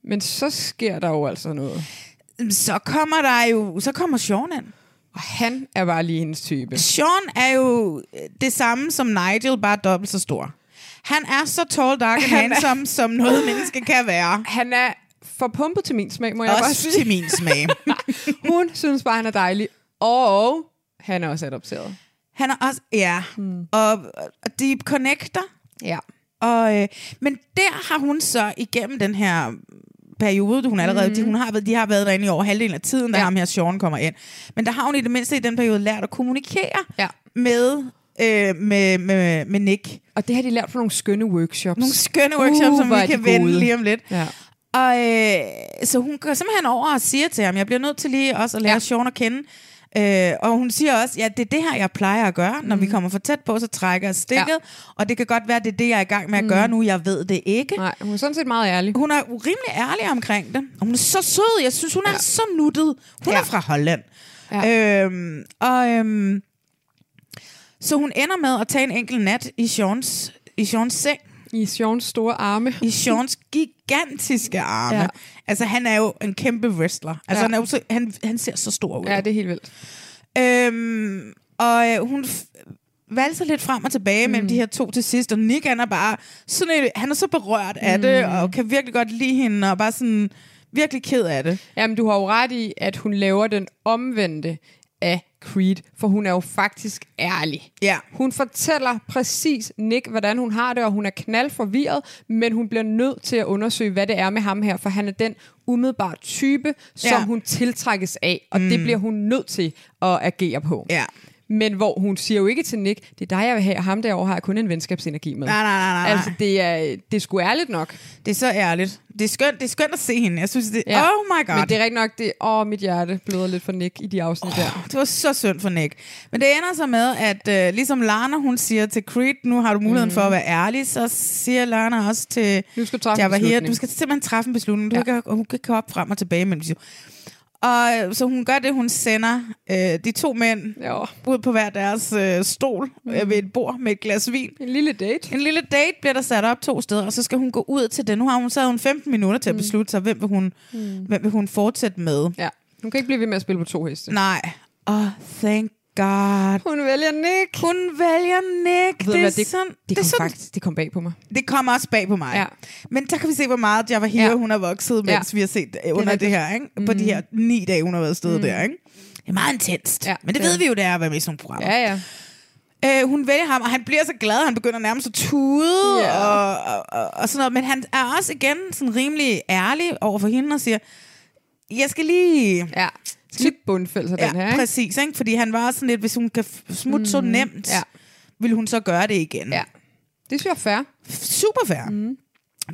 Men så sker der jo altså noget. Så kommer der jo, så kommer Sean ind. Og han er bare lige hendes type. Sean er jo øh, det samme som Nigel, bare dobbelt så stor. Han er så tall, dark and Han er- handsome, som noget menneske kan være. Han er for pumpet til min smag, må jeg Også bare sige. til min smag. Hun synes bare, han er dejlig. Og han er også adopteret. Han er også, ja, Hmm. mm. og, og de connecter. Ja. Og, øh, men der har hun så igennem den her periode, hun allerede, Mhm. mm. de, hun har, været- de har været derinde i over halvdelen af tiden, da ja. ham her Sean kommer ind. Men der har hun i det mindste i den periode lært at kommunikere ja. med, øh, med, med, med Nick. Og det har de lært på nogle skønne workshops. Nogle skønne workshops, Uh, uh, som hvor er vi de kan vende gode. lige om lidt. Ja. Og øh, så hun går simpelthen over og siger til ham, jeg bliver nødt til lige også at lære ja. Sean at kende. Øh, og hun siger også, ja, det er det her, jeg plejer at gøre. Når mm. vi Mhm. kommer for tæt på, så trækker jeg stikket. Ja. Og det kan godt være, det er det, jeg er i gang med at Mm. gøre nu. Jeg ved det ikke. Nej, hun er sådan set meget ærlig. Hun er rimelig ærlig omkring det. Og hun er så sød. Jeg synes, hun ja. er så nuttet. Hun ja. er fra Holland. Ja. Øhm, og, øhm, så hun ender med at tage en enkelt nat i Sean's, i Sean's seng. I Sean's store arme. I Sean's gigantiske arme. Ja. Ja. Altså, han er jo en kæmpe wrestler. Altså, ja. Ja. han, er jo så, han, han ser så stor ud. Ja, det er helt vildt. Øhm, og øh, hun f- valser lidt frem og tilbage mm. mellem de her to til sidst, og Nick han er bare sådan, en- han er så berørt af mm. det, Mm. og kan virkelig godt lide hende, og bare sådan virkelig ked af det. Jamen, du har jo ret i, at hun laver den omvendte af Creed, for hun er jo faktisk ærlig. Ja. Hun fortæller præcis Nick, hvordan hun har det, og hun er knald forvirret, men hun bliver nødt til at undersøge, hvad det er med ham her, for han er den umiddelbare type, som Ja. hun tiltrækkes af, og mm. det bliver hun nødt til at agere på. Ja. Men hvor hun siger jo ikke til Nick, det er dig, jeg vil have, og ham derovre har jeg kun en venskabsenergi med. Nej, nej, nej, nej. Altså, det er, det er sgu ærligt nok. Det er så ærligt. Det er skønt, det er skønt at se hende. Jeg synes, det ja. oh my god. Men det er rigtig nok, det, åh, mit hjerte bløder lidt for Nick i de afsnit oh. der. Det var så synd for Nick. Men det ender så med, at øh, ligesom Lana, hun siger til Creed, nu har du muligheden mm. for at være ærlig, så siger Lana også til du skal træffe en Jabba her, beslutning. du skal simpelthen træffe en beslutning, du ja. kan, og hun kan ikke hoppe frem og tilbage mellem de to. Og øh, så hun gør det, hun sender øh, de to mænd jo. ud på hver deres øh, stol Mm. øh, ved et bord med et glas vin. En lille date. En lille date bliver der sat op to steder, og så skal hun gå ud til det. Nu har hun, så havde hun 15 minutter Mm. til at beslutte sig, hvem vil hun, mm. hvem vil hun fortsætte med. Ja. Hun kan ikke blive ved med at spille på to heste. Nej. Og thank God. Hun vælger Nick. Hun vælger Nick. det, Ved du er hvad, det, sådan, det, er kom sådan, faktisk, det kom bag på mig. det kommer også bag på mig. Ja. Men der kan vi se, hvor meget jeg var her, Ja. ja. hun har vokset, mens Ja. ja. vi har set det under det, rigtigt. her. Ikke? På de her ni dage, hun har været stedet mm. der. Ikke? Det er meget intenst. Ja, Men det, det det er ved vi jo, det er at være med i sådan nogle programmer. Ja, ja. Øh, hun vælger ham, og han bliver så glad, han begynder nærmest at tude Ja. yeah. og, og, og, og sådan noget. Men han er også igen sådan rimelig ærlig over for hende og siger, jeg skal lige... Ja. Typ bundfælde Ja, den her, ikke? præcis. Ikke? Fordi han var også sådan lidt, hvis hun kan f- smutte mm. så nemt, Ja. ja. vil hun så gøre det igen. Ja. Det synes jeg er fair. Super fair. Mm.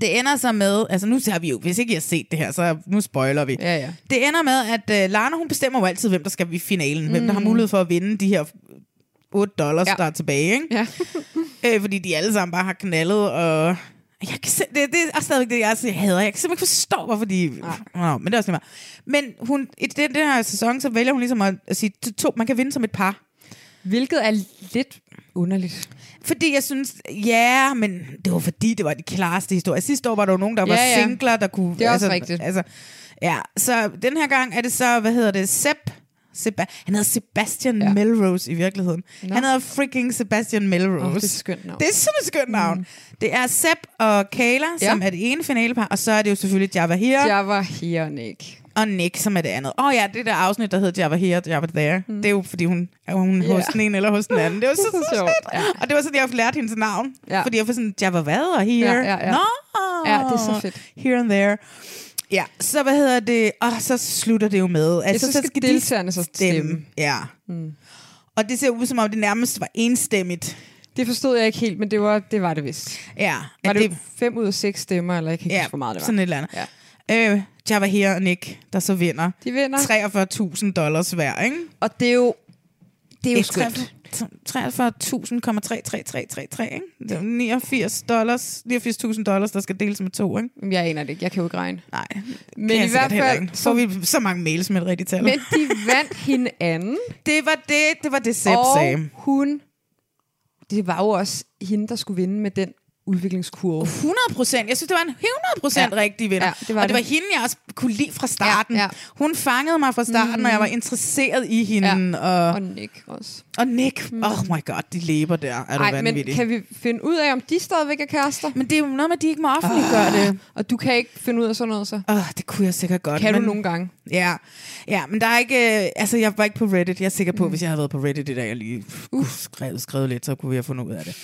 Det ender så med, altså nu ser vi jo, hvis ikke I har set det her, så nu spoiler vi. Ja, ja. Det ender med, at øh, Lana hun bestemmer jo altid, hvem der skal i finalen. Mm. Hvem der har mulighed for at vinde de her 8 dollars, Ja. ja. der er tilbage. Ikke? Ja. øh, fordi de alle sammen bare har knaldet, og jeg kan se, det, det er stadigvæk det, jeg, altså, jeg hader. Jeg kan simpelthen ikke forstå, hvorfor de... Nå, men det er også lige meget. Men hun, i den, den her sæson, så vælger hun ligesom at, at sige, to, to, man kan vinde som et par. Hvilket er lidt underligt. Fordi jeg synes, ja, men det var fordi, det var de klareste historie. Sidste år var der jo nogen, der Ja, ja, var ja. singler, der kunne... Det er også altså, rigtigt. Altså, ja, så den her gang er det så, hvad hedder det, Sepp? Seba- han hedder Sebastian ja. Melrose i virkeligheden. Nå. No. Han hedder freaking Sebastian Melrose. Åh, det er et skønt navn. Det er sådan et skønt navn. Mm. Det er Sepp og Kayla, Ja. ja. som er det ene finalepar, og så er det jo selvfølgelig Java Here Jeg var her, Nick. og Nick, som er det andet. Åh oh, ja, det der afsnit, der hedder Java Here, Java There. Mm. Det er jo, fordi hun er hun Ja. hos den ene eller hos den anden. Det var så, Det er så, så så sjovt, fedt. ja. Og det var sådan, jeg lærte hendes navn. Ja. Ja. Fordi jeg var sådan, Java hvad og here? Ja, ja, ja. Nå! Ja, det er så fedt. Here and there. Ja, så hvad hedder det? Og så slutter det jo med. altså, Ja, så skal de deltagerne så stemme. Ja. Mm. Og det ser ud som om, det nærmest var enstemmigt. Det forstod jeg ikke helt, men det var det, var det vist. Ja. Var at det, det fem ud af seks stemmer, eller jeg kan ikke ja, huske, hvor meget det var. sådan et eller andet. Ja. Øh, Java Here og Nick, der så vinder. De vinder. 43.000 dollars hver, ikke? Og det er jo, det er jo Eh, skønt. 43.000,33333, ikke? Det er jo 89 dollars, 89.000 dollars, der skal deles med to, ikke? Jeg aner det ikke. Jeg kan jo ikke regne. Nej. Men i hvert fald, så vi så mange mails med et rigtigt tal. Men de vandt hinanden. det var det, det var det Sepp og sagde. hun det var jo også hende, der skulle vinde med den udviklingskurve. 100 procent. Jeg synes, det var en 100 procent Ja. ja. rigtig vinder. Ja, Ja, det det var og det var det. hende, jeg også kunne lide fra starten. Ja, ja. Hun fangede mig fra starten, mm. og jeg var interesseret i hende. Ja. Og, og Nick også. Og Nick. Mm. Oh my god, de læber der. Er du Ej, men vanvittig? kan vi finde ud af, om de stadigvæk er kærester? Men det er jo noget med, at de ikke må offentliggøre oh. det. Og du kan ikke finde ud af sådan noget så? Åh, oh, det kunne jeg sikkert godt. Kan du men- nogle gange? Ja. ja, men der er ikke... øh, Altså, jeg var ikke på Reddit. Jeg er sikker på, mm. hvis jeg havde været på Reddit i dag, jeg lige uh, skrevet, skrevet lidt, så kunne vi have fundet ud af det.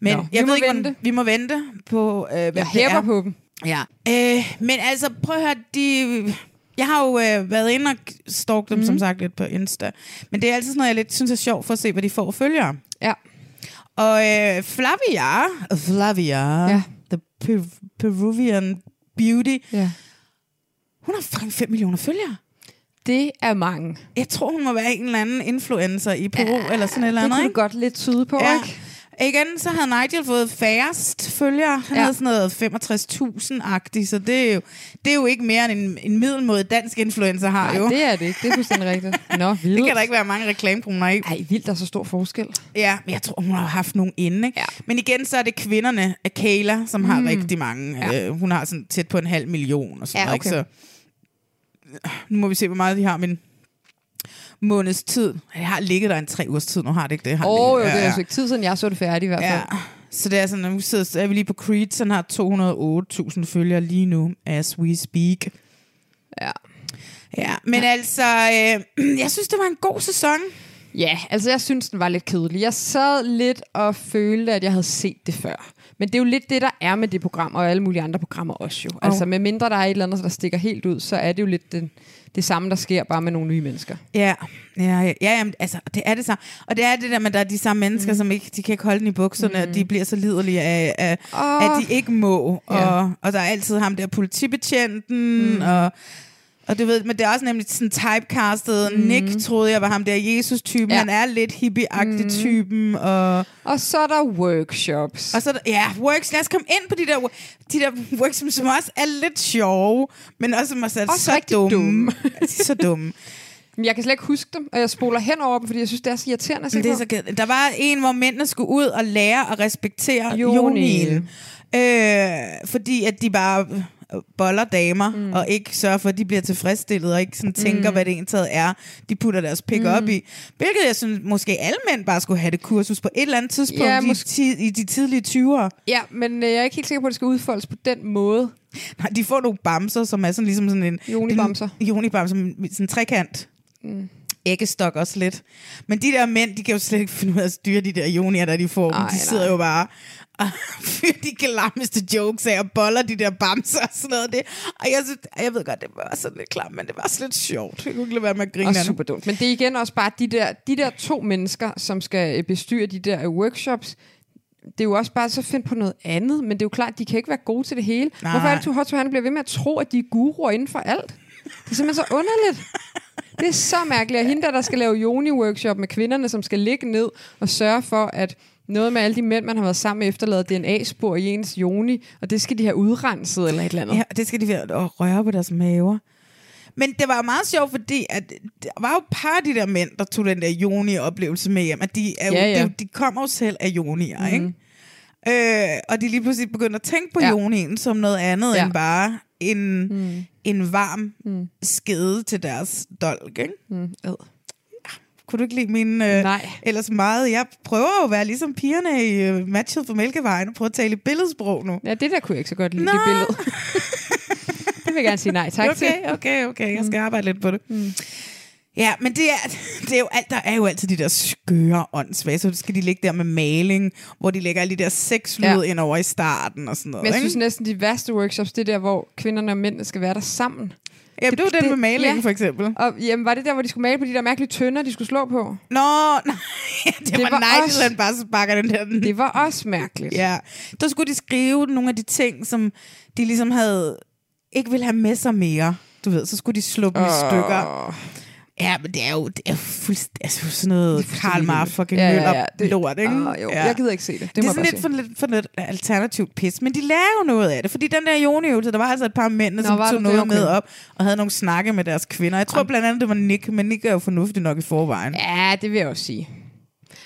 Men Nå, jeg vi ved må ikke, vente. vente. vi må vente på, øh, hvad Jeg det hæpper er. på dem. Ja. Øh, men altså, prøv at høre, de... Jeg har jo øh, været inde og stalket dem, mm. Mhm. som sagt, lidt på Insta. Men det er altid sådan noget, jeg lidt synes er sjovt for at se, hvad de får af følgere. Ja. Og øh, Flavia, Flavia, ja. the per- Peruvian beauty, ja. hun har fucking 5 millioner følgere. Det er mange. Jeg tror, hun må være en eller anden influencer i Peru, ja, eller sådan et eller det andet. kunne ikke? godt lidt tyde på, ikke? Igen, så havde Nigel fået færrest følgere. Han Ja. ja. havde sådan noget 65.000-agtigt, så det er, jo, det er jo ikke mere end en, en middelmåde dansk influencer har Nej, jo. det er det ikke. Det er fuldstændig rigtigt. Nå, vildt. det kan der ikke være mange reklamekroner i. Ej, vildt, der er så stor forskel. Ja, men jeg tror, hun har haft nogen inden. Ikke? Ja. Men igen, så er det kvinderne af Kayla, som har Mm. rigtig mange. Ja. Ja. Øh, hun har sådan tæt på en halv million og sådan Ja, noget. Ikke? okay. Så nu må vi se, hvor meget de har min måneds tid. Jeg har ligget der en tre ugers tid, nu har det ikke det. Jeg har Åh, ligget- jo, ja, det er ja. jo et stykke tid siden, jeg så det færdigt i hvert fald. Ja. Så det er sådan, at nu sidder, så er vi lige på Creed, så han har 208.000 følgere lige nu, as we speak. Ja. Ja, men altså, øh, jeg synes, det var en god sæson. Ja, altså jeg synes, den var lidt kedelig. Jeg sad lidt og følte, at jeg havde set det før. Men det er jo lidt det, der er med det program, og alle mulige andre programmer også jo. Altså med mindre der er et eller andet, der stikker helt ud, så er det jo lidt den, det samme, der sker bare med nogle nye mennesker. Ja, ja, ja, ja jamen, altså, det er det samme. Og det er det der med, at der er de samme mennesker, mm. som ikke, de kan ikke holde den i bukserne, mm. og de bliver så liderlige af, af Åh. oh. at de ikke må. Ja. Og, og der er altid ham der politibetjenten, mm. og, og du ved, men det er også nemlig sådan typecastet. Mm. Nick troede jeg var ham der Jesus-typen. Ja. Ja. Han er lidt hippie-agtig mm. typen, og... Og så er der workshops. Og så er der, ja, works. Lad os komme ind på de der, wo- de der works, som- som også er lidt sjove, men også som også er Også så rigtig dumme. dumme. de er så dumme. Men jeg kan slet ikke huske dem, og jeg spoler hen over dem, fordi jeg synes, det er så irriterende. at se Men det er på. så kedeligt. Der var en, hvor mændene skulle ud og lære at respektere Jonel. Jonil. Øh, fordi at de bare øh, boller damer, mm. og ikke sørger for, at de bliver tilfredsstillet, og ikke sådan tænker, Mm. mm. hvad det egentlig er, de putter deres pik Mm. mm. op i. Hvilket jeg synes, måske alle mænd bare skulle have det kursus på et eller andet tidspunkt Ja, ja, i, måske- ti- i de tidlige 20'ere. Ja, men øh, jeg er ikke helt sikker på, at det skal udfoldes på den måde. Nej, de får nogle bamser, som er sådan ligesom sådan en... Jonibamser. en- Jonibamser, men sådan en trekant. Mm. Æggestok også lidt. Men de der mænd, de kan jo slet ikke finde ud af at styre de der jonier, der de får. Ej, Ej, de sidder nej. jo bare og fyrer de klammeste jokes af og boller de der bamser og sådan noget. Det. Og jeg, synes, jeg ved godt, det var sådan lidt klamt, men det var sådan lidt sjovt. Jeg kunne ikke lade være med at grine Og af det. super dumt. Men det er igen også bare de der, de der to mennesker, som skal øh, bestyre de der øh, workshops. Det er jo også bare så at finde på noget andet, men det er jo klart, de kan ikke være gode til det hele. Nej. Nej. Hvorfor er det, at Hotto han bliver ved med at tro, at de er guruer inden for alt? Det er simpelthen så underligt. Det er så mærkeligt. Og hende der, der skal lave Joni-workshop med kvinderne, som skal ligge ned og sørge for, at noget med alle de mænd, man har været sammen med, efterlader DNA-spor i ens Joni, og det skal de have udrenset eller et eller andet. Ja, og det skal de være at røre på deres maver. Men det var meget sjovt, fordi at der var jo et par af de der mænd, der tog den der joni-oplevelse med hjem. At de, er jo, Ja, ja, ja. ja. De, de kommer jo selv af jonier, mm. ikke? Øh, og de lige pludselig begyndte at tænke på ja. jonien som noget andet Ja. ja. end bare en, mm. en varm mm. skede til deres dolk, ikke? Mm. ad. Kunne du ikke lide min... Øh, Nej. Ellers meget. Jeg prøver jo at være ligesom pigerne i øh, matchet for Mælkevejen og prøve at tale i billedsprog nu. Ja, det der kunne jeg ikke så godt lide, Nå. det billede. det vil jeg gerne sige nej tak til. okay, okay, okay. Jeg skal arbejde lidt på det. Mm. Ja, men det er, det er jo alt, der er jo altid de der skøre åndssvage, så skal de ligge der med maling, hvor de lægger alle de der sexlyde Ja. ja. ind over i starten og sådan noget. Men jeg ikke? synes næsten, de værste workshops, det er der, hvor kvinderne og mændene skal være der sammen. Jamen, det, var den med malingen, for eksempel. Og jamen, var det der, hvor de skulle male på de der mærkelige tønder, de skulle slå på? Nå, nej. det, det var, var Nigel, også- han bare sparker den der. Det var også mærkeligt. Ja, der skulle de skrive nogle af de ting, som de ligesom havde, ikke ville have med sig mere. Du ved, så skulle de slå dem i Åh. stykker. Ja, men det er jo, det er jo fuldstændig altså sådan noget Karl Marx fucking Ja, ja, ja. Møller Det- lort, ikke? Ah, jo. Jeg gider ikke se det. Det Det, det må er jeg sådan bare lidt for, lidt for lidt alternativt pis, men de lærer jo noget af det, fordi den der joniøvelse, der var altså et par mænd, Nå, som var der tog det? noget Okay. Ah. med op og havde nogle snakke med deres kvinder. Jeg tror blandt andet, det var Nick, men Nick er jo fornuftig nok i forvejen. Ja, det vil jeg også sige.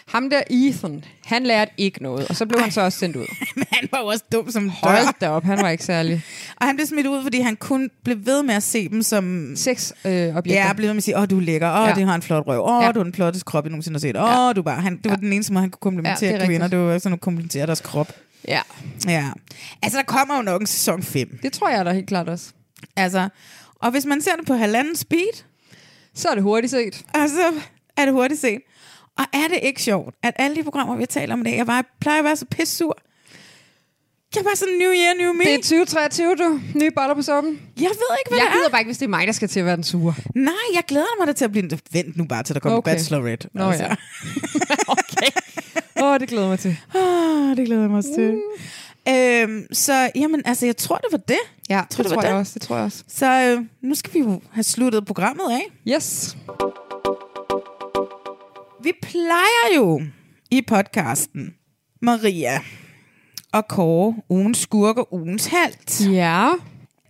Ham der Ethan, han lærte ikke noget, og så blev han så også sendt ud. han var jo også dum som dør. Hold da op, han var ikke særlig. Og han blev smidt ud, fordi han kun blev ved med at se dem som... Sex øh, objekter. Ja, blev ved med at sige, åh, du er lækker, åh, Ja. ja. det har en flot røv, åh, Ja. ja. du er den flotteste krop, jeg nogensinde har set, åh, ja. du er bare... Han, det var ja. den eneste måde, han kunne Ja, komplimentere det er ja, kvinder, rigtigt. det var sådan at komplimentere deres krop. Ja. Ja. Altså, der kommer jo nok en sæson 5. Det tror jeg da helt klart også. Altså, og hvis man ser det på halvanden speed... Så er det hurtigt set. Altså, er det hurtigt set. Og er det ikke sjovt, at alle de programmer, vi taler om i dag, jeg bare plejer at være så pissur. Jeg var sådan new year, new me. Det er 2023, du. Nye boller på suppen. Jeg ved ikke, hvad Jeg det er. gider bare ikke, hvis det er mig, der skal til at være den sure. Nej, jeg glæder mig da til at blive... Vent nu bare til, der kommer Okay. okay. Bachelorette. Altså, Nå ja. Åh, oh, det glæder jeg mig til. Ah, det glæder jeg mig også til. Øhm, så jamen, altså, jeg tror, det var det. Ja, tror, det det var tror jeg det. også. Det tror jeg også. Så øh, nu skal vi jo have sluttet programmet af. Yes. Vi plejer jo i podcasten, Maria og Kåre, ugens skurk og ugens halt. Ja.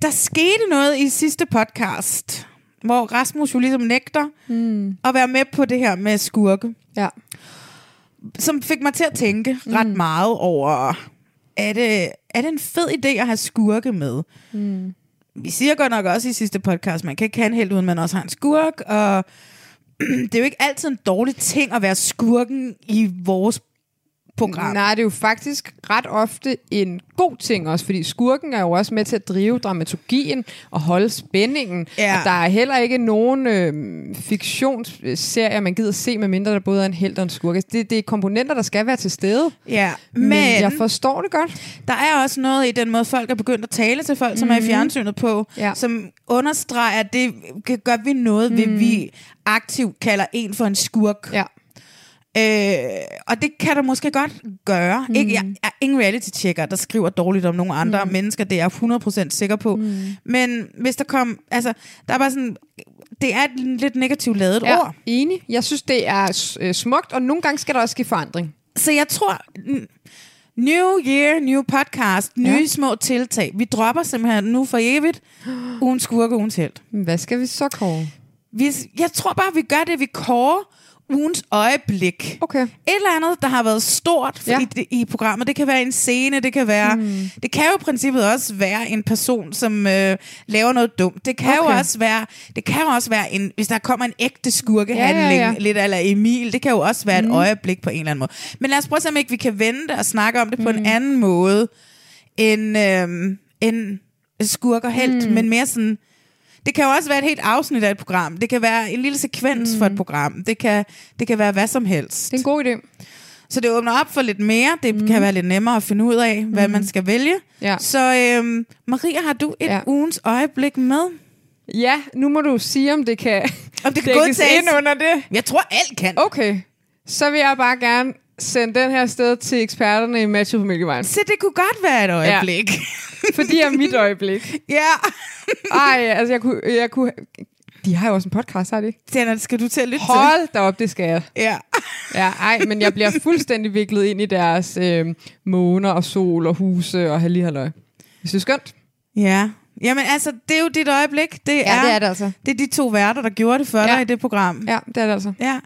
Der skete noget i sidste podcast, hvor Rasmus jo ligesom nægter Mm. at være med på det her med skurke. Ja. Som fik mig til at tænke Mm. ret meget over, er det, er det en fed idé at have skurke med? Mm. vi siger godt nok også i sidste podcast, man kan ikke have en helt, uden man også har en skurk, og det er jo ikke altid en dårlig ting at være skurken i vores program. Nej, det er jo faktisk ret ofte en god ting også, fordi skurken er jo også med til at drive dramaturgien og holde spændingen. Ja. Og der er heller ikke nogen øh, fiktionsserier, man gider se, medmindre der både er en held og en skurk. Altså, Det, det er komponenter, der skal være til stede. Ja, Men, men, jeg forstår det godt. der er også noget i den måde, folk er begyndt at tale til folk, som mm. er i Mhm. fjernsynet på, Ja. som understreger, at det kan- gør vi noget, mm. ved vi aktivt kalder en for en skurk. Mhm. Ja. Øh, og det kan der måske godt gøre. Mm. Ikke, jeg er ingen reality-checker, der skriver dårligt om nogle andre mm. mennesker, det er jeg 100% sikker på. Mm. Men hvis der kom, altså, der er bare sådan, det er et lidt negativt lavet Ja, ja. ord. enig. Jeg synes, det er s- øh, smukt, og nogle gange skal der også ske forandring. Så jeg tror, n- new year, new podcast, nye Ja. små tiltag. Vi dropper simpelthen nu for evigt, ugen skurke, ugens held. Hvad skal vi så kåre? Vi, jeg tror bare, vi gør det, vi kårer ugens øjeblik. Okay. Et eller andet, der har været stort for Ja. ja. i, det- i programmet. Det kan være en scene, det kan være... Mm. Mm. Det kan jo i princippet også være en person, som øh, laver noget dumt. Det kan okay. Okay. jo også være... Det kan jo også være en... Hvis der kommer en ægte skurkehandling, Ja, Hmm. ja, ja, ja, ja. lidt eller Emil, det kan jo også være mm. et øjeblik på en eller anden måde. Men lad os prøve at se, om ikke vi kan vente og snakke om det mm. på en Hmm. anden måde, end, øh, end skurk og held, mm. men mere sådan... Det kan jo også være et helt afsnit af et program. Det kan være en lille sekvens mm. for et program. Det kan, det kan være hvad som helst. Det er en god idé. Så det åbner op for lidt mere. Det mm. kan være lidt nemmere at finde ud af, hvad mm. man skal vælge. Ja. Så øhm, Maria, har du et Ja. ja. ugens øjeblik med? Ja, nu må du sige, om det kan, Om det kan dækkes godtages. ind under det. Jeg tror, alt kan. Okay, så vil jeg bare gerne sende den her sted til eksperterne i Match Familievejen. Så det kunne godt være et øjeblik. Fordi er mit øjeblik. Ja. ja. Ej, altså jeg kunne, jeg kunne... De har jo også en podcast, har de ikke? Den skal du til at lytte til. Hold da op, det skal jeg. Ja. Ja, ej, men jeg bliver fuldstændig viklet ind i deres øh, måner og sol og huse og hallihalløj. Hvis det er skønt. Ja. Jamen altså, det er jo dit øjeblik. Det ja, er, det er det altså. Det er de to værter, der gjorde det for Ja. ja. dig i det program. Ja, det er det altså. Ja.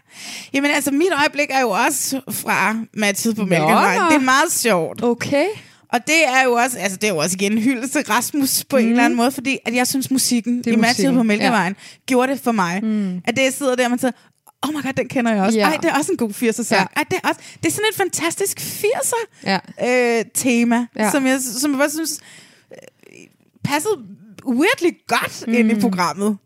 Jamen altså, mit øjeblik er jo også fra matchet på Mælkevejen. nå. Det er meget sjovt. Okay. Og det er jo også, altså det er jo også igen en hylde til Rasmus på mm. en eller anden måde, fordi at jeg synes, musikken er i matchet musikken, på Mælkevejen ja. gjorde det for mig. Mm. At det, jeg sidder der, og man siger, oh my god, den kender jeg også. Ja. Ej, det er også en god 80'er sang. Ja. Ej, det er, også, det er sådan et fantastisk 80'er Ja. øh, tema, Ja. ja. som, jeg, som jeg bare synes øh, passede weirdly godt mm. ind i programmet.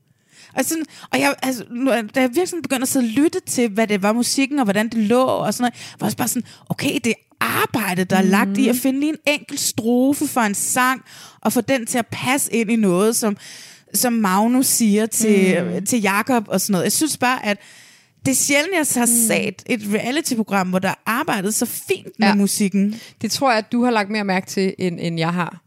Og, sådan, og jeg, altså, nu, er- da jeg virkelig sådan begyndte at sidde og lytte til, hvad det var musikken, og hvordan det lå, og sådan noget, var jeg også bare sådan, okay, det arbejde, der er lagt i at finde lige en enkelt strofe for en sang, og få den til at passe ind i noget, som, som Magnus siger til, mm. til Jakob og sådan noget. Jeg synes bare, at det er sjældent, jeg har set et reality-program, hvor der er arbejdet så fint med Ja. ja. musikken. Det tror jeg, at du har lagt mere mærke til, end, end jeg har.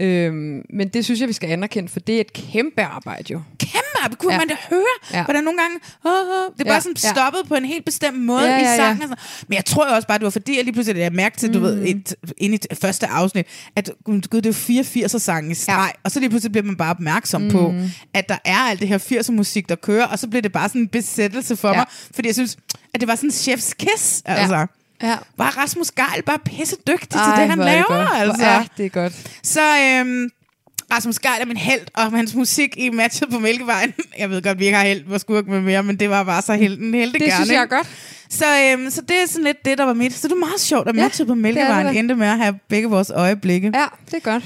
Øhm, men det synes jeg, vi skal anerkende, for det er et kæmpe arbejde jo. Kæmpe var, kunne ja. man da høre, ja. hvordan nogle gange, åh, åh, det var ja. sådan ja. stoppet på en helt bestemt måde ja, ja, ja. i sangen. og sådan. Men jeg tror jo også bare, det var fordi, jeg lige pludselig lagde mærke til, du ved, et, inde i t- første afsnit, at gud, det er jo 84 sange i streg, ja. og så lige pludselig bliver man bare opmærksom mm. på, at der er alt det her 80'er musik, der kører, og så blev det bare sådan en besættelse for ja. mig, fordi jeg synes, at det var sådan en chef's kiss, altså. Ja. Ja. Var Rasmus Geil bare pisse dygtig til Ej, det, han hvor er det laver, godt. altså. Hvor er det godt. Så øhm, Rasmus Geil er min held, og hans musik i matchet på Mælkevejen. Jeg ved godt, vi ikke har held på skurk med mere, men det var bare så helten helte Det synes jeg er godt. Så, øhm, så det er sådan lidt det, der var mit. Så det er meget sjovt, at matchet på Mælkevejen det da. endte med at have begge vores øjeblikke. Ja, det er godt.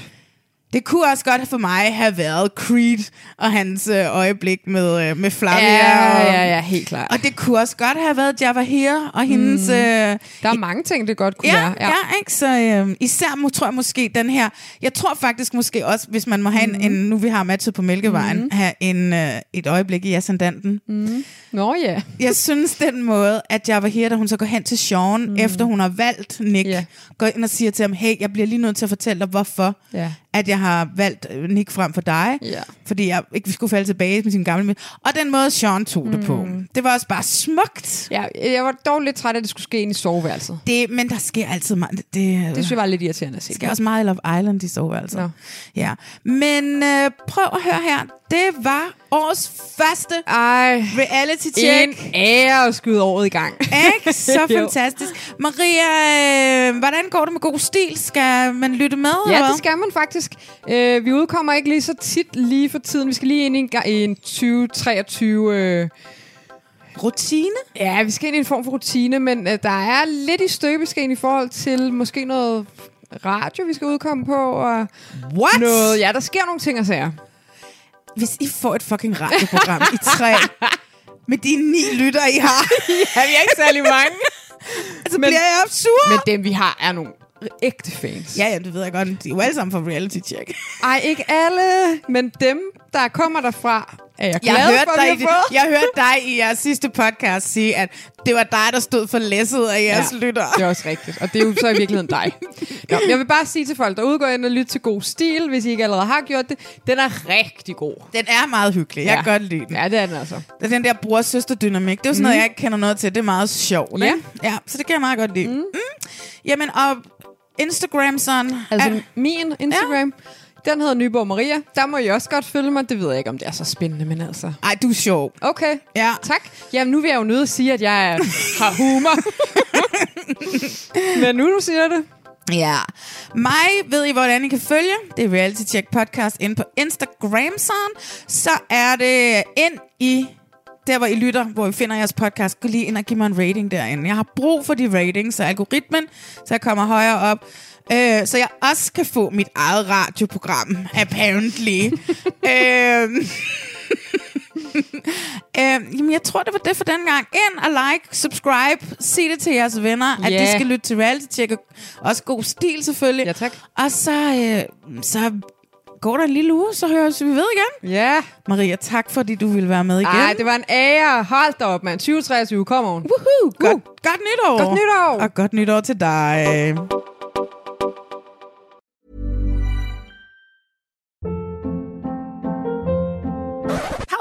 Det kunne også godt for mig have været Creed og hans øh, øjeblik med, øh, med Flavia. Ja, og- ja, ja, helt klart. Og det kunne også godt have været Java Here og hendes... Mm. Øh, der er mange ting, det godt kunne ja, være. Ja, ja ikke? Så øh, især må, tror jeg måske den her... Jeg tror faktisk måske også, hvis man må have mm. en, en... Nu vi har matchet på Mælkevejen, mm. have en, øh, et øjeblik i ascendanten. Mm. Nå ja. Jeg synes den måde, at jeg var her, da hun så går hen til Sean, mm. efter hun har valgt Nick, yeah. går ind og siger til ham, hey, jeg bliver lige nødt til at fortælle dig, hvorfor Ja. at jeg har valgt øh, Nick frem for dig, Ja. fordi jeg ikke skulle falde tilbage med sin gamle mand. Og den måde, Sean tog det på. Det var også bare smukt. Ja, jeg var dog lidt træt af, at det skulle ske ind i soveværelset. Det, men der sker altid meget. Det, øh, det synes jeg var lidt irriterende at se. Det sker også meget i Love Island, de sover altså. No. Ja. Men øh, prøv at høre her. Det var årets første Ej, reality check. En ære at skyde året i gang. Ikke? Så Jo. fantastisk. Maria, øh, hvordan går det med god stil? Skal man lytte med? eller Ja, hvad? det skal man faktisk. Øh, vi udkommer ikke lige så tit lige for tiden. Vi skal lige ind i en, ga- i en 2023... Øh, Rutine? Ja, vi skal ind i en form for rutine, men øh, der er lidt i støbeskeen i forhold til måske noget radio, vi skal udkomme på. Og What? Noget, ja, der sker nogle ting og sager. Hvis I får et fucking radioprogram i tre med de ni lytter, I har. ja, vi er ikke særlig mange. altså, men, bliver jeg sur? Men dem, vi har, er nogle ægte fans. Ja, ja, det ved jeg godt. De er jo alle sammen fra reality check. Ej, ikke alle, men dem, der kommer derfra, er jeg glad jeg hørte, for, at vi har dig, i- fået. jeg hørte dig i jeres sidste podcast sige, at det var dig, der stod for læsset af jeres ja. lytter. Det er også rigtigt, og det er jo så i virkeligheden dig. Nå, men jeg vil bare sige til folk, der udgår ind og lytter til god stil, hvis I ikke allerede har gjort det. Den er rigtig god. Den er meget hyggelig. Jeg Ja. kan godt lide den. Ja, det er den altså. Det er Den der bror-søster-dynamik, det er jo sådan noget, Mhm. jeg ikke kender noget til. Det er meget sjovt, Ja. Mhm. ikke? Ja, så det kan jeg meget godt lide. Mm. Mm. Jamen, og Instagram sådan... Altså er- min Instagram, ja. den hedder Nyborg Maria. Der må I også godt følge mig. Det ved jeg ikke, om det er så spændende, men altså... Ej, du er sjov. Okay, ja. tak. Jamen, nu vil jeg jo nødt at sige, at jeg er, har humor. men nu du siger det. Ja. Mig ved I, hvordan I kan følge. Det er Reality Check Podcast inde på Instagram. Sådan. Så er det ind i der, hvor I lytter, hvor I finder jeres podcast. Gå lige ind og giv mig en rating derinde. Jeg har brug for de ratings og algoritmen, så jeg kommer højere op. Øh, så jeg også kan få mit eget radioprogram, apparently. øh, Øh, jamen, jeg tror, det var det for den gang. Ind og like, subscribe, sig det til jeres venner, yeah. at Ja. de skal lytte til reality check. og Også god stil, selvfølgelig. Ja, tak. Og så, øh, så går der en lille uge, så høres vi ved igen. Ja. Maria, tak fordi du ville være med igen. Nej, det var en ære. Hold da op, mand. 2023, kom on. Woohoo! Godt, godt nytår! Godt nytår! Og godt nytår til dig.